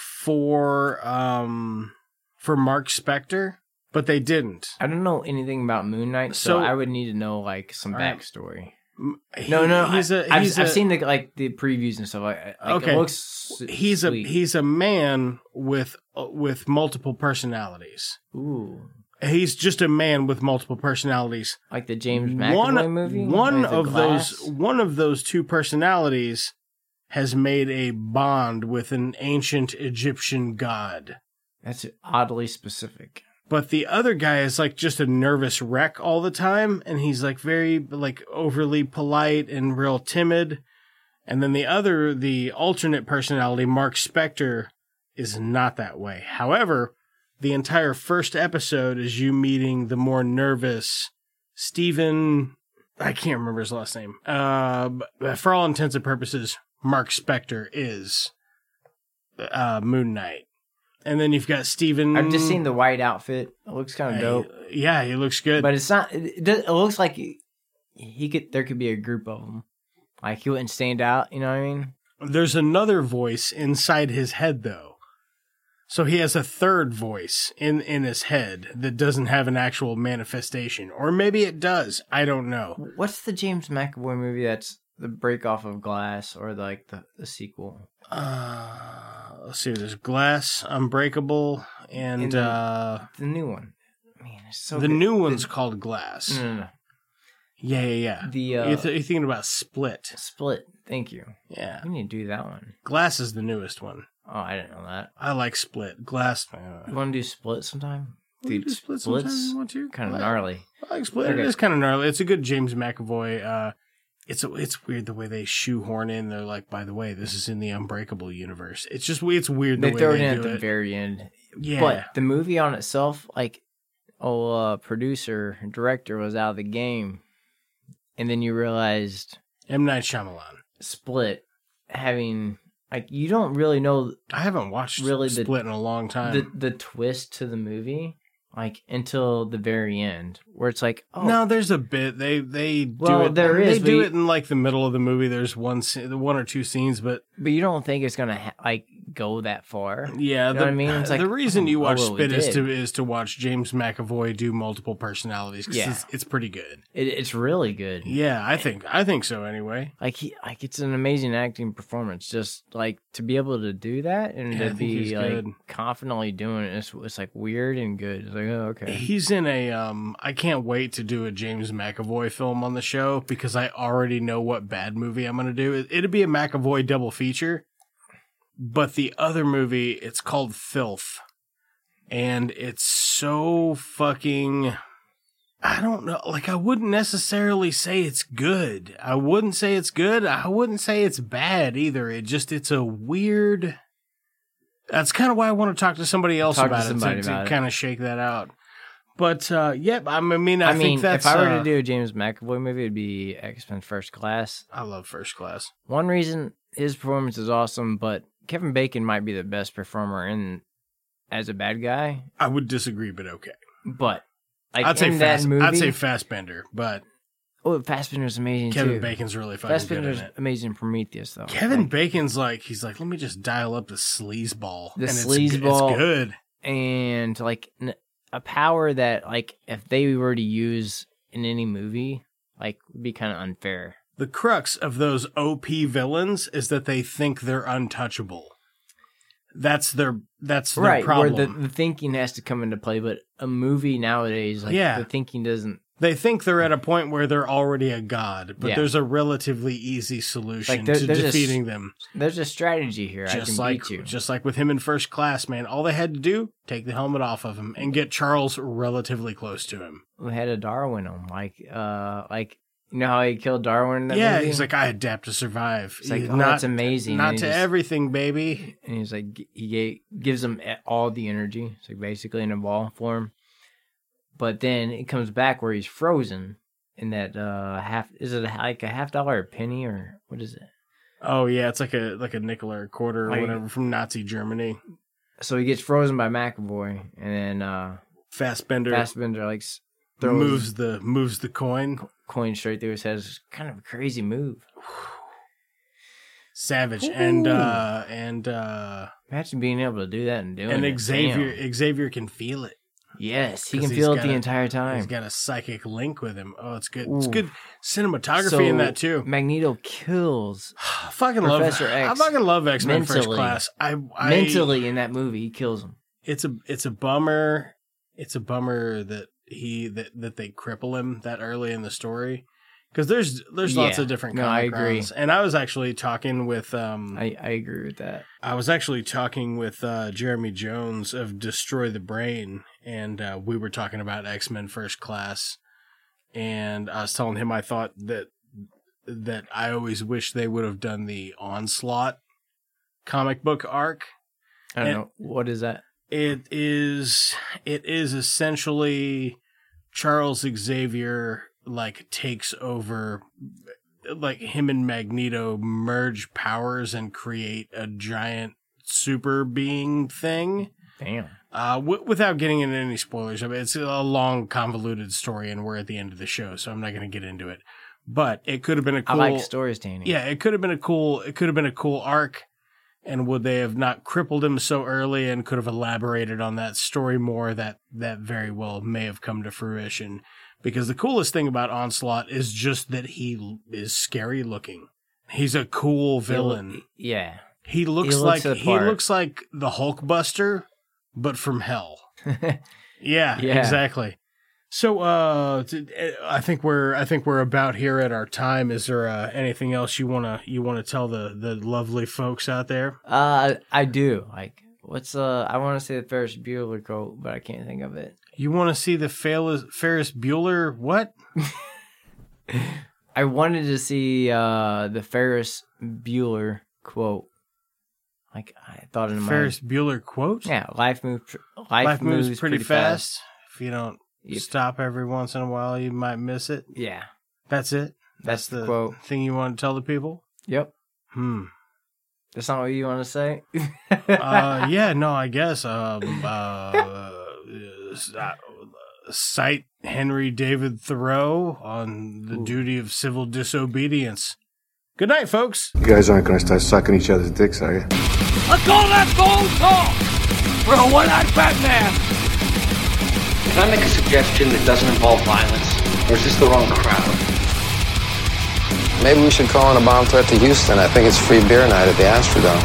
Speaker 8: for um for Mark Spector, but they didn't.
Speaker 9: I don't know anything about Moon Knight, so,
Speaker 8: So-
Speaker 9: I would need to know like some
Speaker 8: All right.
Speaker 9: backstory.
Speaker 8: M-
Speaker 9: no,
Speaker 8: he-
Speaker 9: no,
Speaker 8: he's a
Speaker 9: I,
Speaker 8: he's
Speaker 9: I've,
Speaker 8: a-
Speaker 9: I've seen the like the previews and stuff. Like, like,
Speaker 8: Okay.
Speaker 9: it looks s-
Speaker 8: he's a
Speaker 9: sweet.
Speaker 8: he's a man with uh, with multiple personalities.
Speaker 9: ooh
Speaker 8: He's just a man with multiple personalities.
Speaker 9: like the James
Speaker 8: one
Speaker 9: McAvoy movie.
Speaker 8: one
Speaker 9: like the
Speaker 8: of
Speaker 9: glass?
Speaker 8: those one of those two personalities has made a bond with an ancient Egyptian god.
Speaker 9: That's oddly specific.
Speaker 8: But the other guy is like just a nervous wreck all the time and he's like very like overly polite and real timid. And then the other the alternate personality Mark Spector is not that way. However, the entire first episode is you meeting the more nervous Stephen I can't remember his last name. Uh, but for all intents and purposes, Mark Spector is uh, Moon Knight. And then you've got Steven.
Speaker 9: I've just seen the white outfit. It looks kind of
Speaker 8: I-
Speaker 9: dope,
Speaker 8: uh, yeah, he looks good.
Speaker 9: but it's not. It, it does- it looks like he, he could. There could be a group of them. Like he wouldn't stand out. You know what I mean?
Speaker 8: There's another voice inside his head, though. So he has a third voice in in his head that doesn't have an actual manifestation, or maybe it does. I don't know.
Speaker 9: What's the James McAvoy movie that's the break off of Glass or like the, the sequel?
Speaker 8: Uh, let's see. There's Glass, Unbreakable, and,
Speaker 9: And,
Speaker 8: uh,
Speaker 9: The new one. Man, it's so
Speaker 8: the
Speaker 9: good.
Speaker 8: new one's called Glass.
Speaker 9: No, no, no.
Speaker 8: Yeah, yeah, yeah.
Speaker 9: Mm. The, uh,
Speaker 8: you're, th- you're thinking about Split.
Speaker 9: Split. Thank you.
Speaker 8: Yeah,
Speaker 9: We need to do that one.
Speaker 8: Glass is the newest one.
Speaker 9: Oh, I didn't know that.
Speaker 8: I like Split. Glass.
Speaker 9: You want to do Split sometime?
Speaker 8: We can
Speaker 9: Dude,
Speaker 8: do Split sometime if
Speaker 9: Split's
Speaker 8: you want to.
Speaker 9: kind of
Speaker 8: Like-
Speaker 9: gnarly.
Speaker 8: I'll explain.
Speaker 9: Okay.
Speaker 8: It is kind of gnarly. It's a good James McAvoy. Uh, it's a, it's weird the way they shoehorn in. They're like, by the way, this is in the Unbreakable universe. It's just it's weird the
Speaker 9: They
Speaker 8: way
Speaker 9: throw it
Speaker 8: they
Speaker 9: in at
Speaker 8: do
Speaker 9: the
Speaker 8: it.
Speaker 9: very end.
Speaker 8: yeah,
Speaker 9: But the movie on itself, like, oh, uh, producer, director was out of the game. And then you realized
Speaker 8: M Night Shyamalan.
Speaker 9: Split having, like, you don't really know
Speaker 8: I haven't watched
Speaker 9: Really, the-
Speaker 8: Split in a long time.
Speaker 9: the, the twist to the movie, like, until the very end, where it's like, oh,
Speaker 8: No, there's a bit they they
Speaker 9: Well,
Speaker 8: do it.
Speaker 9: there
Speaker 8: they
Speaker 9: is,
Speaker 8: do
Speaker 9: but
Speaker 8: it in like the middle of the movie. There's one sce- one or two scenes, but
Speaker 9: but you don't think it's going to, ha- like, go that far.
Speaker 8: yeah,
Speaker 9: You
Speaker 8: the,
Speaker 9: know what I mean? It's like,
Speaker 8: the reason you
Speaker 9: oh,
Speaker 8: watch
Speaker 9: well, we
Speaker 8: Split is
Speaker 9: did.
Speaker 8: to is to watch James McAvoy do multiple personalities. 'cause
Speaker 9: Yeah.
Speaker 8: it's, it's pretty good.
Speaker 9: It, it's really good.
Speaker 8: Yeah, I think I think so. Anyway,
Speaker 9: Like he, like it's an amazing acting performance. Just like to be able to do that and
Speaker 8: Yeah, I
Speaker 9: to
Speaker 8: think he's
Speaker 9: be like
Speaker 8: good.
Speaker 9: confidently doing it, it's, it's like weird and good. It's like oh okay.
Speaker 8: He's in a um I can't wait to do a James McAvoy film on the show because I already know what bad movie I'm going to do. It, it'd be a McAvoy double feature. But the other movie, it's called Filth. And it's so fucking I don't know. Like I wouldn't necessarily say it's good. I wouldn't say it's good. I wouldn't say it's bad either. It just it's a weird that's kind of why I want to talk to somebody else
Speaker 9: Talk to
Speaker 8: about it
Speaker 9: somebody
Speaker 8: to, to
Speaker 9: about it.
Speaker 8: kind of shake that out. But uh, yeah, I mean, I,
Speaker 9: I,
Speaker 8: think
Speaker 9: mean,
Speaker 8: that's.
Speaker 9: if I were
Speaker 8: uh,
Speaker 9: to do a James McAvoy movie, it'd be X Men First Class.
Speaker 8: I love First Class.
Speaker 9: One reason his performance is awesome, but Kevin Bacon might be the best performer in as a bad guy.
Speaker 8: I would disagree, but okay.
Speaker 9: But like
Speaker 8: I'd say
Speaker 9: in that
Speaker 8: Fast,
Speaker 9: movie,
Speaker 8: I'd say Fastbender, but
Speaker 9: oh, Fassbender's amazing
Speaker 8: Kevin
Speaker 9: too.
Speaker 8: Bacon's really fucking good in
Speaker 9: Fassbender's
Speaker 8: it.
Speaker 9: amazing Prometheus though.
Speaker 8: Kevin
Speaker 9: Like,
Speaker 8: Bacon's like he's like, let me just dial up the sleazeball.
Speaker 9: The
Speaker 8: it's-
Speaker 9: sleazeball-
Speaker 8: It's good.
Speaker 9: and like n- a power that like if they were to use in any movie like would be kind of unfair
Speaker 8: The crux of those OP villains is that they think they're untouchable. That's their that's their
Speaker 9: where
Speaker 8: problem.
Speaker 9: the, the thinking has to come into play but a movie nowadays like
Speaker 8: Yeah.
Speaker 9: the thinking doesn't
Speaker 8: they think they're at a point where they're already a god, but
Speaker 9: Yeah.
Speaker 8: there's a relatively easy solution
Speaker 9: Like, there-
Speaker 8: to
Speaker 9: there's a s-
Speaker 8: defeating them.
Speaker 9: there's a strategy here i
Speaker 8: Just
Speaker 9: can
Speaker 8: like
Speaker 9: beat you
Speaker 8: just like with him in first class, man. All they had to do take the helmet off of him and get Charles relatively close to him.
Speaker 9: we had a darwin on like uh like You know how he killed Darwin? In that
Speaker 8: yeah,
Speaker 9: movie?
Speaker 8: he's like, I adapt to survive.
Speaker 9: It's like,
Speaker 8: Yeah,
Speaker 9: oh, that's amazing.
Speaker 8: Not
Speaker 9: And
Speaker 8: to
Speaker 9: he just-
Speaker 8: everything, baby.
Speaker 9: and he's like he gave, gives him all the energy. It's like basically in a ball form. But then it comes back where he's frozen in that uh half is it like a half dollar or a penny or what is it?
Speaker 8: Oh yeah, it's like a like a nickel or a quarter or
Speaker 9: Like-
Speaker 8: whatever from Nazi Germany.
Speaker 9: So he gets frozen by McAvoy and then uh
Speaker 8: Fassbender
Speaker 9: Fassbender like s- throws
Speaker 8: moves the moves the coin.
Speaker 9: coin straight through his head. It's kind of a crazy move.
Speaker 8: Savage and uh and uh
Speaker 9: Imagine being able to do that and doing it.
Speaker 8: and Xavier
Speaker 9: Damn.
Speaker 8: Xavier can feel it.
Speaker 9: Yes, he
Speaker 8: 'Cause
Speaker 9: can
Speaker 8: he's
Speaker 9: feel it
Speaker 8: got
Speaker 9: the
Speaker 8: a-
Speaker 9: entire time.
Speaker 8: He's got a psychic link with him. Oh, it's good. It's
Speaker 9: Ooh.
Speaker 8: good cinematography
Speaker 9: So
Speaker 8: in that too.
Speaker 9: Magneto kills
Speaker 8: I <sighs> fucking love <sighs>
Speaker 9: Professor X.
Speaker 8: I fucking love X Men First
Speaker 9: Mentally.
Speaker 8: Class. I, I
Speaker 9: mentally in that movie. He kills him.
Speaker 8: it's a it's a bummer. It's a bummer that he that that they cripple him that early in the story because there's there's lots
Speaker 9: Yeah.
Speaker 8: of different
Speaker 9: No,
Speaker 8: comic
Speaker 9: I agree.
Speaker 8: grounds. And I was actually talking with um I,
Speaker 9: I, I agree with that.
Speaker 8: was actually talking with uh, Jeremy Jones of Destroy the Brain, and uh, we were talking about X Men First Class, and I was telling him I thought that that I always wish they would have done the onslaught comic book arc
Speaker 9: I don't
Speaker 8: And-
Speaker 9: know what is that.
Speaker 8: it is it is essentially Charles Xavier like takes over like him and Magneto merge powers and create a giant super being thing.
Speaker 9: Damn.
Speaker 8: Uh, w- without getting into any spoilers, I mean, it's a long, convoluted story, and we're at the end of the show, so I'm not going to get into it. But it could have been a cool.
Speaker 9: I like stories, Danny.
Speaker 8: Yeah, it could have been a cool it could have been a cool arc. And would they have not crippled him so early and could have elaborated on that story more that that very well may have come to fruition? Because the coolest thing about Onslaught is just that he l- is scary looking. He's a cool
Speaker 9: He lo-
Speaker 8: villain.
Speaker 9: Yeah.
Speaker 8: He looks,
Speaker 9: looks the
Speaker 8: like he
Speaker 9: part.
Speaker 8: looks like the Hulkbuster, but from
Speaker 9: <laughs>
Speaker 8: hell. Yeah,
Speaker 9: Yeah.
Speaker 8: exactly. So uh t- eh, I think we're I think we're about here at our time. Is there uh, anything else you wanna you wanna tell the the lovely folks out there?
Speaker 9: Uh, I do. Like, what's uh? I want to say the Ferris Bueller quote, but I can't think of it.
Speaker 8: You wanna see the Fel- Ferris Bueller what?
Speaker 9: I wanted to see uh the Ferris Bueller quote. Like I thought in my
Speaker 8: Ferris Bueller quote?
Speaker 9: Yeah, life moves. pr- Life,
Speaker 8: Life, moves, pretty, fast. If you don't
Speaker 9: Yep.
Speaker 8: stop every once in a while you might miss it.
Speaker 9: Yeah.
Speaker 8: That's it.
Speaker 9: That's the quote.
Speaker 8: thing you want to tell the people?
Speaker 9: Yep.
Speaker 8: Hmm.
Speaker 9: That's not what you want to say. <laughs>
Speaker 8: uh, yeah, no, I guess. Um, uh, uh, cite Henry David Thoreau on the duty of civil disobedience. Good night, folks.
Speaker 12: You guys aren't gonna start sucking each other's dicks, are you?
Speaker 4: Let's all that bold talk for a one-eyed Batman.
Speaker 5: Can I make a suggestion that doesn't involve violence? Or is this the wrong crowd?
Speaker 13: Maybe we should call in a bomb threat to Houston. I think it's free beer night at the Astrodome.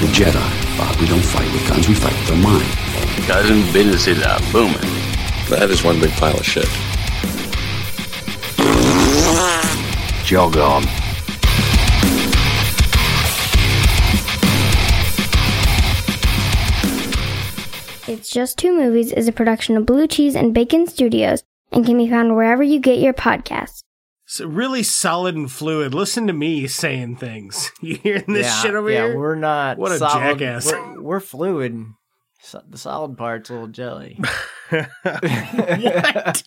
Speaker 14: The Jedi. Bob, we don't fight with guns, we fight with our mind. Doesn't business is a booming. That is one big pile of shit. Jog on.
Speaker 15: It's Just Two Movies is a production of Blue Cheese and Bacon Studios and can be found wherever you get your podcasts.
Speaker 8: So really solid and fluid. Listen to me saying things. <laughs> You hearing this
Speaker 9: Yeah,
Speaker 8: shit over
Speaker 9: yeah,
Speaker 8: here?
Speaker 9: we're <laughs> not.
Speaker 8: What a
Speaker 9: solid-
Speaker 8: jackass.
Speaker 9: We're,
Speaker 8: <laughs>
Speaker 9: we're fluid. So- the solid part's a little jelly.
Speaker 8: <laughs> what?